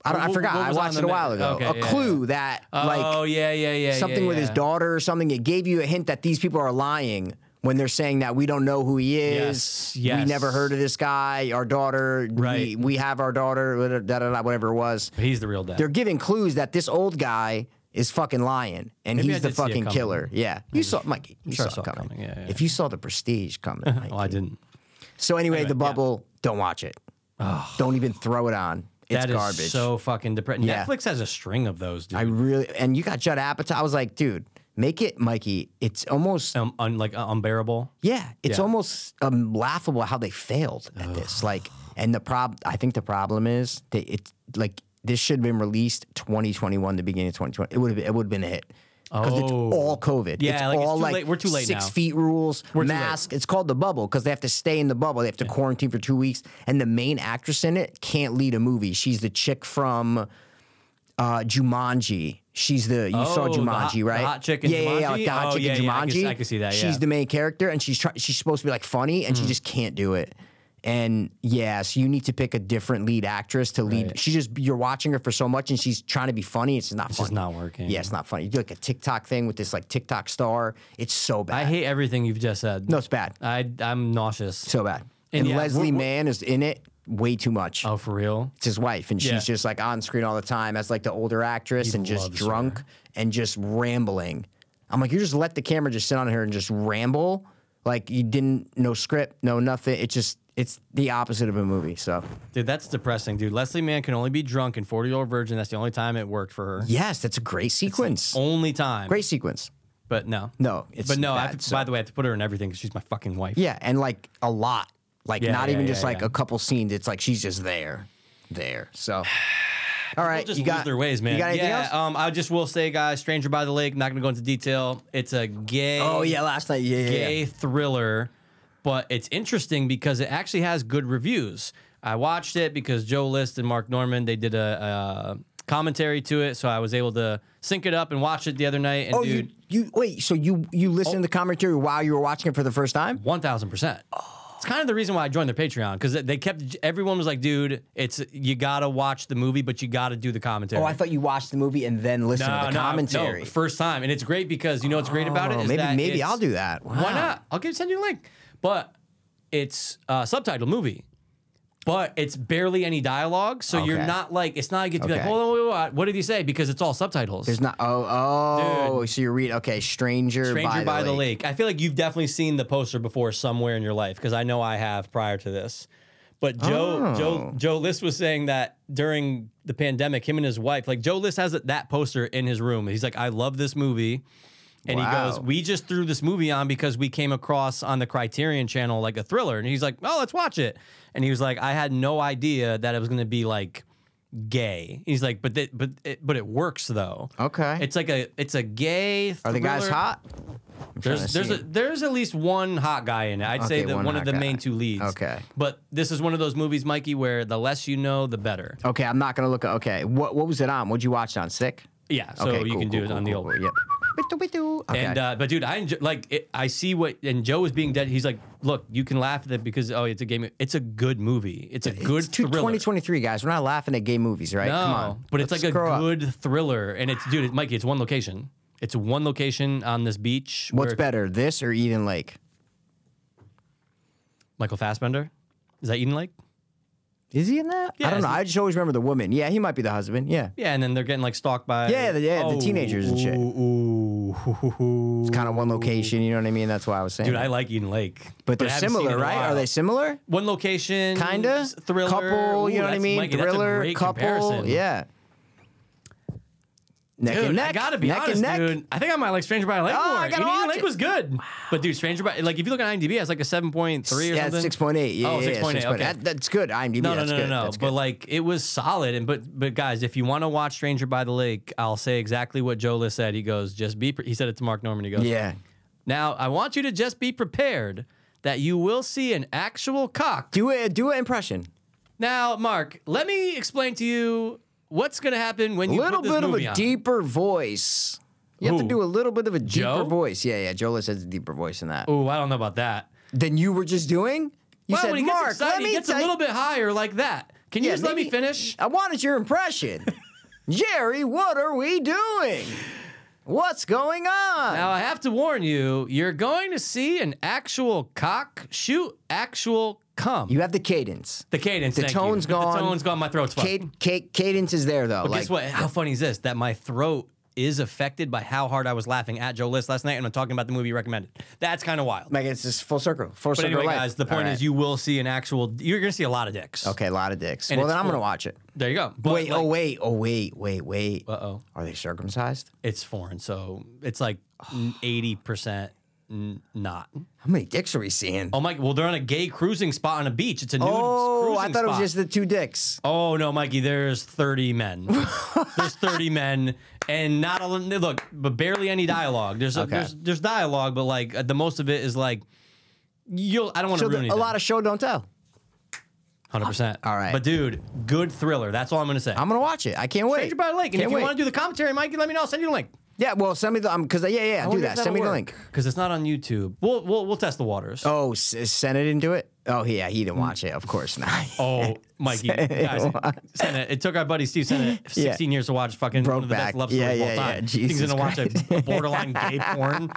I, don't, I
What-
forgot.
what
I
was on
watched
the
it a while ago.
man- okay,
a
yeah,
clue that
oh
like
yeah, yeah, yeah.
something
yeah,
with his
yeah.
daughter or something. It gave you a hint that these people are lying when they're saying that we don't know who he is.
Yes, yes.
We never heard of this guy. Our daughter.
Right.
We, we have our daughter. Da, da, da, whatever it was.
He's the real dad.
They're giving clues that this old guy is fucking lying and
Maybe I
he's the
did see it
fucking
coming.
killer. Yeah. You saw Mikey, you
sure I
saw, it coming.
yeah, yeah.
If you saw the prestige coming, Mikey.
oh, I didn't.
So anyway, the
yeah.
bubble, don't watch it. Don't even throw it on. It's
That is
garbage.
so fucking depressing.
Yeah.
Netflix has a string of those, dude.
I really and you got Judd Apatow. I was like, dude, make it Mikey. It's almost
um, un, like uh, unbearable.
yeah, it's
yeah.
almost um, laughable how they failed at this. Like, and the prob I think the problem is that it's like this should have been released 2021, the beginning of 2020. It would have been, it would have been a hit. Because it's
Oh.
all COVID.
Yeah,
it's
like, it's
all
too
like
late- we're too late
six
now.
feet rules,
too late.
mask. It's called the bubble because they have to stay in the bubble. They have to quarantine for two weeks, and the main actress in it can't lead a movie. She's the chick from uh, Jumanji. She's the you
Oh,
saw
the
Jumanji,
hot- the
right?
hot chick in
yeah, yeah, yeah,
Jumanji?
like the hot
Oh,
chick
yeah,
in
yeah, I can-
Jumanji.
I can see that,
She's
yeah.
the main character, and she's try- she's supposed to be like funny,
Mm.
and she just can't do it. And yeah, so you need to pick a different lead actress to lead.
Right.
She just you're watching her for so much, and she's trying to be funny. It's not funny.
just not working.
Yeah, it's not funny. You do like a TikTok thing with this like TikTok star. It's so bad.
I hate everything you've just said.
no, it's bad.
I I'm nauseous.
So bad. And,
And yeah,
Leslie
we're-
Mann is in it way too much.
oh, for real?
It's his wife, and
Yeah.
she's just like on screen all the time as like the older actress, and just
loves
drunk and just rambling. I'm like, you just let the camera just sit on her and just ramble, like you didn't no script, no nothing. It's just it's the opposite of a movie. So
Dude, that's depressing, dude. Leslie Mann can only be drunk and 40 year old virgin. That's the only time it worked for her.
yes, that's a great sequence.
Only time.
great sequence.
But no.
No, it's
but no, I
bad,
have to,
so-
by the way, I have to put her in everything because she's my fucking wife.
Yeah, and like a lot, like
Yeah,
not
yeah,
even
yeah,
just like
yeah.
a couple scenes. It's like she's just there, there. So all right,
People just
you got
lose their ways, man.
You got anything
yeah,
else?
um, I just will say, guys, Stranger by the Lake. Not gonna go into detail. It's a gay.
oh yeah, last night. Yeah, yeah, yeah.
gay thriller, but it's interesting because it actually has good reviews. I watched it because Joe List and Mark Norman they did a, a commentary to it, so I was able to sync it up and watch it the other night. And
Oh,
dude, Oh.
you you wait. So you you listened to the commentary while you were watching it for the first time?
one thousand percent. It's kind of the reason why I joined their Patreon because they kept everyone was like, "Dude, it's you gotta watch the movie, but you gotta do the commentary."
Oh, I thought you watched the movie and then listened to the commentary.
No, first time, and it's great because you know what's great about it
Oh,
is
maybe
that
maybe
it's-
I'll do that.
Why
Wow.
not? I'll give send you a link. But it's a subtitled movie. But it's barely any dialogue, so you're
Okay.
not like it's not like you get to be
Okay.
like, hold on, wait, wait, wait, what did he say? Because it's all subtitles.
There's not. Oh, oh. So you read. Okay, Stranger,
Stranger
by, the, lake.
I feel like you've definitely seen the poster before somewhere in your life because I know I have prior to this. But Joe,
Oh.
Joe, Joe List was saying that during the pandemic, him and his wife, like Joe List has that poster in his room. He's like, I love this movie. And
Wow.
he goes, We just threw this movie on because we came across on the Criterion channel like a thriller. And he's like, Oh, let's watch it. And he was like, I had no idea that it was going to be like gay. He's like, but that, but it, but it works though.
Okay.
It's like a it's a gay.
Are the guys
thriller-
hot? I'm trying
There's
to
there's
see
a, there's at least one hot guy in it. I'd say
Okay,
that
one
one, of
hot
the
guy.
main two leads.
Okay.
But this is one of those movies, Mikey, where the less you know, the better.
it. Okay, I'm not gonna look. At, okay, what what was it on? What'd you watch it on? Sick.
Yeah. So
okay,
you
cool,
can do
cool,
it
cool,
on the
cool,
old.
cool, Yep. Bitu, bitu. Okay.
And uh, but dude, I enjoy, like it, I see what and Joe is being dead. He's like, look, you can laugh at it because oh, it's a game. It's a good movie. It's a good
it's two-
thriller.
2023, guys. We're not laughing at gay movies, right?
No,
Come on.
but it's
Let's
like a
grow up.
good thriller, and it's dude, it, Mikey, it's one location. It's one location on this beach.
What's
where-
better, this or Eden Lake?
Michael Fassbender. Is that Eden Lake?
Is he in that?
Yeah,
I don't know.
is he-
I just always remember the woman. Yeah, he might be the husband. Yeah.
Yeah, and then they're getting like stalked by
Yeah, the- yeah, the teenagers and shit.
Ooh, ooh.
Kind of one location. You know what I mean? That's why I was saying.
dude,
that.
I like Eden Lake,
but they're
I haven't seen it
similar,
in a
right? Are
while.
they similar?
one location?
Kinda.
s- thriller
Couple.
Ooh,
you know what I
that's-
mean?
Mikey, that's a
Thriller.
great
couple.
comparison.
Yeah. Neck
Dude,
and neck.
I gotta be
neck
honest,
and neck.
dude. I think I might like Stranger by the Lake
Oh, I
more.
gotta
Eden
watch
Lake
it.
was good, but dude, Stranger by like if you look at IMDb, it's like a seven point three or
yeah,
something.
six point eight. Yeah,
Oh,
yeah,
6.8,
yeah, 6.8.
okay.
That, that's good. IMDb.
No, no,
that's
no,
good.
no, no.
That's
But
good.
like it was solid, and but but guys, if you want to watch Stranger by the Lake, I'll say exactly what Joe List said. He goes, just be. Pre-. He said it to Mark Norman. He goes,
yeah.
Now I want you to just be prepared that you will see an actual cock.
Do a do an impression.
Now, Mark, let me explain to you what's going to happen when
A
you
little
put this
bit of
movie
a
on.
deeper voice. You have
Who?
to do a little bit of a deeper
Joe?
voice. Yeah, yeah. Joe has a deeper voice than that.
Ooh, I don't know about that.
Than you were just doing. You
well,
said,
when he
"Mark,
gets excited,
let me
he gets
tell-
a little bit higher like that. Can you
Yeah,
just let me
maybe-
finish?
I wanted your impression. Jerry, what are we doing? What's going on?
Now I have to warn you, you're going to see an actual cock shoot actual cum.
you have the cadence.
the cadence,
The
thank
tone's
you.
gone.
The tone's gone. My throat's fucked.
Cad- ca- cadence is there though.
But guess what? How funny is this? That my throat is affected by how hard I was laughing at Joe List last night, and I'm talking about the movie you recommended. That's kind of wild.
Like it's just full circle. Full
But
circle
anyway,
life.
guys, the point
All
is
right.
you will see an actual. You're gonna see a lot of dicks.
Okay, a lot of dicks. well,
it's
then I'm
full.
gonna watch it.
There you go. But
wait, oh wait, oh wait, wait, wait.
Uh oh.
Are they circumcised?
It's foreign, so it's like eighty percent not.
How many dicks are we seeing?
Oh, Mike. Well, they're on a gay cruising spot on a beach. It's a nude
Oh,
cruising
I thought it was
spot.
just the two dicks.
Oh no, Mikey! There's 30 men. there's 30 men, and not a look, but barely any dialogue. There's a,
Okay.
there's there's dialogue, but like uh, the most of it is like you'll. I don't want to
So the-
ruin
a lot of show don't tell.
100. percent
All right.
but dude, good thriller. That's all I'm gonna say.
I'm gonna watch it. I can't wait.
Stranger by the Lake. And
Can't
if you
wait.
want to do the commentary, Mikey, let me know. I'll send you a link.
yeah, well, send me the um, cause yeah, yeah, do that. Send me the link.
because it's not on YouTube. We'll we'll, we'll test the waters. Oh,
Oh, S- Senate didn't do it. Oh yeah, he
Hmm.
didn't watch it. Of course not.
Oh, Mikey, guys, Senna, it took our buddy Steve Senna 16 years to watch fucking one of the
Brokeback.
best love
Yeah,
stories of all
yeah, yeah.
time. He's
Jesus
gonna watch a, a borderline gay porn.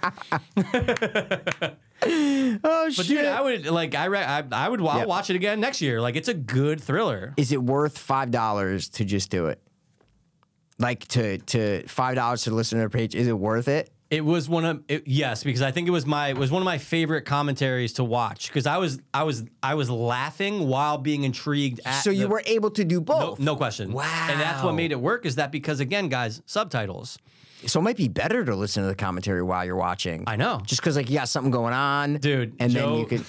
oh shit.
But dude, I would like I re- I, I would I'll
Yep.
watch it again next year. Like it's a good thriller.
Is it worth five dollars to just do it? Like to to five dollars to listen to their page? Is it worth it?
It was one of it, yes because I think it was my it was one of my favorite commentaries to watch because I was I was I was laughing while being intrigued at
So you
the-
were able to do
no,
both.
no question. And that's
Wow.
what made it work is that because again guys, subtitles.
So it might be better to listen to the commentary while you're watching.
I know.
Just because like you got something going on,
Dude,
and
Joe-
then you could.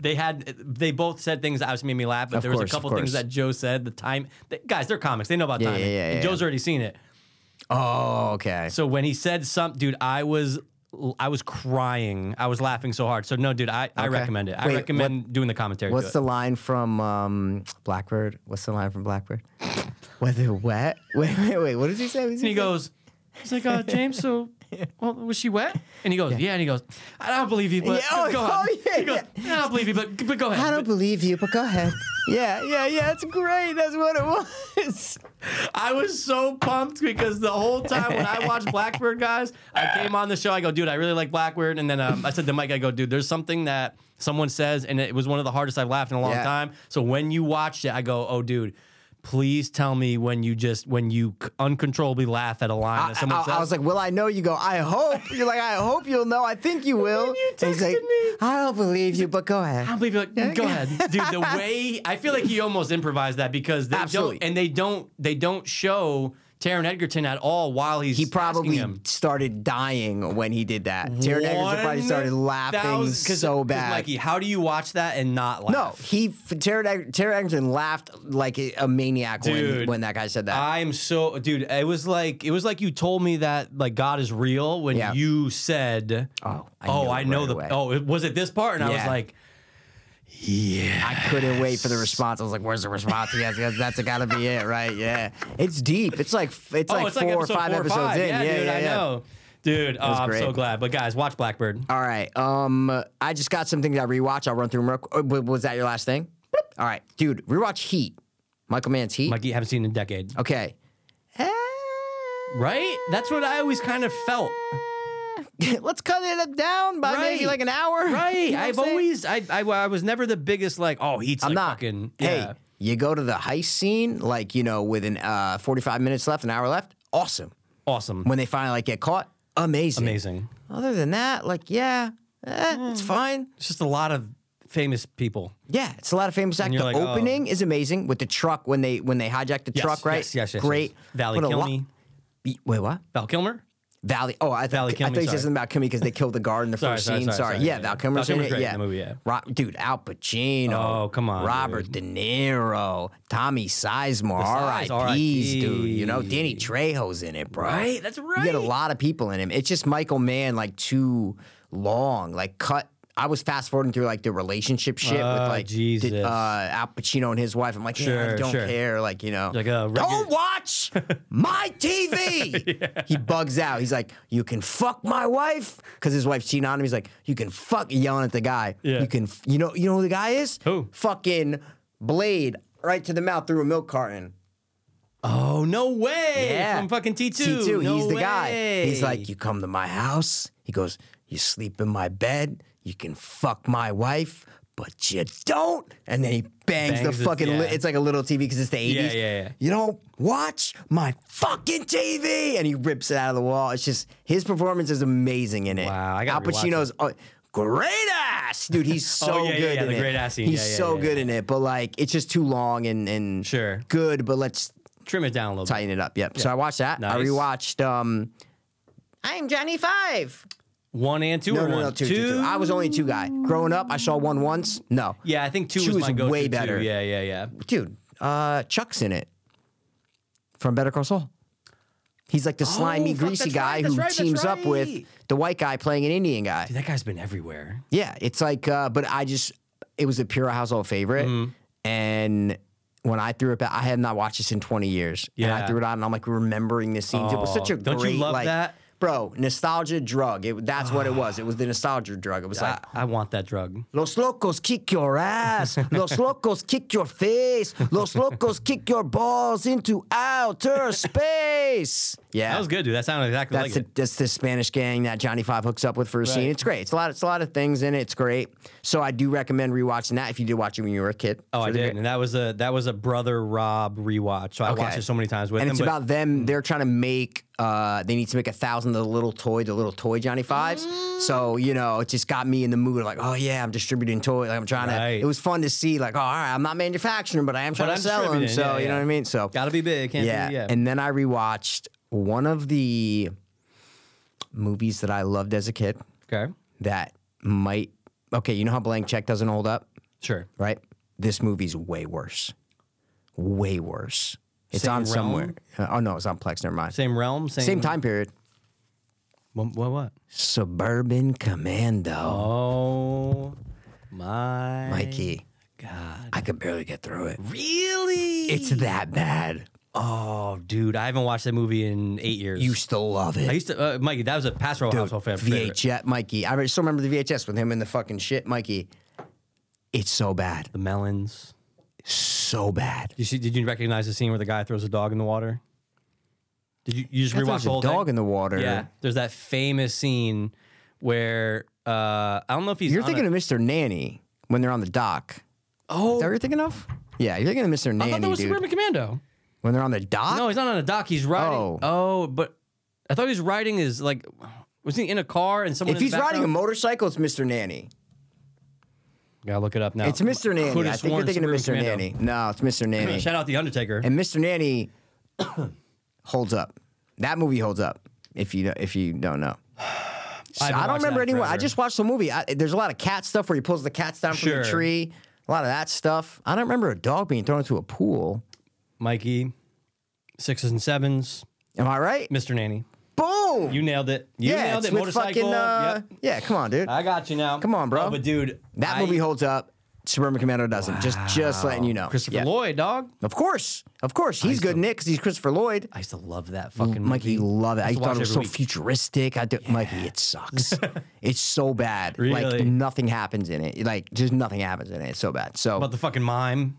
They had they both said things that obviously made me laugh, but
Of
there
course,
was
of
a couple
course.
things that Joe said. The time th- guys, they're comics, they know about
Yeah,
timing.
yeah, yeah,
And
yeah.
Joe's already seen it.
Oh, okay.
So when he said some, dude, I was I was crying. I was laughing so hard. So no, dude, I, I
Okay.
recommend it. I
Wait,
recommend doing the commentary.
What's
to
the
it.
line from um, Blackbird? What's the line from Blackbird? Whether wet? Wait, wait, wait. What does he say? What does
And
say?
he goes, he's like, uh, James, so well, was she wet? And he goes, yeah. And he goes, I don't believe you, but
Yeah, oh,
go on.
oh, yeah,
he goes, I don't believe you, but but go ahead.
I don't believe you, but go ahead. yeah, yeah, yeah. It's great. That's what it was.
I was so pumped because the whole time when I watched Blackbird, guys, I came on the show. I go, dude, I really like Blackbird. And then um, I said to Mike, I go, dude, there's something that someone says, and it was one of the hardest I've laughed in a long
Yeah.
time. So when you watched it, I go, oh, dude. Please tell me when you just when you c- uncontrollably laugh at a line
I,
that someone
I-
says.
I was like, "Will I know?" You go, "I hope." You're like, "I hope you'll know." I think you will.
you
And he's like,
texted me-
"I don't believe you, but go
I
ahead."
don't believe you. Like, Go ahead, dude. The way I feel like he almost improvised that because they
Absolutely.
don't, and they don't, they don't show Taron Edgerton at all while he's
He
asking
probably
him.
started dying when he did that. Taron Egerton probably started laughing
1,000 'cause-
so
'cause,
bad.
Mikey, how do you watch that and not laugh?
no, he Taron Egerton- Taron Egerton laughed like a a maniac when,
Dude.
when that guy said that.
I'm so dude. It was like it was like you told me that like God is real when
Yeah.
you said,
Oh, I
oh,
knew it
I know
right
the
away.
oh, it, was it this part?" And I was
Yeah.
like, "Yeah."
I couldn't wait for the response. I was like, "Where's the response?" Yes, yes, that's gotta be it, right? Yeah, it's deep. It's like it's
oh,
like
it's
four
like
or
episode
five
four or
episodes
five.
in.
Yeah, dude, I know, dude. Oh,
was
I'm so
great.
glad. But guys, watch Blackbird.
All right. Um, I just got some things I rewatch. I'll run through them. Real, qu- uh, w- was that your last thing? All right, dude. Rewatch Heat. Michael Mann's Heat.
Mikey, haven't seen in a decade,
okay. Eh,
right? That's what I always kind of felt.
Let's cut it up down by maybe
Right.
like an hour.
Right.
You know what I'm
I've
saying?
always I, I I was never the biggest like oh he's
I'm
like
not.
fucking
hey,
yeah.
you go to the heist scene, like you know, with an uh, 45 minutes left, an hour left. Awesome.
awesome
When they finally like get caught, amazing.
amazing.
Other than that, like yeah, eh, it's fine.
It's just a lot of famous people.
Yeah, it's a lot of famous actors.
you're
The
like, oh.
opening is amazing with the truck when they when they hijack the
Yes,
truck, right?
yes, yes, yes,
Great.
yes. Valley
But a lot-
Kilme.
Be- Wait, what?
Val Kilmer.
Valley. Oh, I, Valley
Valley
I
Kilme,
thought you said
sorry.
something about Kimmy because they killed the guard in the
Sorry,
first
sorry,
scene.
sorry,
Sorry.
sorry,
Yeah,
yeah.
Val Kilmer's
Val
in
Kilmer's
it.
great in
yeah.
the movie, yeah.
Ro- dude, Al Pacino.
Oh, come on,
Robert De Niro, Tommy Sizemore,
Size,
R.I.P.'s, dude. You know,
R.I.P..
Danny Trejo's in it, bro.
Right, that's
You get a
right.
lot of people in him. It's just Michael Mann, like too long. Like cut. I was fast forwarding through like the relationship shit with
Oh,
like
Jesus.
uh, Al Pacino and his wife. I'm like, yeah, I
Sure,
don't
sure.
care. Like, you know,
Like a
don't
regular-
watch my TV. He bugs out. He's like, you can fuck my wife because his wife's cheating on him. He's like, you can fuck yelling at the guy.
Yeah.
You can, f- you know, you know who the guy is?
Who?
Fucking blade right to the mouth through a milk carton.
Oh no way!
Yeah.
From fucking T two.
T2, he's the guy. He's like, you come to my house. He goes, you sleep in my bed. You can fuck my wife, but you don't. And then he bangs,
Bangs
the
his-
fucking. Li-
yeah.
it's like a little TV because it's the eighties.
yeah, yeah.
You don't watch my fucking TV, and he rips it out of the wall. It's just his performance is amazing in it.
Wow, I
Al
gotta rewatch Oh,
Pacino's. uh, Great ass, dude. He's so
yeah, yeah,
good
yeah,
in
the
it.
great ass scene.
He's
Yeah, yeah,
so
yeah,
good in it, but like it's just too long and and
Sure.
good. But let's
trim it down a little. bit.
tighten it up. Yep. So I watched that. I
Nice.
rewatched. Um, I am Johnny Five.
One and two,
No,
or
no,
one?
no, two, two, two. I was only two guy. Growing up, I saw one once. No,
Yeah, I think two,
Two
was
is
my go-to.
way
too.
better.
Yeah, yeah, yeah.
dude. Uh, Chuck's in it from Better Call Saul. He's like the slimy,
Oh, fuck,
greasy
that's
guy
right, that's
who
right, that's
teams up with
right.
the white guy playing an Indian guy.
Dude, that guy's been everywhere.
Yeah, it's like, uh, but I just, it was a pure household favorite.
Mm-hmm.
And when I threw it back, I had not watched this in 20 years. And I
Yeah.
threw it on and I'm like remembering the scenes. it was such a
Oh, don't you
great,
love
like,
that?
bro, nostalgia drug. It, that's what it was. It was the nostalgia drug. It was like,
I, I want that drug.
Los locos kick your ass. Los locos kick your face. Los locos kick your balls into outer space. Yeah.
That was good, dude. That sounded exactly
That's
like
the, that's the Spanish gang that Johnny Five hooks up with for a scene.
Right.
It's great. It's a lot. It's a lot of things in it. It's great. So I do recommend rewatching that if you did watch it when you were a kid.
Oh,
It's
I
really
did,
great.
and that was a that was a brother Rob rewatch. So I watched
Okay.
it so many times with
And
him.
it's
but mm.
about them. They're trying to make. Uh, they need to make a thousand of the little toy, the little toy Johnny Fives. So you know, it just got me in the mood. Like, oh yeah, I'm distributing toy. Like I'm trying
Right.
to. It was fun to see. Like, oh, all right, I'm not manufacturing, but I am trying
I'm
to sell them.
distributing.
So
Yeah,
you know
yeah.
what I mean. So
gotta be big. Can't
yeah.
Be, yeah.
And then I rewatched one of the movies that I loved as a kid.
okay.
that might okay you know how blank check doesn't hold up
Sure.
right this movie's way worse way worse it's
Same
on
realm?
somewhere Uh, oh no it's on plex never mind same,
Same realm. Same,
time period
What? What? what?
suburban commando
Oh my
mikey
god!
i could barely get through it
Really?
it's that bad
oh, dude. I haven't watched that movie in eight years.
you still love it
I used to, uh, Mikey. That was a pass row household fav- favorite.
vhs mikey i still remember the vhs with him in the fucking shit mikey it's so bad
The melons.
so bad
Did you, see, did you recognize the scene where the guy throws a dog in the water? Did you, you just
There's
rewatch the
a
whole
dog
thing?
in the water
Yeah, there's that famous scene where uh, I don't know if he's.
You're
on
thinking
a,
of Mr. Nanny when they're on the dock.
Oh.
Is that what you're thinking of? Yeah, you're thinking of Mr.
I
Nanny,
thought that was
dude.
Suburban Commando.
When they're on the dock?
No, he's not on a dock. He's riding.
Oh.
Oh, but I thought he was riding his like. Was he in a car and someone?
if
in the
he's riding a
background-
motorcycle, it's Mr. Nanny.
gotta look it up now.
It's Mr. Nanny.
Coulda
I think you're
sworn
thinking of Mr.
Suburban Commando.
Nanny. No, it's Mr. Nanny.
Shout out the Undertaker.
and Mr. Nanny holds up. That movie holds up. If you if you don't know, So
haven't
I don't
watched
remember
that
anyone. I
forever.
just watched the movie. I, there's a lot of cat stuff where he pulls the cats down from
Sure.
the tree. A lot of that stuff. I don't remember a dog being thrown into a pool.
Mikey, sixes and sevens,
Am I right?
Mr. Nanny.
Boom.
You nailed it. You
yeah,
nailed
it's
it.
with
Motorcycle.
fucking. Uh,
yep.
Yeah, come on, dude.
I got you now.
Come on, bro.
No, but dude,
that
I-
movie holds up. Suburban Commando doesn't. Just just letting you know.
Christopher
Yeah.
Lloyd, dog.
Of course, of course, he's good Nick because he's Christopher Lloyd.
I used to love that fucking
Mikey,
movie.
love it. I
used to
thought
watch
it was
every
so
week.
futuristic. I do, Mikey, it sucks. it's so bad. Like
Really?
nothing happens in it. Like just nothing happens in it. It's so bad. So
About the fucking mime.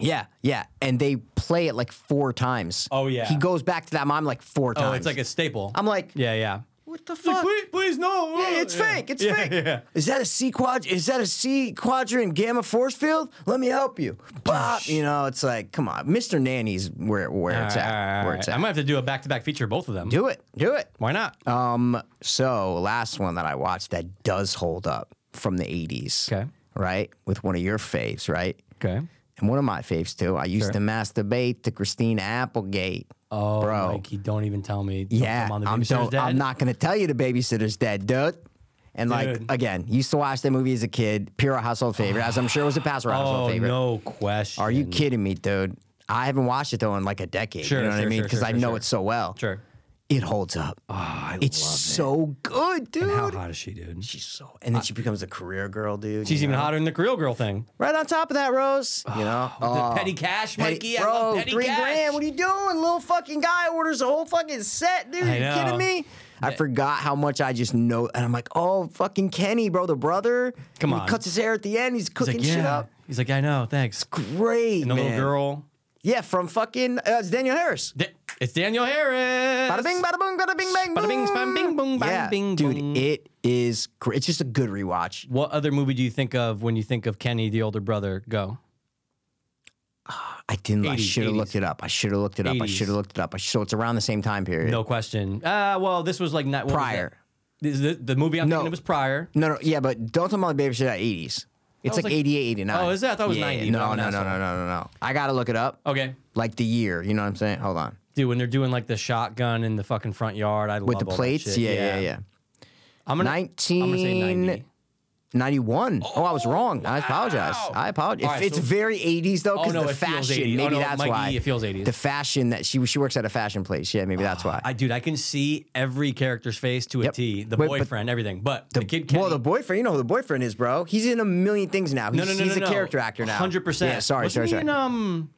yeah, yeah. And they play it like four times.
Oh, yeah.
He goes back to that mom like four
Oh,
times.
it's like a staple.
I'm like,
yeah, yeah.
what the fuck?
Like, please, please, no.
Yeah, it's fake. It's
Yeah,
fake.
yeah.
Is that a C quad? Is that a C quadrant gamma force field? Let me help you. Pop. You know, it's like, come on, Mr. Nanny's where where it's
All right, all
at.
right,
Where it's
all right. I
at.
might have to do a back-to-back feature of both of them.
Do it. Do it.
Why not?
Um, so last one that I watched that does hold up from the 80s.
Okay.
Right? With one of your faves, right?
okay.
And one of my faves too. I used
Sure.
to masturbate to Christina Applegate.
Oh,
Bro.
Mikey, don't even tell me. Don't
yeah.
come on the
I'm,
babysitter's
don't, I'm
dad.
not going to tell you the babysitter's dead, dude. And like
Dude.
again, used to watch that movie as a kid, pure household favorite, as I'm sure it was a password
Oh,
household favorite.
no question.
Are you kidding me, dude? I haven't watched it though in like a decade.
Sure,
you know what
sure,
I mean?
sure,
Because
sure,
I
sure,
know
sure.
it so well.
Sure. Oh,
It holds up.
I
it's
love it.
so good, dude.
How hot is she, dude?
She's so, and then she becomes a career girl, dude.
She's
you
even
know?
hotter than the Creole girl thing.
Right on top of that, Rose. You know,
The
Oh,
petty cash,
petty-
Mikey. I
bro,
love petty
three
cash.
grand. What are you doing? Little fucking guy orders a whole fucking set, dude.
I
you
know.
kidding me? I forgot how much I just know, and I'm like, oh, fucking Kenny, bro, the brother.
Come
And
on.
he cuts his hair at the end. He's
He's
cooking
like,
shit
yeah.
up.
He's like, I know, thanks.
Great,
And the
man.
little girl.
Yeah, from fucking uh, it's Daniel Harris.
Da- It's Daniel Harris.
Bada bing, bada boom, bada bing, bang,
Bada bing, bada bing, boom, bada
yeah,
bing,
dude,
boom.
it is. Gr- it's just a good rewatch.
What other movie do you think of when you think of Kenny, the older brother? Go.
I didn't. I
80s,
should have
80s.
looked it up. I should have looked it up. I
80s.
should have looked it up. I, so it's around the same time period.
No question. Uh, well, this was like not, what was
Prior.
that? This- The, the movie I'm
No.
thinking of was prior.
No, no, yeah, but don't talk about the baby shit at 80s. It's
was
like,
like-
88, 89.
Oh, is that? I thought it was 90, but
No,
I'm
no,
an
no, no, no,
asshole.
no, no. I gotta look it up.
Okay.
Like the year, you know what I'm saying? Hold on.
Dude, when they're doing like the shotgun in the fucking front yard, I
With
love
the
all that
plates?
shit.
Yeah, yeah, yeah.
I'm gonna, I'm gonna say
1991.
90.
Oh, I was wrong. I apologize.
wow.
I apologize.
All right,
it's
so-
very 80s though,
Oh,
because
no,
the
it feels
fashion.
80s.
Maybe
Oh, no,
that's
Mikey,
why.
it feels Ah, 80s.
The fashion that she she works at a fashion place. Yeah, maybe that's why.
I dude, I can see every character's face to a
Yep.
T. The
Wait, but-
boyfriend, everything, but the, kid. Kenny,
well, the boyfriend, you know who the boyfriend is, bro. He's in a million things now. He's,
no, no, no,
he's
no,
a
no.
character actor now.
100%.
Yeah, sorry,
Wasn't
sorry,
he
sorry.
in, um,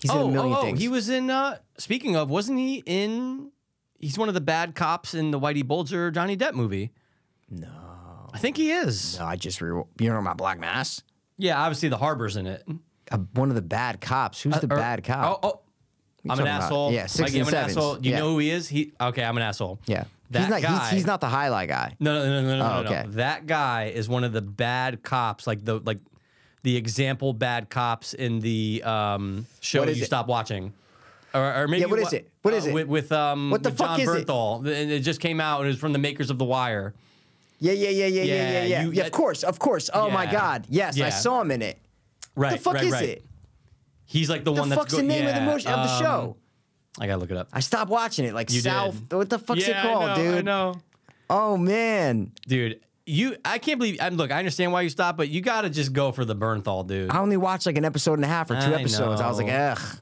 he's in a
oh,
million
oh, oh,
things.
he was in. Uh, speaking of, wasn't he in? He's one of the bad cops in the Whitey Bulger Johnny Depp movie. No, I think he is.
no, I just re- you know my black mass.
Yeah, obviously the harbor's in it.
a, one of the bad cops. Who's the
Or-
bad cop?
Uh, Oh, oh. I'm
talking
an
about?
asshole.
Yeah, six
Mikey,
and
I'm an
sevens.
asshole. You
Yeah.
know who he is? He okay. I'm an asshole.
yeah,
that
he's not.
guy-
He's, he's not the highlight guy.
No, no, no, no, no,
Oh,
no,
okay.
no. That guy is one of the bad cops, like the like the example bad cops in the um, show
What is
you
it?
stop watching. Or, or maybe
Yeah, what is
wa-
it? What is
uh,
it?
with, with um
What the
with
fuck
John
is it?
Bernthal. and it just came out and it was from the makers of The Wire.
Yeah, yeah, yeah, yeah, yeah,
Yeah,
yeah, yeah. yeah.
you-
of course, of course. Oh my
Yeah.
God, yes,
Yeah.
I saw him in it.
Right.
the fuck
right,
is
right.
it?
He's like the,
The
one that's
fuck's the name of the
yeah,
motion of the
um,
show?
I gotta look it up.
I stopped watching it. Like
You did.
South. What the fuck's
yeah,
it called,
I know, I
dude?
know.
Oh man,
Dude, you I can't believe I'm look, I understand why you stopped, but you gotta just go for the Bernthal, dude.
I only watched like an episode and a half or two
I
episodes. I was like,
know.
ugh.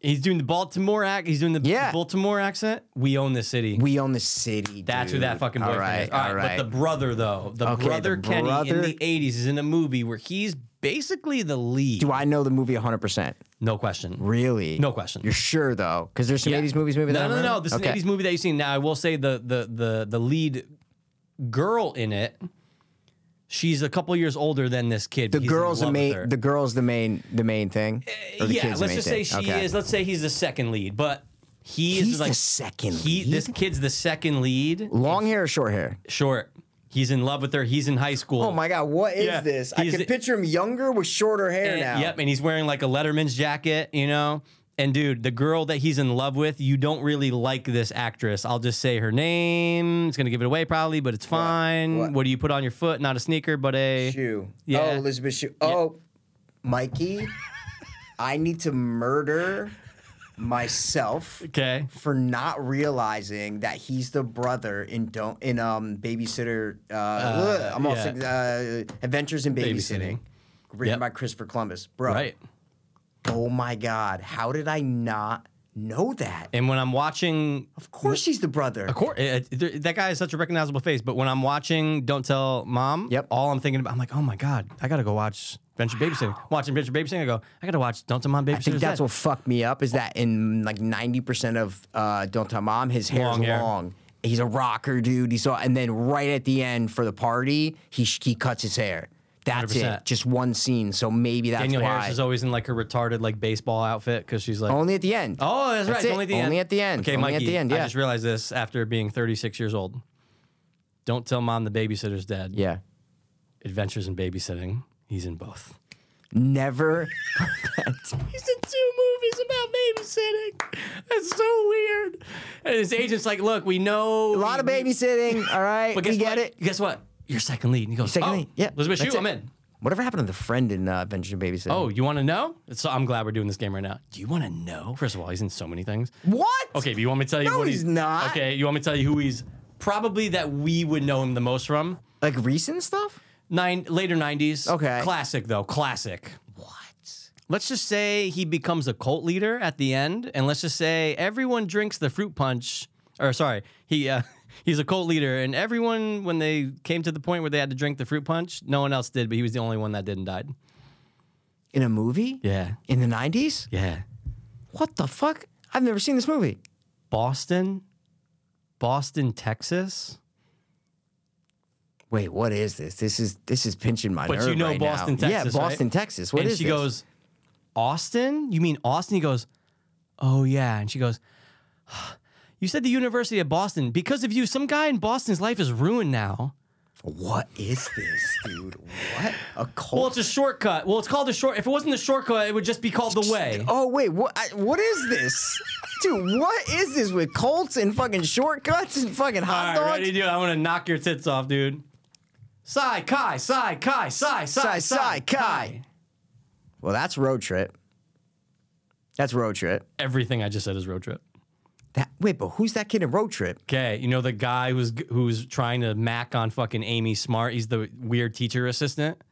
He's doing the Baltimore act. He's doing the
Yeah.
Baltimore accent. We own this city.
We own the city.
That's
dude.
who that fucking
All
boyfriend
right,
is. All right,
all right.
But the brother though, the
Okay, the
brother Kenny in
brother-
the '80s is in a movie where he's basically the lead.
Do I know the movie 100? percent
No question.
Really?
No question.
You're sure though, because there's some
Yeah.
80s movies. Maybe that
No,
I
no, no,
remember?
no. This
Okay.
is an '80s movie that you've seen. Now I will say the the the the lead girl in it. She's a couple years older than this kid.
The girl's the main. The girl's the main. The main thing. Or the
yeah,
kid's the
let's
main
just say
thing?
she
Okay.
is. Let's say he's the second lead, but he
He's
is like
the second
He
lead?
this kid's the second lead.
Long hair or short hair?
Short. He's in love with her. He's in high school.
Oh my god, what is
Yeah,
this? I
he's
can
the-
picture him younger with shorter hair
And-
now.
Yep, and he's wearing like a Letterman's jacket, you know. And dude, the girl that he's in love with, you don't really like this actress. I'll just say her name. It's gonna give it away probably, but it's fine. What,
What?
do you put on your foot? Not a sneaker, but a
Shoe.
Yeah.
Oh, Elizabeth Shoe. Oh, Mikey, I need to murder myself
Okay.
for not realizing that he's the brother in don't in um babysitter uh, ugh, I'm all
yeah.
sick, uh Adventures in Babysitting,
Babysitting.
written
Yep.
by Christopher Columbus. Bro,
Right.
oh my god, how did I not know that?
And when I'm watching,
Of course he's the brother.
of course, eh, that guy is such a recognizable face. But when I'm watching Don't Tell Mom,
Yep.
all I'm thinking about, I'm like, oh my God, I got to go watch Venture Babysitting. Watching Venture Babysitting, I go, I got to watch Don't Tell Mom Babysitting.
I think that's what fucked me up is that in like 90% of uh, Don't Tell Mom, his hair
Long
is
hair.
long. He's a rocker, dude. He's all, and then right at the end for the party, he sh- he cuts his hair. That's
100%.
it. Just one scene. So maybe that's
Daniel
why.
Harris is always in like her retarded like baseball outfit because she's like,
Only at the end.
oh, that's, right,
it.
it's only at the end.
Only at the end.
Okay,
only
Mikey,
at the end. Yeah.
I just realized this after being 36 years old. Don't tell mom the babysitter's dead.
yeah.
Adventures in Babysitting. He's in both.
Never.
He's in two movies about babysitting. That's so weird. And his agent's like, look, we know
A lot of babysitting. All right.
But guess
we get
what?
it.
Guess what? You're second lead. And he goes,
Second
oh,
lead. Yeah,
Elizabeth
that's
Shue,
it.
I'm in.
Whatever happened to the friend in uh, Adventures in Babysitting?
Oh, you want to know? So I'm glad we're doing this game right now. Do you want to know? First of all, he's in so many things.
What?
Okay, but you want me to tell you
No,
what
he's not.
Okay, you want me to tell you who he's probably that we would know him the most from?
Like recent stuff?
Nine later 90s.
Okay.
Classic though, classic.
What?
Let's just say he becomes a cult leader at the end, and let's just say everyone drinks the fruit punch. Or sorry, he uh, he's a cult leader, and everyone when they came to the point where they had to drink the fruit punch, no one else did, but he was the only one that did and died.
In a movie?
Yeah,
In the 90s?
yeah.
What the fuck? I've never seen this movie.
Boston, Boston, Texas.
Wait, what is this? This is this is pinching my
But
nerve
you know
right
Boston,
now.
Texas,
Yeah,
right?
Boston, Texas. What is
and she
this?
goes, Austin? You mean Austin? He goes, Oh yeah. And she goes, You said the University of Boston. Because of you, some guy in Boston's life is ruined now.
what is this, dude? What a cult?
Well, it's a shortcut. Well, it's called the short. If it wasn't the shortcut, it would just be called the way.
Oh wait, what? I, what is this, dude? What is this with Colts and fucking shortcuts and fucking
All
hot
right,
dogs?
ready, dude? I want to knock your tits off, dude. Sai Kai, Sai Kai, Sai Sai
Sai, Sai, Kai. Well, that's road trip. That's road trip.
Everything I just said is road trip.
That wait, but who's that kid in road trip?
Okay, you know the guy who's who's trying to mac on fucking Amy Smart. He's the weird teacher assistant.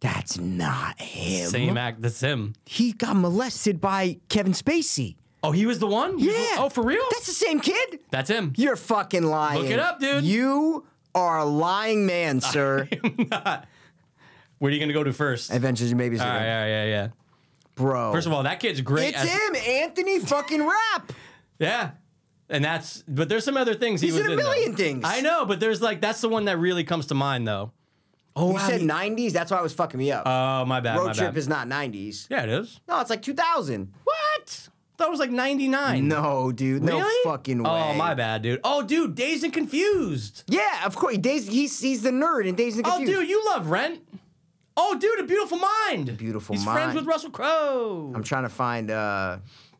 That's not him.
Same act. That's him.
He got molested by Kevin Spacey.
Oh, he was the one. He was the-
Yeah.
oh, for real?
That's the same kid.
That's him.
You're fucking lying.
Look it up, dude.
You are a lying man, sir.
Where are you gonna go to first? All
Adventures in Babysitting,
right, yeah, yeah, yeah.
bro.
First of all, that kid's great.
it's
as-
him, Anthony fucking Rapp.
Yeah. And that's, but there's some other things he
He's
was
in a
though.
million things.
I know, but there's like that's the one that really comes to mind though. Oh,
You
wow,
said
he-
90s. That's why I was fucking me up.
Oh, my bad. my
Road trip
bad.
is not 90s.
yeah, it is.
No, it's like 2000.
What? That was like 99.
No, dude. No
Really?
fucking way.
Oh, my bad, dude. Oh, dude, Dazed and Confused.
Yeah, of course. Days, he's, he's the nerd in Days and
Oh,
Confused.
dude, you love Rent. Oh, dude, A Beautiful Mind.
Beautiful
He's
Mind.
friends with Russell Crowe.
I'm trying to find uh,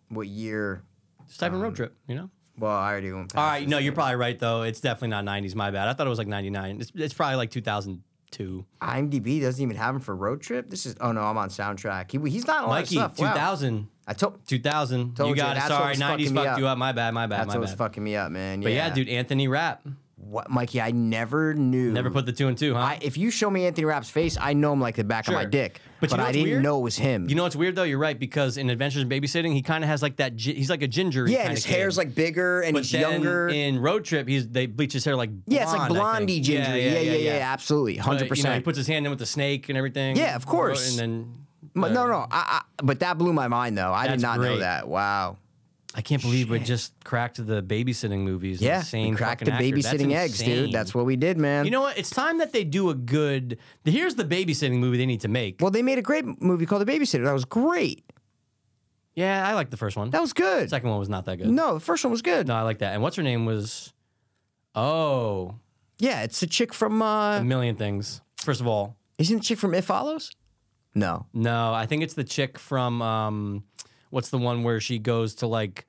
what year.
Just type in Road Trip, you know?
Well, I already went past
All right,
this.
no, you're probably right, though. It's definitely not 90s. My bad. I thought it was like 99. It's, it's probably like 2002.
IMDb doesn't even have him for Road Trip. This is. Oh, no, I'm on soundtrack. He, he's not on a lot of
Mikey,
stuff. Wow.
2000.
I told.
2000.
Told
you
you,
got it.
that's what
Sorry,
was
90s
fucking me
fucked
up.
you up. My bad, my bad,
That's
my
what was
bad.
fucking me up, man.
but yeah. dude, Anthony Rapp.
What, Mikey, I never knew.
Never put the two and two, huh?
Mm. I, if you show me Anthony Rapp's face, I know him like the back of my
Sure.
dick. But,
But you know
I
what's
didn't
weird?
know it was him.
you know what's weird though? You're right because in Adventures in Babysitting, he kind of has like that. gi- He's like a ginger.
yeah, and his hair's like bigger and he's younger.
In Road Trip, he's they bleach his hair like blonde,
yeah, it's
I
like
think.
blondie ginger. Yeah yeah yeah, absolutely,
But,
hundred
you know, he
percent.
puts his hand in with the snake and everything.
Yeah, of course.
And then
No, no, I, I, but that blew my mind though. I did
That's
not know
great.
that. Wow.
I can't believe we just cracked the babysitting movies.
Yeah,
insane.
we cracked
fucking
the
actor. That's
babysitting eggs, dude.
insane.
That's what we did, man.
You know what? It's time that they do a good. Here's the babysitting movie they need to make.
well, they made a great movie called The Babysitter. That was great.
yeah, I like the first one.
That was good.
Second one was not that good.
no, the first one was good.
No, I like that. And what's her name was, oh,
Yeah, it's the chick from.
a
uh
million things. First of all,
Isn't the chick from It Follows? No.
no, I think it's the chick from um, what's the one where she goes to like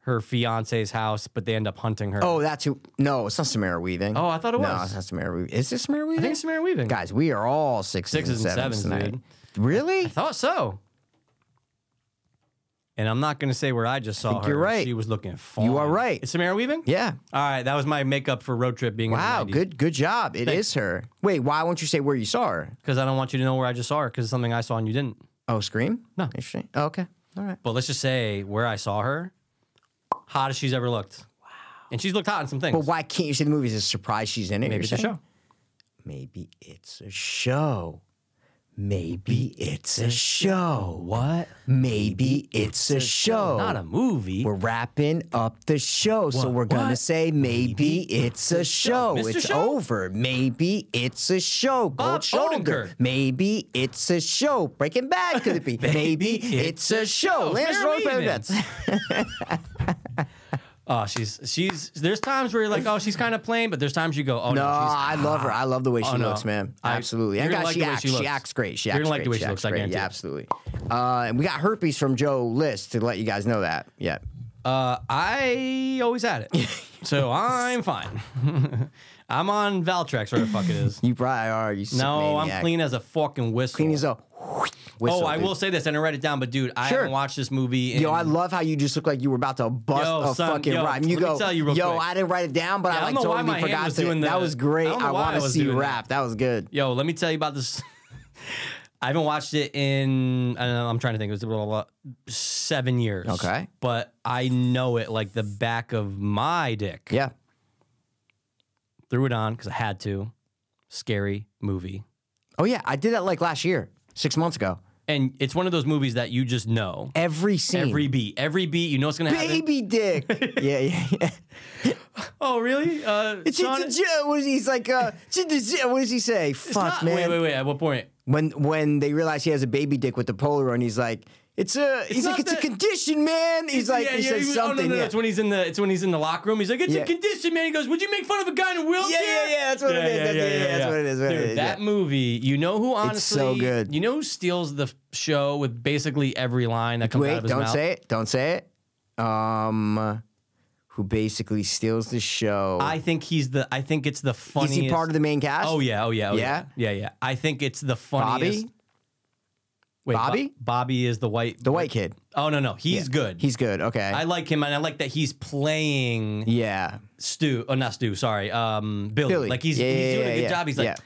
her fiance's house, but they end up hunting her.
Oh, that's who. No, it's not Samara Weaving.
Oh, I thought it
No,
was.
it's not Samara Weaving. Is this Samara Weaving?
I think it's Samara Weaving.
Guys, we are all sixes,
Sixes
and
and
sevens,
sevens,
tonight. Really?
Thought so. And I'm not going to say where I just saw
think
her.
you're right.
She was looking fine.
You are right.
Is Samara Weaving?
Yeah.
All right. That was my makeup for road trip being
Wow, good good job. It is her. Wait, why won't you say where you saw her?
Because I don't want you to know where I just saw her because it's something I saw and you didn't.
Oh, Scream?
No.
Interesting. Oh, okay. All right.
But let's just say where I saw her, hot as she's ever looked. Wow. And she's looked hot in some things.
But why can't you say the movie is a surprise she's in it?
Maybe
you're
it's a
saying?
show.
Maybe it's a show. Maybe it's a show.
What?
Maybe it's a show.
Not a movie.
We're wrapping up the show, so
What?
we're gonna
What?
say maybe it's a show.
Mr.
It's
Show?
over. Maybe it's a show. Gold shoulder.
Odenkirk.
Maybe it's a show. Breaking Bad could it be? maybe it's a show. Lance
Mary
Rose
Evening.
Bets.
Oh, she's she's. There's times where you're like, oh, she's kind of plain, but there's times you go, oh no,
No,
she's
I love her. I love the way she
Oh, no.
looks, man.
I-
Absolutely.
you're
And
gonna
God,
like
she
the way
acts.
she
She,
looks.
acts great. She
You're
acts
gonna like
great.
the way she
acts
looks, I
great.
guarantee
Yeah,
it.
absolutely. Uh, and we got herpes from Joe List to let you guys know that. Yeah.
Uh, I always had it, so I'm fine. I'm on Valtrex, or the fuck it is.
You probably are. You sick
No, I'm
maniac.
clean as a fucking whistle.
Clean as a whistle.
oh, I
dude.
will say this, and I read it down, but dude, I
Sure.
haven't watched this movie. In,
Yo, I love how you just look like you were about to bust
Yo,
a
son,
fucking
yo,
rhyme. You
let me
go,
tell you real
yo,
quick.
I didn't write it down, but
Yeah, I
I like
don't know why
totally
my hand
forgot
was
to.
doing
that
the-
was great.
I don't know
I,
why
want
I
to
was
see you
doing that.
rap. That was good.
Yo, let me tell you about this. I haven't watched it in I don't know, I'm trying to think. It was blah, blah, blah, seven years.
Okay.
but I know it like the back of my dick.
Yeah.
threw it on because I had to. Scary movie.
Oh yeah, I did that like last year, six months ago.
And it's one of those movies that you just know.
Every scene,
Every beat, every beat, you know what's gonna happen.
baby dick. yeah, yeah, yeah.
Oh, really? Uh,
It's,
Sean-
it's a jo- what is he, he's like? Uh, it's a jo- what does he say? Fuck
not-
man.
Wait, wait, wait. At what point?
When when they realize he has a baby dick with the polo, and he's like, it's a. He's
not
like, it's
that-
a condition, man. He's like, he says
was-
something.
Oh, no, no, no.
yeah.
It's when he's in the it's when he's in the locker room. He's like, it's
Yeah.
a condition, man. He goes, would you make fun of a guy in a
yeah,
wheelchair?
yeah, yeah. That's what it is. That's- yeah, yeah, That's what it is. what it
Dude,
is,
that
yeah.
movie, you know who honestly,
so good.
You know who steals the f- show with basically every line that comes out
Wait,
of his
don't
mouth?
say it. Don't say it. Um, who basically steals the show?
I think he's the. I think it's the
Is
funniest.
he part of the main cast?
Oh yeah, oh yeah, oh yeah, yeah, yeah. I think it's the funniest.
Bobby,
Wait, Bo-
Bobby?
Bobby is the white.
the white kid.
Oh no, no, he's good.
He's good. Okay.
I like him, and I like that he's playing
yeah.
Stu. Oh, not Stu. Sorry, um, Billy.
Billy.
Like he's,
Yeah,
he's
yeah,
doing
yeah,
a good
yeah,
job. He's
yeah.
like,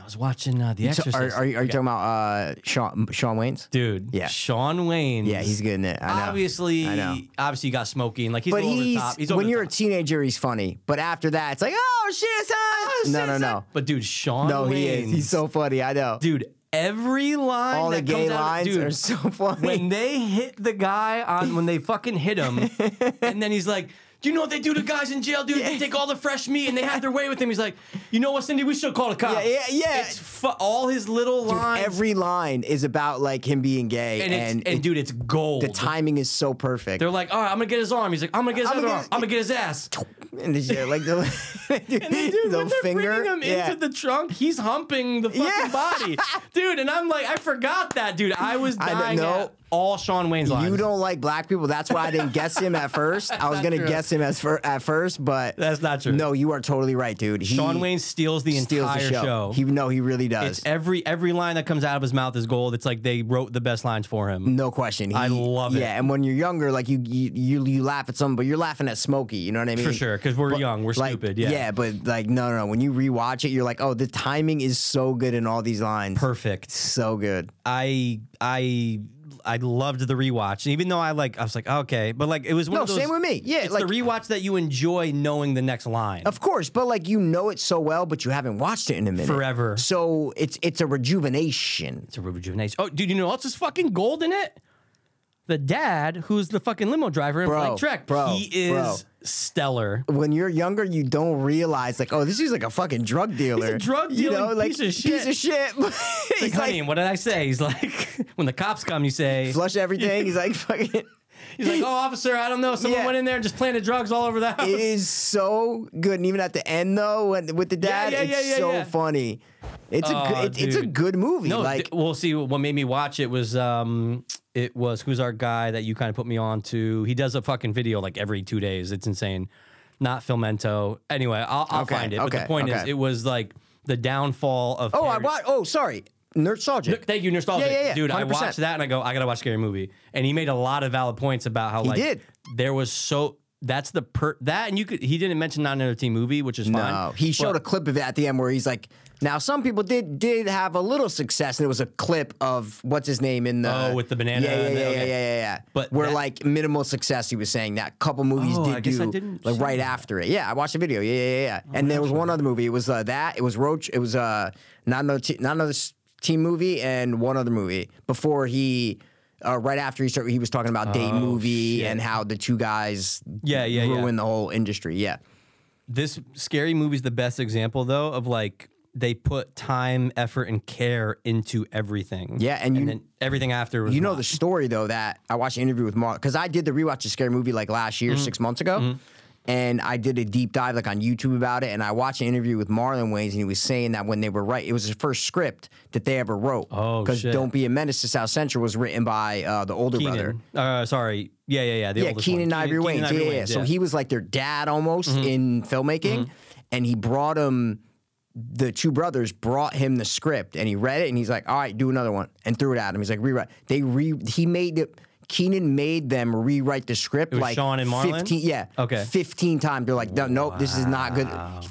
I was watching uh, The
So
Exorcist.
are, are, you- are you talking about uh, Sean Sean Wayne's?
dude?
Yeah.
Sean Wayne.
Yeah, he's good in it. I know.
obviously,
I know.
obviously, he got smoking. Like he's
But
a little over the
he's,
top. He's over
when
the
you're a
top.
teenager, he's funny. But after that, it's like, oh shit, son. no, no, no,
But dude, Sean.
no. He
Wayne,
is. He's so funny. I know.
dude. Every line,
All the
that
gay
comes out of-
lines
dude,
are so funny.
when they hit the guy on when they fucking hit him, and then he's like, "Do you know what they do to guys in jail, dude? They take all the fresh meat and they have their way with him." He's like, "You know what, Cindy? We should call the cops."
Yeah, yeah, yeah.
It's fu- all his little lines,
Every line is about like him being gay,
and
and,
it's, and,
it-
dude, it's gold.
the timing is so perfect.
They're like, "All right, I'm gonna get his arm." He's like, "I'm gonna get his
I'm
other
gonna
arm.
get-
I'm gonna get his ass."
and it's just like the,
And then, dude, when they're bringing him
yeah.
into the trunk, he's humping the fucking
Yeah.
body, dude. And I'm like, I forgot that, dude. I was
I don't
dying
know.
at all Sean Wayne's lines.
you don't like black people. That's why I didn't guess him at first. I was
not
gonna
true.
guess him as fir- at first, but
That's not true.
no, you are totally right, dude. He
Sean Wayne steals the
steals
entire
the show. He no, he really does.
It's every every line that comes out of his mouth is gold. It's like they wrote the best lines for him.
no question. He,
I love it.
Yeah, and when you're younger, like you you you, you laugh at something, but you're laughing at Smokey. You know what I mean?
For sure, because we're young, we're
Like,
stupid. Yeah.
but like no, no, no. When you rewatch it, you're like, oh, the timing is so good in all these lines.
perfect.
So good.
I I I loved the rewatch, and even though I like, I was like, okay, but like it was one
No,
of those.
same with me. Yeah,
it's
like
the rewatch that you enjoy knowing the next line.
Of course, but like you know it so well, but you haven't watched it in a minute.
Forever.
So it's it's a rejuvenation.
it's a rejuvenation. Oh, dude, you know what's just fucking gold in it? The dad, who's the fucking limo driver in
Bro,
Blank Trek,
bro,
he is
bro.
stellar.
When you're younger, you don't realize like, oh, this is like a fucking drug dealer.
drug
you know,
dealing
like
piece of shit.
Piece of shit.
He's
He's
like,
like
honey, what did I say? He's like, when the cops come, you say,
flush everything. He's like fucking.
He's like, oh, officer, I don't know. Someone
Yeah.
went in there and just planted drugs all over the house.
It is so good, and even at the end though, when, with the dad,
yeah, yeah,
it's
yeah,
so
yeah.
funny. It's a
Aw,
good, it, it's a
dude.
good movie.
no,
like
th- we'll see. What made me watch it was, um, it was who's our guy that you kind of put me on to. He does a fucking video like every two days. It's insane. Not Filmento. Anyway, I'll, I'll
Okay,
find it. but
okay,
the point is,
okay.
it was like the downfall of.
oh, I
parody-
watched. Oh, sorry. Nostalgic.
Thank you, nostalgic.
Yeah, yeah, yeah,
Dude, I
100%.
watched that and I go, I gotta watch Scary Movie. And he made a lot of valid points about how like
did.
there was so that's the per that and you could he didn't mention not another teen movie, which is
No,
fine.
Uh, he showed
but-
a clip of it at the end where he's like, "Now some people did did have a little success, and it was a clip of what's his name in the
Oh, with the banana
yeah, yeah,
and the-
yeah, yeah, yeah,
okay.
yeah, yeah.
But
where
that-
like minimal success, he was saying that couple movies
Oh,
did
I guess
do
I didn't
like
see
right
that.
after it. Yeah, I watched the video. Yeah, yeah, yeah. yeah. and there was one other movie. It was uh, that. It was Roach. It was uh, not another te- not another s- team movie and one other movie before he. Uh, right after he started, he was talking about date movie and how the two guys
Oh, Yeah, yeah, yeah.
ruined the whole industry. Yeah,
this scary movie's the best example though of like they put time, effort, and care into everything.
Yeah, and you-
then everything after was
You know
not.
the story though that I watched an interview with Mark because I did the rewatch of Scary Movie like last
Mm-hmm.
year, six months ago, and I did a deep dive like on YouTube about it. And I watched an interview with Marlon Wayans, and he was saying that when they were right, it was the first script that they ever wrote.
Oh, shit.
"Don't Be a Menace to South Central" was written by uh, the older brother.
Keenan. Uh, sorry. Yeah, yeah, yeah. The
Yeah,
oldest
Keenan
one.
Ivory Wayans.
Keenan
Yeah, yeah, yeah. So he was like their dad almost
Mm-hmm.
in filmmaking, and he brought him. The two brothers brought him the script, and he read it, and he's like, "All right, do another one," and threw it at him. He's like, "Rewrite." They re he made it. Keenan made them rewrite the script
was
like
Sean and Marlon?
fifteen, yeah,
Okay.
fifteen times. They're like, "No, nope, this is not good."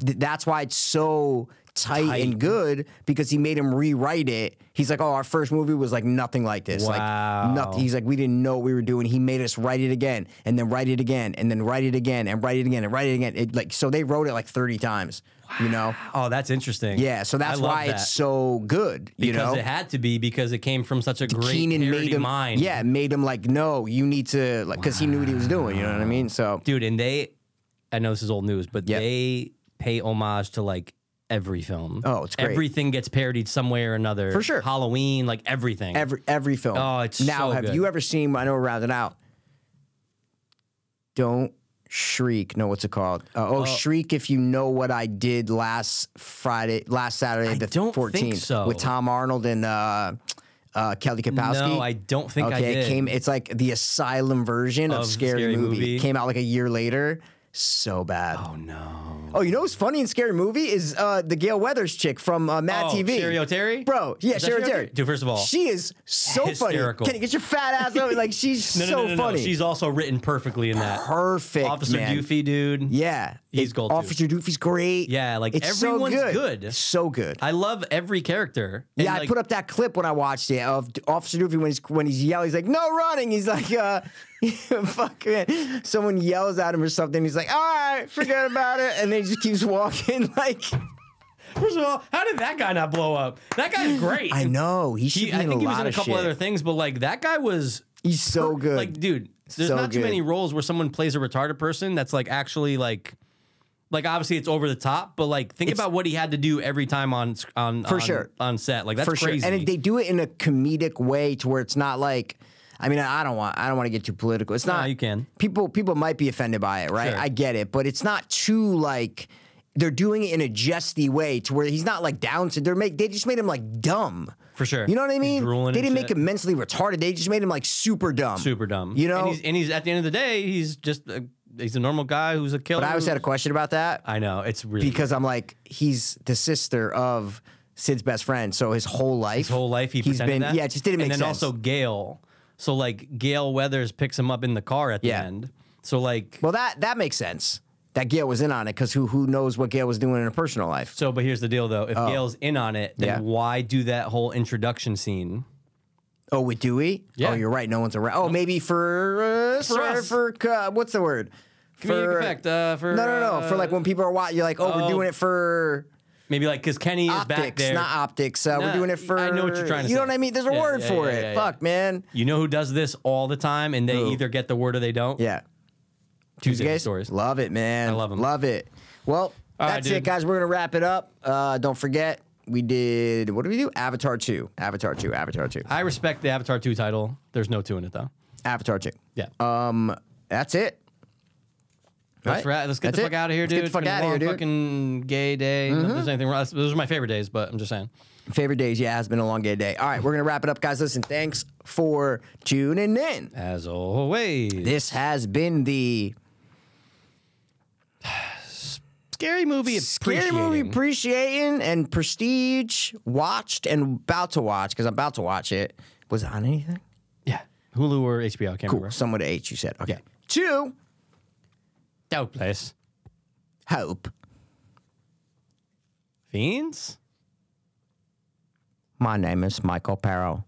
Th- That's why it's so tight, and good because he made him rewrite it. He's like, "Oh, our first movie was like nothing like this,
Wow.
like
Oh.
nothing." He's like, we didn't know what we were doing. He made us write it again, and then write it again, and then write it again, and write it again, and write it again. It, like so, they wrote it like thirty times. You know,
Oh, that's interesting.
yeah. So that's
I love
why
that.
it's so good. You
because
know,
it had to be because it came from such a great
Keenan
parody
made him.
mind.
Yeah, made him like, no, you need to like, because he knew what he was doing. You know what I mean? So
dude, and they. I know this is old news, but
Yep.
they pay homage to like every film.
Oh, it's great.
Everything gets parodied some way or another.
For sure.
Halloween, like everything.
every every film.
Oh, it's
now.
so
have
good.
you ever seen? I know we're rounding out. Don't shriek. No, what's it called? Uh, oh, shriek! If you know what I did last Friday, last Saturday, the
don't think
fourteenth,
so.
with Tom Arnold and uh, uh, Kelly Kapowski.
no, I don't think I
Okay,
did.
it came. It's like the Asylum version of,
Of
Scary,
Scary
Movie.
Movie.
It came out like a year later. So bad. Oh,
oh no.
you know what's funny in Scary Movie is uh, the Gail Weathers chick from uh, Mad
Oh,
TV.
Sherry O'Terry?
bro. Yeah,
Is that
Sherry
Sherry
O'Terry.
O'Terry? Dude, first of all,
she is so
hysterical.
funny. Can you get your fat ass over? Like she's
No, no,
so
no, no, no.
funny.
She's also written perfectly in that.
perfect,
Officer
man.
Doofy, dude.
Yeah,
He's gold, too.
Officer Doofy's great.
Yeah, like,
it's so
everyone's
good.
good.
It's so good.
I love every character. And,
yeah, I
like,
put up that clip when I watched it of D- Officer Doofy when he's when he's yelling, he's like, "No running!" He's like, uh, "Fuck man!" Someone yells at him or something. He's like, "All right, forget about it," and then he just keeps walking. Like,
First of all, how did that guy not blow up? That guy's great.
I know he should
He,
be in
I think
a
he was
lot
in a
of
couple
shit.
other things, but like that guy was
he's so good.
like, dude. There's
So
not too
good.
many roles where someone plays a retarded person that's like actually like, like obviously it's over the top, but like think about what he had to do every time on sc- on for on,
sure.
on set. Like that's
for
crazy.
sure. And they do it in a comedic way to where it's not like I mean, I don't want I don't want to get too political. It's not
you can.
People people might be offended by it, right?
Sure.
I get it, but it's not too like they're doing it in a jesty way to where he's not like down to they're make they just made him like dumb.
For sure.
You know what I
He's
mean?
drooling
They
and
didn't make
shit.
him mentally retarded. They just made him like super dumb.
super dumb.
You know?
and he's, and he's at the end of the day, he's just a, he's a normal guy who's a killer.
but I always had a
who's-
question about that.
I know it's really
because I'm like, he's the sister of Sid's best friend. So his whole life, his
whole life he
has
pretended
been,
that.
yeah, it just didn't make
and then
sense.
also Gail. So like Gail Weathers picks him up in the car at the
Yeah.
end. So like
Well, that that makes sense. That Gail was in on it because who who knows what Gail was doing in her personal life?
so, but here's the deal though: if Gail's in on it, then
Oh. Yeah.
why do that whole introduction scene?
Oh, with Dewey.
Yeah.
Oh, you're right. No one's around. Oh, maybe for uh, for,
us.
for uh, what's the word?
Comedic
For-
effect. Uh, for
No, no, no.
uh,
for like when people are watching, you're like, oh, we're
oh,
doing it for
maybe like because Kenny is back
optics,
there.
not optics. Uh,
Nah,
we're doing it for.
I know what you're trying to
You know
say.
what I mean? There's a
Yeah,
word
yeah,
for
yeah,
it.
yeah, yeah.
Fuck, man.
you know who does this all the time, and they
Who?
either get the word or they don't.
Yeah.
Tuesday
guys,
stories.
Love it, man. I
love 'em.
Love it. Well,
right,
that's
dude.
it, guys. We're gonna wrap it up. Uh, don't forget, we did. What did we do? Avatar two. Avatar two. Avatar two.
I respect the Avatar two title. There's no two in it though.
Avatar two.
Yeah.
Um, that's it.
That's right. Let's get
That's
the
it.
fuck out of here,
Let's
dude.
Get the fuck
It's been a
out of here,
long
dude. Mm-hmm.
Fucking gay day. Not that There's anything wrong. Those are my favorite days, but I'm just saying.
Favorite days, yeah, has been a long gay day. All right, we're gonna wrap it up, guys. Listen, thanks for tuning in.
As always.
This has been the
Scary movie.
Scary movie
appreciating.
appreciating and prestige watched and about to watch because I'm about to watch it. Was it on anything?
yeah. Hulu or HBO. I can't
Cool.
remember.
Some with a H, you said. Okay.
Yeah.
Two,
Doubtless.
Hope.
Fiends.
My name is Michael Parrow.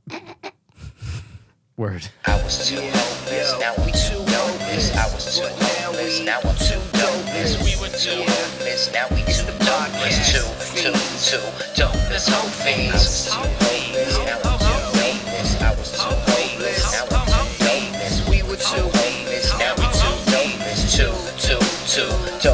Word.
I was too hopeless, now we too hopeless. I was too hopeless, now I'm too dopeless. We were too hopeless, now we too darkless. Two, two, two, dopeless hope fiends. I was too hopeless, now I'm too dopeless. I was too hopeless, now I'm too dopeless. We were too hopeless, now we too dopeless. Two, two, two,